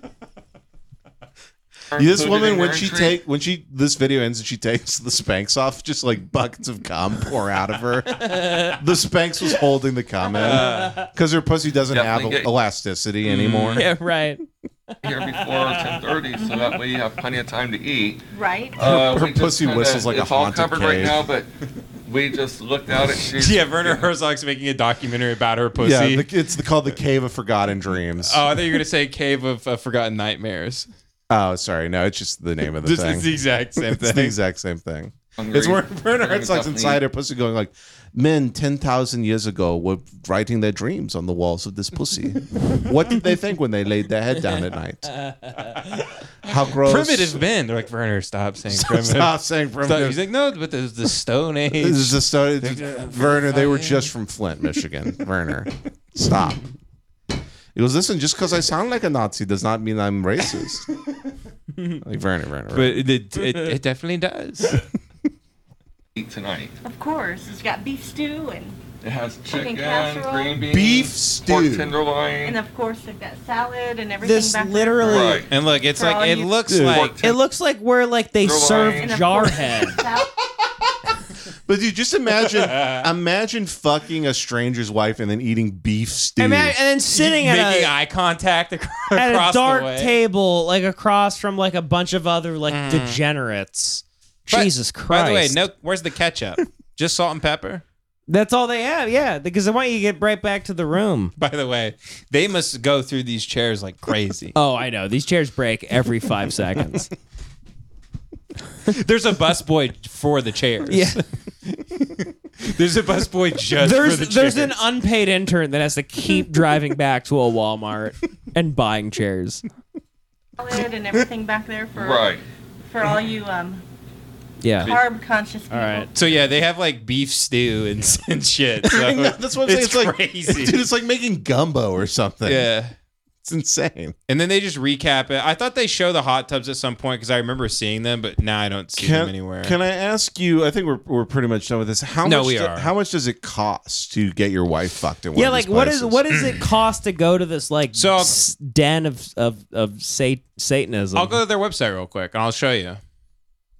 Speaker 5: this
Speaker 7: Included
Speaker 5: woman
Speaker 7: in
Speaker 5: when
Speaker 7: her
Speaker 5: she
Speaker 7: entry.
Speaker 5: take when she this video ends and she takes the spanks off, just like buckets of cum pour out of her. the spanks was holding the cum
Speaker 6: Uh,
Speaker 5: in because her pussy doesn't have
Speaker 7: Definitely gay.
Speaker 5: elasticity anymore.
Speaker 6: Mm.
Speaker 4: yeah, right.
Speaker 7: here before 10:30, so that way you have plenty of time to eat.
Speaker 8: right?
Speaker 7: Uh,
Speaker 5: Her
Speaker 7: we just
Speaker 5: pussy whistles like a
Speaker 7: It's all
Speaker 5: haunted
Speaker 7: covered
Speaker 5: cave.
Speaker 7: right now, but we just looked out at she's
Speaker 6: yeah, Werner Herzog's making a documentary about her pussy.
Speaker 5: Yeah, the, it's the, called the Cave of Forgotten Dreams.
Speaker 6: oh, I thought you were gonna say Cave of uh, Forgotten Nightmares.
Speaker 5: oh, sorry, no, it's just the name of the
Speaker 6: This
Speaker 5: thing.
Speaker 6: is the exact same
Speaker 5: it's the
Speaker 6: thing.
Speaker 5: exact same thing.
Speaker 7: hungry.
Speaker 5: It's where Werner
Speaker 7: Hungry
Speaker 5: Herzog's
Speaker 7: company.
Speaker 5: inside her pussy going like, men 10,000 years ago were writing their dreams on the walls of this pussy. what did they think when they laid their head down at night? How gross.
Speaker 6: Primitive men. They're like Werner, stop saying primitive.
Speaker 5: Stop saying
Speaker 6: Stop.
Speaker 5: primitive.
Speaker 6: He's like, no, but there's the Stone
Speaker 5: this
Speaker 6: Age.
Speaker 5: is just so, Werner, they were just from Flint, Michigan. Werner, stop. It was, listen, just because I sound like a Nazi does not mean I'm racist. like, Werner, Werner.
Speaker 6: But
Speaker 5: Werner.
Speaker 6: it, it, it definitely does.
Speaker 7: Eat tonight.
Speaker 8: Of course, it's got beef stew and
Speaker 7: It has chicken,
Speaker 8: casserole.
Speaker 7: green beans,
Speaker 5: Beef
Speaker 7: pork
Speaker 5: stew.
Speaker 8: and
Speaker 7: tenderloin,
Speaker 8: of course they've got salad and everything.
Speaker 16: This
Speaker 8: back there.
Speaker 16: literally,
Speaker 7: Right.
Speaker 6: And look, it's
Speaker 8: For all
Speaker 6: like, it
Speaker 8: you-
Speaker 6: looks
Speaker 5: Dude.
Speaker 6: like.
Speaker 4: It looks like where like they
Speaker 7: Rewind.
Speaker 4: serve
Speaker 7: And
Speaker 8: And of course,
Speaker 4: Jarhead.
Speaker 8: sal-
Speaker 5: But dude, just imagine, imagine fucking a stranger's wife and then eating beef stew.
Speaker 4: Ima- and then sitting at
Speaker 6: Making
Speaker 4: a,
Speaker 6: eye contact ac-
Speaker 4: at
Speaker 6: across
Speaker 4: a dark
Speaker 6: the way.
Speaker 4: table, like across from like a bunch of other like degenerates.
Speaker 6: But-
Speaker 4: Jesus Christ!
Speaker 6: By the way, no, where's the ketchup? Just salt and pepper.
Speaker 4: That's all they have, yeah. Because I want you to get right back to the room.
Speaker 6: By the way, they must go through these chairs like crazy.
Speaker 4: Oh, I know. These chairs break every five seconds.
Speaker 6: There's a busboy for the chairs.
Speaker 4: Yeah.
Speaker 6: There's a busboy just
Speaker 4: There's
Speaker 6: for the chairs.
Speaker 4: there's an unpaid intern that has to keep driving back to a Walmart and buying chairs.
Speaker 8: salad and everything back there for
Speaker 7: right?
Speaker 8: for all you um,
Speaker 4: Yeah.
Speaker 8: carb conscious people.
Speaker 4: All right.
Speaker 6: so yeah, they have like beef stew and, and shit. So
Speaker 5: That's what I'm saying.
Speaker 6: It's
Speaker 5: It's, like
Speaker 6: crazy.
Speaker 5: dude. It's like making gumbo or something.
Speaker 6: yeah.
Speaker 5: it's insane.
Speaker 6: And then they just recap it. I thought they show the hot tubs at some point because I remember seeing them, but now I don't see them anywhere.
Speaker 5: can I ask you? I think we're, we're pretty much done with this. How
Speaker 6: No,
Speaker 5: much
Speaker 6: we
Speaker 5: do-
Speaker 6: are.
Speaker 5: How much does it cost to get your wife fucked in? One
Speaker 4: Yeah,
Speaker 5: of
Speaker 4: like
Speaker 5: these
Speaker 4: what is
Speaker 5: places?
Speaker 4: what does it cost to go to this like
Speaker 6: So I'll-
Speaker 4: s- den of of of sat- Satanism?
Speaker 6: I'll go to their website real quick and I'll show you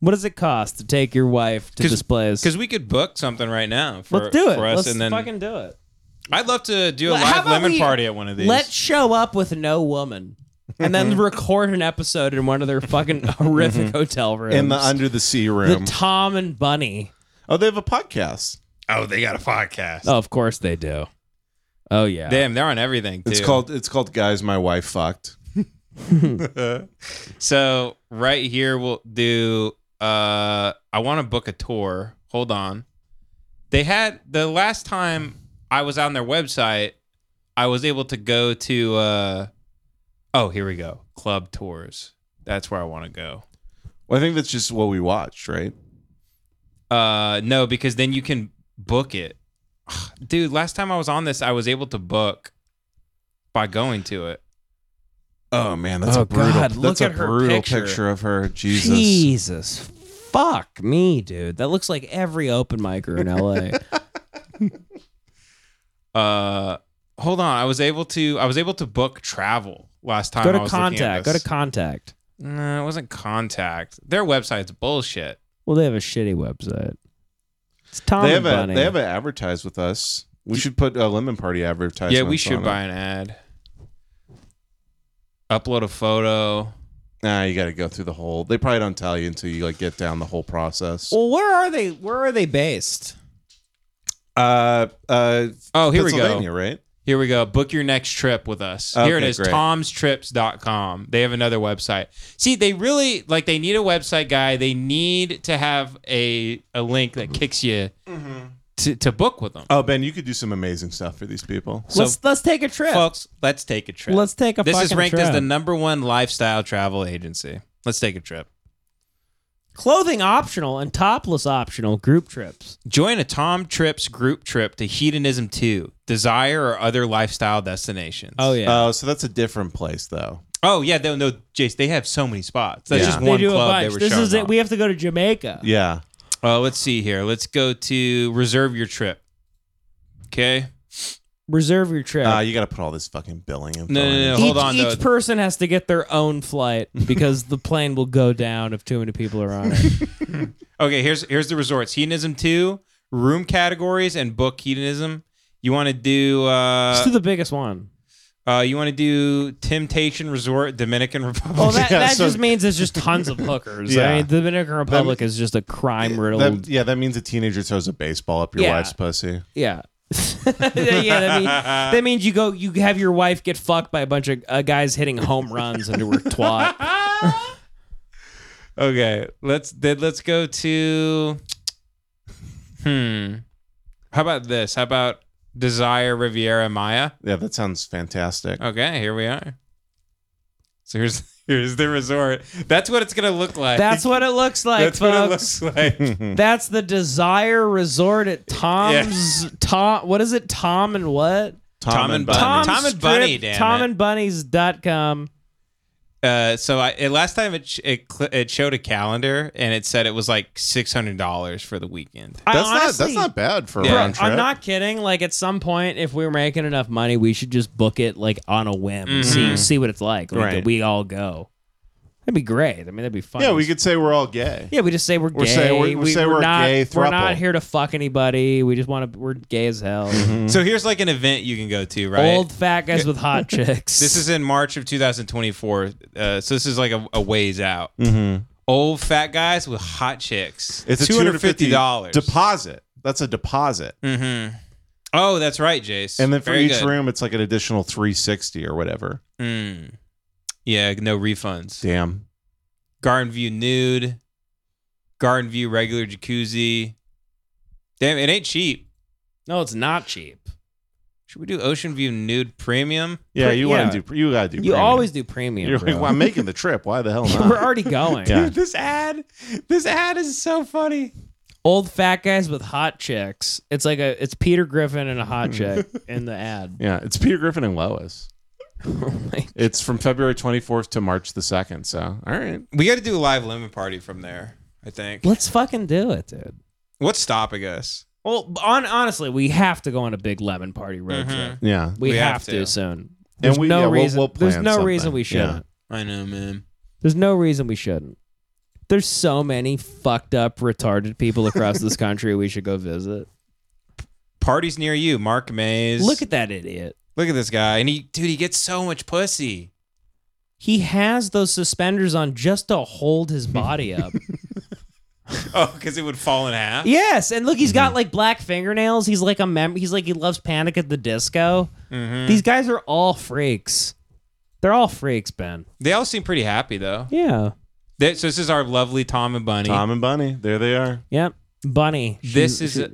Speaker 4: What does it cost to take your wife to
Speaker 6: 'Cause-
Speaker 4: this place?
Speaker 6: because we could book something right now. For,
Speaker 4: Let's do it.
Speaker 6: for us,
Speaker 4: Let's
Speaker 6: and then
Speaker 4: fucking do it.
Speaker 6: I'd love to do a
Speaker 4: Well, how
Speaker 6: live
Speaker 4: about
Speaker 6: lemon
Speaker 4: we-
Speaker 6: party at one of these.
Speaker 4: Let's show up with no woman. And then record an episode in one of their fucking horrific hotel rooms.
Speaker 5: in the under the sea
Speaker 4: the
Speaker 5: room?
Speaker 4: Tom and Bunny.
Speaker 5: oh, they have a podcast.
Speaker 6: oh, they got a podcast.
Speaker 4: Oh, of course they do. Oh yeah.
Speaker 6: Damn, they're on everything.
Speaker 5: It's
Speaker 6: too.
Speaker 5: called it's called Guys My Wife Fucked.
Speaker 6: So right here we'll do. Uh, I want to book a tour. Hold on. They had the last time I was on their website. I was able to go to. Uh, oh, here we go. Club tours. That's where I want to go.
Speaker 5: Well, I think that's just what we watched, right?
Speaker 6: Uh, no, because then you can book it. Ugh, Dude, last time I was on this, I was able to book by going to it.
Speaker 5: Oh man, that's
Speaker 4: Oh,
Speaker 5: a brutal.
Speaker 4: God,
Speaker 5: that's
Speaker 4: look
Speaker 5: a
Speaker 4: at her
Speaker 5: brutal
Speaker 4: picture.
Speaker 5: of her. Jesus.
Speaker 4: Jesus. Fuck me, dude. That looks like every open micer in LA.
Speaker 6: Uh, hold on. I was able to. I was able to book travel last time.
Speaker 4: go
Speaker 6: I
Speaker 4: to
Speaker 6: was looking at
Speaker 4: contact. Go
Speaker 6: this.
Speaker 4: to contact.
Speaker 6: No, it wasn't Contact. Their website's bullshit.
Speaker 4: Well, they have a shitty website. It's Tom
Speaker 5: They
Speaker 4: and
Speaker 5: have a
Speaker 4: Bunny.
Speaker 5: they have a advertise with us. We should put a lemon party advertisement.
Speaker 6: yeah, we should buy an ad. Upload a photo.
Speaker 5: Nah, you got to go through the whole. They probably don't tell you until you like get down the whole process.
Speaker 4: well, where are they? Where are they based?
Speaker 5: Uh, uh,
Speaker 6: Oh, here we go.
Speaker 5: Pennsylvania, right?
Speaker 6: Here we go. Book your next trip with us. Here it
Speaker 5: Okay,
Speaker 6: is,
Speaker 5: great.
Speaker 6: tomstrips.com. They have another website. See, they really like they need a website guy. They need to have a a link that kicks you to, to book with them.
Speaker 5: Oh, Ben, you could do some amazing stuff for these people.
Speaker 6: So-
Speaker 4: let's let's take a trip.
Speaker 6: Folks, let's take a trip.
Speaker 4: Let's take a
Speaker 6: This is
Speaker 4: fucking
Speaker 6: ranked as
Speaker 4: trip.
Speaker 6: the number one lifestyle travel agency. Let's take a trip.
Speaker 4: Clothing optional and topless optional group trips.
Speaker 6: Join a Tom Trips group trip to Hedonism 2, Desire, or other lifestyle destinations.
Speaker 4: Oh yeah.
Speaker 5: Oh, so that's a different place though.
Speaker 6: Oh, yeah. They'll know, Jace, they have so many spots. That's
Speaker 5: Yeah.
Speaker 6: just
Speaker 4: they
Speaker 6: one
Speaker 4: do
Speaker 6: club
Speaker 4: a
Speaker 6: they
Speaker 4: bunch.
Speaker 6: were
Speaker 4: This
Speaker 6: showing
Speaker 4: is it.
Speaker 6: off.
Speaker 4: We have to go to Jamaica.
Speaker 5: Yeah.
Speaker 6: Uh, let's see here. Let's go to reserve your trip. Okay.
Speaker 4: Reserve your trip.
Speaker 5: Uh, you got to put all this fucking billing info.
Speaker 6: No, no,
Speaker 5: in.
Speaker 6: no,
Speaker 4: each
Speaker 6: hold on,
Speaker 4: each
Speaker 6: though.
Speaker 4: person has to get their own flight because the plane will go down if too many people are on it.
Speaker 6: Okay. Here's here's the resorts. Hedonism two room categories and book hedonism. You want to do
Speaker 4: Let's do
Speaker 6: uh,
Speaker 4: the biggest one.
Speaker 6: uh you want to do Temptation Resort Dominican Republic.
Speaker 4: Well, Oh, that,
Speaker 5: Yeah,
Speaker 4: that
Speaker 5: so-
Speaker 4: just means it's just tons of hookers.
Speaker 5: Yeah.
Speaker 4: I mean, the Dominican Republic is just a crime riddled.
Speaker 5: That- yeah, that means a teenager throws a baseball up your
Speaker 4: Yeah.
Speaker 5: wife's pussy.
Speaker 4: yeah. yeah, that, mean, that means you go, you have your wife get fucked by a bunch of uh, guys hitting home runs into her twat.
Speaker 6: okay. Let's then let's go to. Hmm. How about this? How about Desire Riviera Maya?
Speaker 5: Yeah, that sounds fantastic.
Speaker 6: Okay, here we are. So here's here's the resort. That's what it's gonna look like.
Speaker 4: That's what it looks like,
Speaker 6: That's
Speaker 4: folks.
Speaker 6: what it looks like.
Speaker 5: Hmm.
Speaker 4: That's the Desire Resort at Tom's. Tom, what is it? Tom and what?
Speaker 6: Tom and Bunny.
Speaker 4: Tom,
Speaker 6: Tom and Bunny,
Speaker 4: Strip-
Speaker 6: damn
Speaker 4: Tom
Speaker 6: it.
Speaker 4: and Bunnies.com.
Speaker 6: uh, so I it, last time it sh- it, cl- it showed a calendar and it said it was like six hundred dollars for the weekend.
Speaker 4: I
Speaker 5: That's
Speaker 4: honestly,
Speaker 5: not that's not bad for a
Speaker 6: Yeah.
Speaker 5: round
Speaker 4: I'm
Speaker 5: trip.
Speaker 4: not kidding. Like at some point, if we were making enough money, we should just book it like on a whim.
Speaker 6: Mm-hmm.
Speaker 4: See see what it's like. Like,
Speaker 5: Right.
Speaker 4: We all go. That'd be great. I mean, that'd be fun.
Speaker 5: yeah, we could say we're all gay.
Speaker 4: Yeah, we just say we're gay.
Speaker 5: We're say- we're- we
Speaker 4: we,
Speaker 5: say
Speaker 4: we're
Speaker 5: we're a
Speaker 4: not,
Speaker 5: gay
Speaker 4: We're not
Speaker 5: throuple.
Speaker 4: here to fuck anybody. We just want to. We're gay as hell.
Speaker 5: Mm-hmm.
Speaker 6: So here's like an event you can go to, right?
Speaker 4: Old fat guys with hot chicks.
Speaker 6: This is in March of 2024. Uh, so this is like a, a ways out. Old fat guys with hot chicks.
Speaker 5: Mm-hmm. It's a
Speaker 6: two hundred fifty
Speaker 5: $250
Speaker 6: dollars.
Speaker 5: deposit. That's a deposit.
Speaker 6: hmm Oh, that's right, Jace.
Speaker 5: And then for
Speaker 6: Very
Speaker 5: each
Speaker 6: good.
Speaker 5: room, it's like an additional 360 or whatever.
Speaker 6: Mm. Yeah, no refunds.
Speaker 5: Damn.
Speaker 6: Garden View nude, Garden View regular jacuzzi. Damn, it ain't cheap.
Speaker 4: no, it's not cheap.
Speaker 6: Should we do Ocean View nude premium?
Speaker 5: Yeah, you want
Speaker 4: yeah.
Speaker 5: to do, you got to do,
Speaker 4: You
Speaker 5: premium.
Speaker 4: always do premium.
Speaker 5: you're
Speaker 4: bro.
Speaker 5: like, well, I'm making the trip. Why the hell
Speaker 4: we're
Speaker 5: not?
Speaker 4: already going.
Speaker 5: Yeah.
Speaker 6: This ad, this ad is so funny.
Speaker 4: Old fat guys with hot chicks. It's like a. It's Peter Griffin and a hot chick in the ad.
Speaker 5: Yeah, it's Peter Griffin and Lois.
Speaker 4: Oh
Speaker 5: It's from February 24th to March the 2nd. So, all right.
Speaker 6: We got to do a live lemon party from there. I think.
Speaker 4: Let's fucking do it, dude.
Speaker 6: What's stopping us?
Speaker 4: Well, on honestly, we have to go on a big lemon party road trip.
Speaker 5: Yeah.
Speaker 4: We,
Speaker 6: We
Speaker 4: have,
Speaker 6: have
Speaker 4: to.
Speaker 6: to.
Speaker 4: soon. There's
Speaker 5: we-
Speaker 4: no
Speaker 5: yeah, we'll-
Speaker 4: reason.
Speaker 5: we'll
Speaker 4: there's
Speaker 5: plan
Speaker 4: no
Speaker 5: something.
Speaker 4: reason we
Speaker 5: Yeah.
Speaker 4: shouldn't.
Speaker 6: I know, man.
Speaker 4: There's no reason we shouldn't. There's so many fucked up, retarded people across this country we should go visit.
Speaker 6: Parties near you, Mark Mays.
Speaker 4: Look at that idiot.
Speaker 6: look at this guy, and he, dude, he gets so much pussy.
Speaker 4: He has those suspenders on just to hold his body up.
Speaker 6: Oh, because it would fall in half.
Speaker 4: Yes, and look, he's got like black fingernails. He's like a mem. He's like he loves Panic at the Disco.
Speaker 6: Mm-hmm.
Speaker 4: These guys are all freaks. They're all freaks, Ben.
Speaker 6: They all seem pretty happy though.
Speaker 4: Yeah.
Speaker 6: They- so this is our lovely Tom and Bunny.
Speaker 5: Tom and Bunny. There they are.
Speaker 4: Yep. Bunny. She-
Speaker 6: This is.
Speaker 4: she-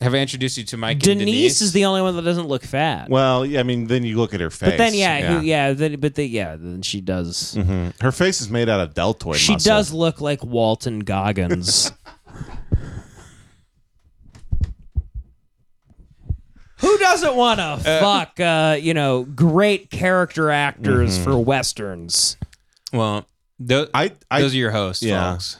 Speaker 6: have I introduced you to Mike? and
Speaker 4: Denise,
Speaker 6: Denise
Speaker 4: is the only one that doesn't look fat.
Speaker 5: Well, yeah, I mean, then you look at her face.
Speaker 4: but then, yeah, yeah, yeah then, but the, yeah, then she does.
Speaker 5: Mhm. Her face is made out of deltoid
Speaker 4: She
Speaker 5: muscle.
Speaker 4: does look like Walton Goggins. Who doesn't want to fuck, uh, you know, great character actors for westerns?
Speaker 6: Well, tho-
Speaker 5: I, I,
Speaker 6: those are your hosts,
Speaker 5: Yeah.
Speaker 6: folks.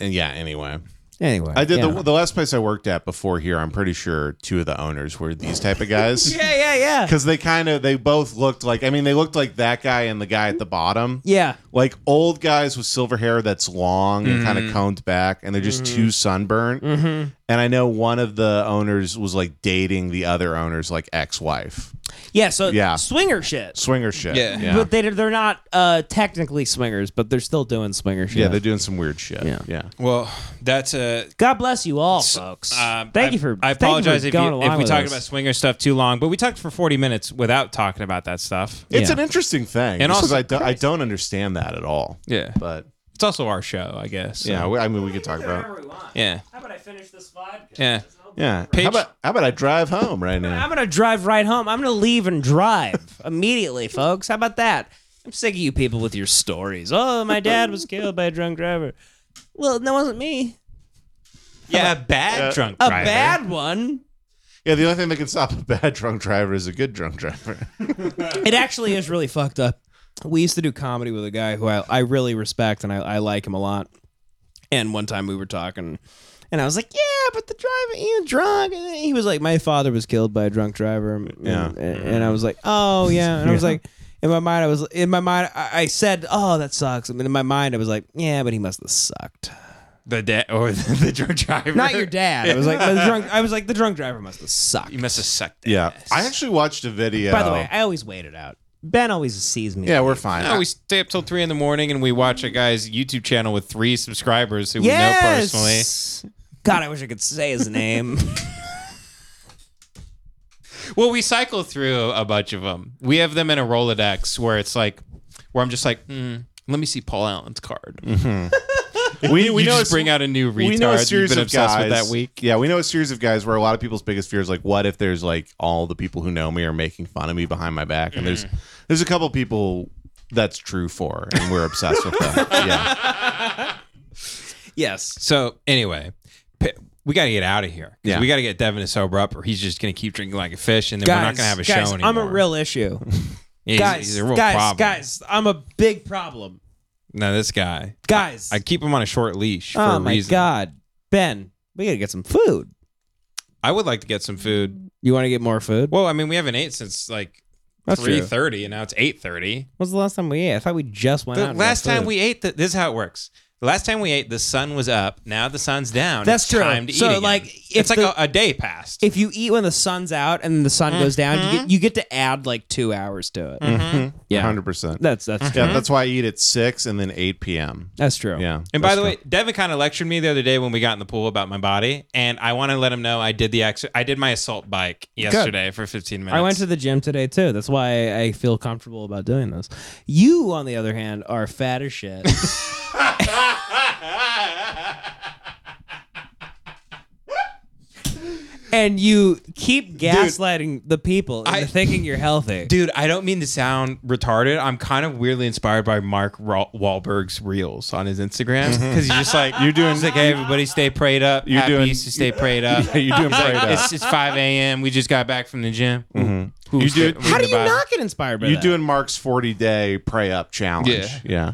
Speaker 5: and yeah, anyway.
Speaker 4: Anyway,
Speaker 5: I did
Speaker 4: you
Speaker 5: the
Speaker 4: know.
Speaker 5: the last place I worked at before here. I'm pretty sure two of the owners were these type of guys.
Speaker 4: Yeah, yeah, yeah,
Speaker 5: Because they kind of they both looked like I mean they looked like that guy and the guy at the bottom
Speaker 4: yeah.
Speaker 5: like old guys with silver hair that's long and kind of
Speaker 6: Mm-hmm.
Speaker 5: combed back and they're just too sunburnt and I know one of the owners was like dating the other owner's like ex wife
Speaker 4: Yeah, so
Speaker 5: Yeah.
Speaker 4: swinger shit.
Speaker 5: swinger shit
Speaker 6: Yeah.
Speaker 5: yeah
Speaker 4: But they they're not uh, technically swingers, but they're still doing swinger shit.
Speaker 5: yeah they're doing some weird shit
Speaker 4: Yeah.
Speaker 5: yeah
Speaker 6: Well, that's a.
Speaker 4: God bless you all,
Speaker 6: So,
Speaker 4: folks.
Speaker 6: Um,
Speaker 4: thank
Speaker 6: I-
Speaker 4: you for.
Speaker 6: I
Speaker 4: thank you for
Speaker 6: apologize if,
Speaker 4: going
Speaker 6: you,
Speaker 4: along
Speaker 6: if we
Speaker 4: with
Speaker 6: talked
Speaker 4: us.
Speaker 6: about swinger stuff too long, but we talked for 40 minutes without talking about that stuff.
Speaker 5: it's
Speaker 4: Yeah.
Speaker 5: an interesting thing
Speaker 6: And
Speaker 5: and also
Speaker 6: also-
Speaker 5: I, do, I don't understand that at all
Speaker 6: Yeah.
Speaker 5: but
Speaker 6: It's also our show, I guess. so-
Speaker 5: yeah we, I mean we could talk about
Speaker 6: Yeah.
Speaker 17: How about I finish this vodka?
Speaker 6: Yeah.
Speaker 5: yeah
Speaker 6: Page-
Speaker 5: how about how about I drive home right now
Speaker 4: I'm gonna drive right home. I'm gonna leave and drive immediately, folks. How about that? I'm sick of you people with your stories. Oh, my dad was killed by a drunk driver. Well, that wasn't me.
Speaker 6: Yeah. A bad
Speaker 5: Uh,
Speaker 6: drunk
Speaker 4: A
Speaker 6: driver.
Speaker 4: bad one.
Speaker 5: yeah the only thing that can stop a bad drunk driver is a good drunk driver
Speaker 4: It actually is really fucked up. We used to do comedy with a guy who I, I really respect and I, I like him a lot. And one time we were talking, and I was like, "Yeah, but the driver, he was drunk." And he was like, "My father was killed by a drunk driver." And,
Speaker 5: Yeah.
Speaker 4: and, and I was like, "Oh yeah," and I was like. In my mind, I was in my mind. I I said, "Oh, that sucks." And in my mind, I was like, "Yeah, but he must have sucked."
Speaker 6: The dad or the, the drunk driver.
Speaker 4: Not your dad. I was like, the drunk. I was like, the drunk driver must have sucked.
Speaker 6: You must have sucked.
Speaker 5: yeah I actually watched a video
Speaker 4: By the way, I always wait it out. Ben always sees me.
Speaker 5: yeah we're fine
Speaker 6: No, we stay up till three in the morning and we watch a guy's YouTube channel with three subscribers who we know personally.
Speaker 4: God, I wish I could say his name.
Speaker 6: Well, we cycle through a, a bunch of them. We have them in a Rolodex where it's like, where I'm just like, hmm, let me see Paul Allen's card.
Speaker 5: we,
Speaker 6: We
Speaker 5: we know
Speaker 6: just
Speaker 5: it's-
Speaker 6: bring out a new retard
Speaker 5: we know a series
Speaker 6: you've been
Speaker 5: of
Speaker 6: obsessed
Speaker 5: guys
Speaker 6: with that week.
Speaker 5: Yeah, we know a series of guys where a lot of people's biggest fear is like, what if there's like all the people who know me are making fun of me behind my back? And
Speaker 6: Mm.
Speaker 5: there's there's a couple people that's true for, and we're obsessed with that. Yeah,
Speaker 4: yes.
Speaker 6: So anyway, p- we got to get out of here. 'Cause
Speaker 5: Yeah.
Speaker 6: we got to get Devin to sober up, or he's just going to keep drinking like a fish, and then
Speaker 4: Guys,
Speaker 6: we're not going to have a
Speaker 4: guys,
Speaker 6: show anymore.
Speaker 4: I'm a real issue.
Speaker 6: He's-
Speaker 4: guys,
Speaker 6: he's a real
Speaker 4: guys,
Speaker 6: problem.
Speaker 4: guys, I'm a big problem.
Speaker 6: No, this guy.
Speaker 4: Guys.
Speaker 6: I keep him on a short leash for
Speaker 4: oh
Speaker 6: a
Speaker 4: my
Speaker 6: reason.
Speaker 4: god. Ben, we got to get some food.
Speaker 6: I would like to get some food.
Speaker 4: You want to get more food?
Speaker 6: Well, I mean, we haven't ate since like
Speaker 4: That's true.
Speaker 6: three thirty, and now it's eight thirty.
Speaker 4: When's the last time we ate? I thought we just went out.
Speaker 6: The
Speaker 4: and
Speaker 6: last
Speaker 4: got food.
Speaker 6: time we ate, the, this is how it works. The last time we ate, the sun was up. Now the sun's down.
Speaker 4: That's
Speaker 6: it's
Speaker 4: true.
Speaker 6: Time to
Speaker 4: So,
Speaker 6: eat again.
Speaker 4: like, if
Speaker 6: it's like
Speaker 4: the-
Speaker 6: a, a day passed.
Speaker 4: if you eat when the sun's out and the sun goes down,
Speaker 6: Mm-hmm.
Speaker 4: you get, you get to add like 2 hours to it. Yeah.
Speaker 5: hundred percent.
Speaker 4: That's that's true.
Speaker 6: Mm-hmm.
Speaker 5: Yeah, that's why I eat at six and then eight p.m.
Speaker 4: That's true.
Speaker 5: Yeah,
Speaker 6: and by the way, Devin kind of lectured me the other day when we got in the pool about my body, and I want to let him know I did the ex- I did my assault bike yesterday for 15 minutes.
Speaker 4: I went to the gym today too. That's why I feel comfortable about doing this. You, on the other hand, are fat as shit. and you keep gaslighting the people into
Speaker 6: I-
Speaker 4: thinking you're healthy.
Speaker 6: Dude, I don't mean to sound retarded. I'm kind of weirdly inspired by Mark Ra- Wahlberg's reels on his Instagram because he's just like you're doing like hey everybody stay prayed up.
Speaker 5: Mm-hmm. You're
Speaker 6: Happy
Speaker 5: doing-
Speaker 6: Easter, stay prayed up.
Speaker 5: you're doing
Speaker 6: He's like,
Speaker 5: prayed up. Mm-hmm.
Speaker 6: It's, it's 5 a.m. We just got back from the gym.
Speaker 5: you do
Speaker 4: How do you not get inspired by
Speaker 5: you
Speaker 4: that?
Speaker 5: doing Mark's forty day pray up challenge.
Speaker 6: Yeah.
Speaker 5: yeah.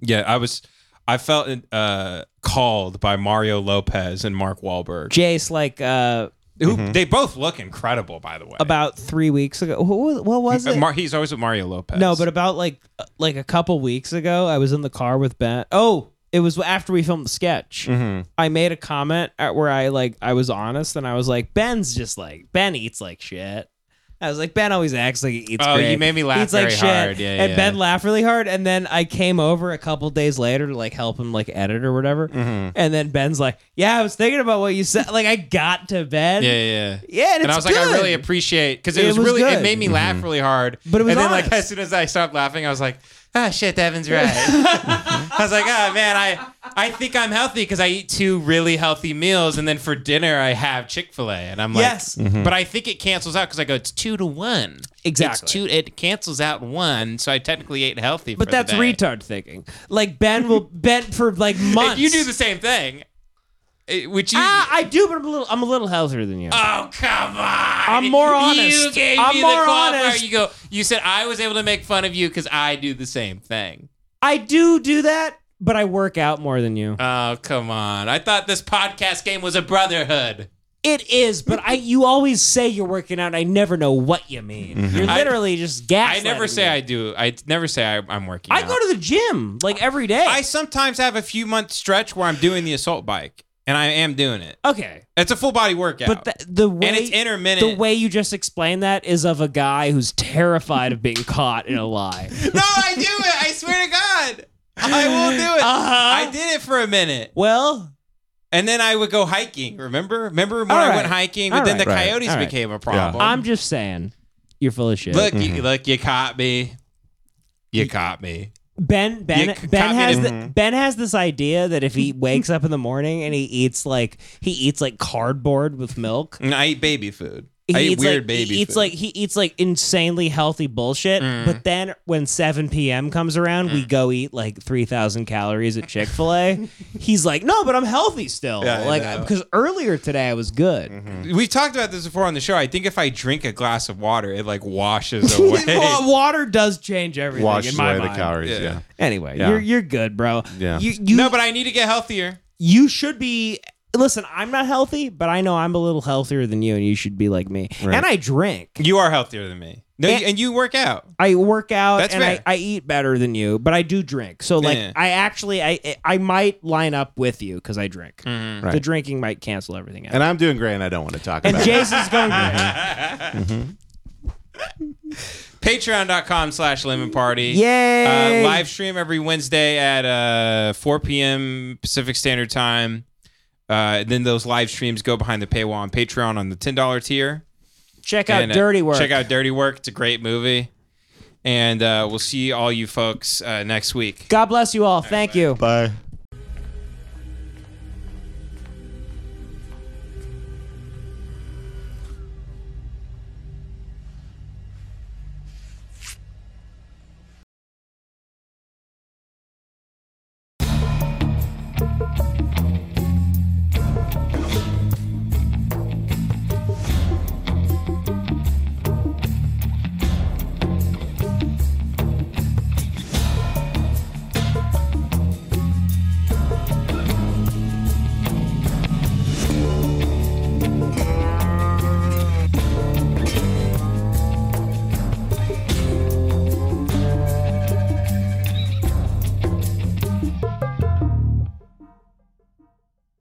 Speaker 6: Yeah, I was. I felt uh, called by Mario Lopez and Mark Wahlberg.
Speaker 4: Jace like uh,
Speaker 6: Who they both look incredible, by the way.
Speaker 4: about three weeks ago. What was, what was
Speaker 6: Uh,
Speaker 4: it?
Speaker 6: Mar- he's always with Mario Lopez.
Speaker 4: No, but about like like a couple weeks ago, I was in the car with Ben. Oh, it was after we filmed the sketch.
Speaker 6: Mm-hmm.
Speaker 4: I made a comment at where I like I was honest and I was like, Ben's just like Ben eats like shit. I was like, Ben always acts like he eats.
Speaker 6: Oh,
Speaker 4: great.
Speaker 6: you made me laugh
Speaker 4: Eats like
Speaker 6: very
Speaker 4: shit,
Speaker 6: hard. Yeah,
Speaker 4: and
Speaker 6: yeah.
Speaker 4: Ben laughed really hard. And then I came over a couple days later to like help him like edit or whatever.
Speaker 6: Mm-hmm.
Speaker 4: And then Ben's like, Yeah, I was thinking about what you said. like I got to Ben.
Speaker 6: yeah, yeah. yeah.
Speaker 4: Yeah, and,
Speaker 6: And I
Speaker 4: it's
Speaker 6: was like, I
Speaker 4: good.
Speaker 6: really appreciate because it,
Speaker 4: It
Speaker 6: was,
Speaker 4: was
Speaker 6: really
Speaker 4: good.
Speaker 6: it made me laugh really hard.
Speaker 4: But it was
Speaker 6: and then like
Speaker 4: honest.
Speaker 6: as soon as I stopped laughing, I was like, ah, shit, Devin's right. I
Speaker 4: Mm-hmm.
Speaker 6: was like, ah, man, I I think I'm healthy because I eat two really healthy meals, and then for dinner I have Chick Fil A, and I'm like,
Speaker 4: Yes.
Speaker 6: But I think it cancels out because I go, it's two to one.
Speaker 4: Exactly.
Speaker 6: It's two. It cancels out one, so I technically ate healthy.
Speaker 4: But
Speaker 6: for
Speaker 4: that's
Speaker 6: the day.
Speaker 4: retard thinking. Like Ben will Ben for like months.
Speaker 6: If you do the same thing, it- which you.
Speaker 4: Ah, I do, but I'm a little I'm a little healthier than you.
Speaker 6: Oh come on!
Speaker 4: I'm more
Speaker 6: You
Speaker 4: honest.
Speaker 6: gave
Speaker 4: I'm
Speaker 6: me
Speaker 4: more
Speaker 6: the qualifier.
Speaker 4: honest.
Speaker 6: You go. You said I was able to make fun of you because I do the same thing.
Speaker 4: I do do that, but I work out more than you.
Speaker 6: Oh, come on. I thought this podcast game was a brotherhood.
Speaker 4: It is, but I you always say you're working out. And I never know what you mean. You're
Speaker 6: Mm-hmm. I-
Speaker 4: literally just gaslighting.
Speaker 6: I never say
Speaker 4: me.
Speaker 6: I do. I never say I, I'm working.
Speaker 4: I
Speaker 6: out.
Speaker 4: go to the gym like every day.
Speaker 6: I sometimes have a few month stretch where I'm doing the assault bike, and I am doing it.
Speaker 4: okay,
Speaker 6: It's a full body workout,
Speaker 4: but the, the way
Speaker 6: and it's intermittent.
Speaker 4: the way you just explained that is of a guy who's terrified of being caught in a lie.
Speaker 6: no, I do it. I swear to God, I will do
Speaker 4: Uh-huh.
Speaker 6: it. I did it for a minute,
Speaker 4: Well,
Speaker 6: and then I would go hiking. Remember? Remember when
Speaker 4: All
Speaker 6: I
Speaker 4: right.
Speaker 6: went hiking, but
Speaker 4: All
Speaker 6: then
Speaker 4: right.
Speaker 6: the
Speaker 4: Right.
Speaker 6: coyotes
Speaker 4: All right.
Speaker 6: became a problem.
Speaker 4: I'm just Mm-hmm. saying, you're full of shit.
Speaker 6: Um, look, you, look, you caught me. You caught me.
Speaker 4: Ben Ben
Speaker 6: You c- Mhm.
Speaker 4: Ben
Speaker 6: copy
Speaker 4: has
Speaker 6: it.
Speaker 4: the, Ben has this idea that if he wakes up in the morning and he eats like he eats like cardboard with milk.
Speaker 6: And I eat baby food.
Speaker 4: He
Speaker 6: I eat
Speaker 4: eats,
Speaker 6: weird
Speaker 4: like,
Speaker 6: baby.
Speaker 4: He eats
Speaker 6: food. Mm.
Speaker 4: like he eats like insanely healthy bullshit. But then when 7 p.m. comes around, we go eat like 3,000 calories at Chick Fil A. He's like, no, but I'm healthy still.
Speaker 6: Yeah, I
Speaker 4: like
Speaker 6: know. Mm-hmm.
Speaker 4: because earlier today I was good.
Speaker 6: We've talked about this before on the show. I think if I drink a glass of water, it like washes away.
Speaker 4: Wa- Water does change everything in
Speaker 5: Washes
Speaker 4: my
Speaker 5: away the
Speaker 4: mind.
Speaker 5: calories. Yeah.
Speaker 6: Yeah.
Speaker 4: Anyway,
Speaker 5: Yeah.
Speaker 4: you're you're good, bro.
Speaker 5: Yeah.
Speaker 4: You, you
Speaker 6: no, but I need to get healthier.
Speaker 4: you should be listen i'm not healthy but i know i'm a little healthier than you and you should be like me and i drink
Speaker 6: You are healthier than me. No,
Speaker 4: And-
Speaker 6: and, you work out.
Speaker 4: i work out
Speaker 6: That's
Speaker 4: and I,
Speaker 6: fair.
Speaker 4: I eat better than you but i do drink so like
Speaker 6: Yeah.
Speaker 4: i actually i i might line up with you because i drink the
Speaker 6: Mm-hmm.
Speaker 5: Right.
Speaker 4: drinking might cancel everything out
Speaker 5: And I'm doing great, and I don't want to talk
Speaker 4: and
Speaker 5: about
Speaker 4: jason's going
Speaker 6: Mm-hmm.
Speaker 4: great.
Speaker 6: Patreon.com slash lemon party.
Speaker 4: yay
Speaker 6: Uh, live stream every Wednesday at uh, 4 p.m. Pacific Standard Time. Uh, then those live streams go behind the paywall on Patreon on the $10 tier.
Speaker 4: check out
Speaker 6: And, uh,
Speaker 4: dirty work
Speaker 6: Check out Dirty Work. It's a great movie. And uh, we'll see all you folks uh, next week.
Speaker 4: god bless you all thank you
Speaker 5: it. Bye.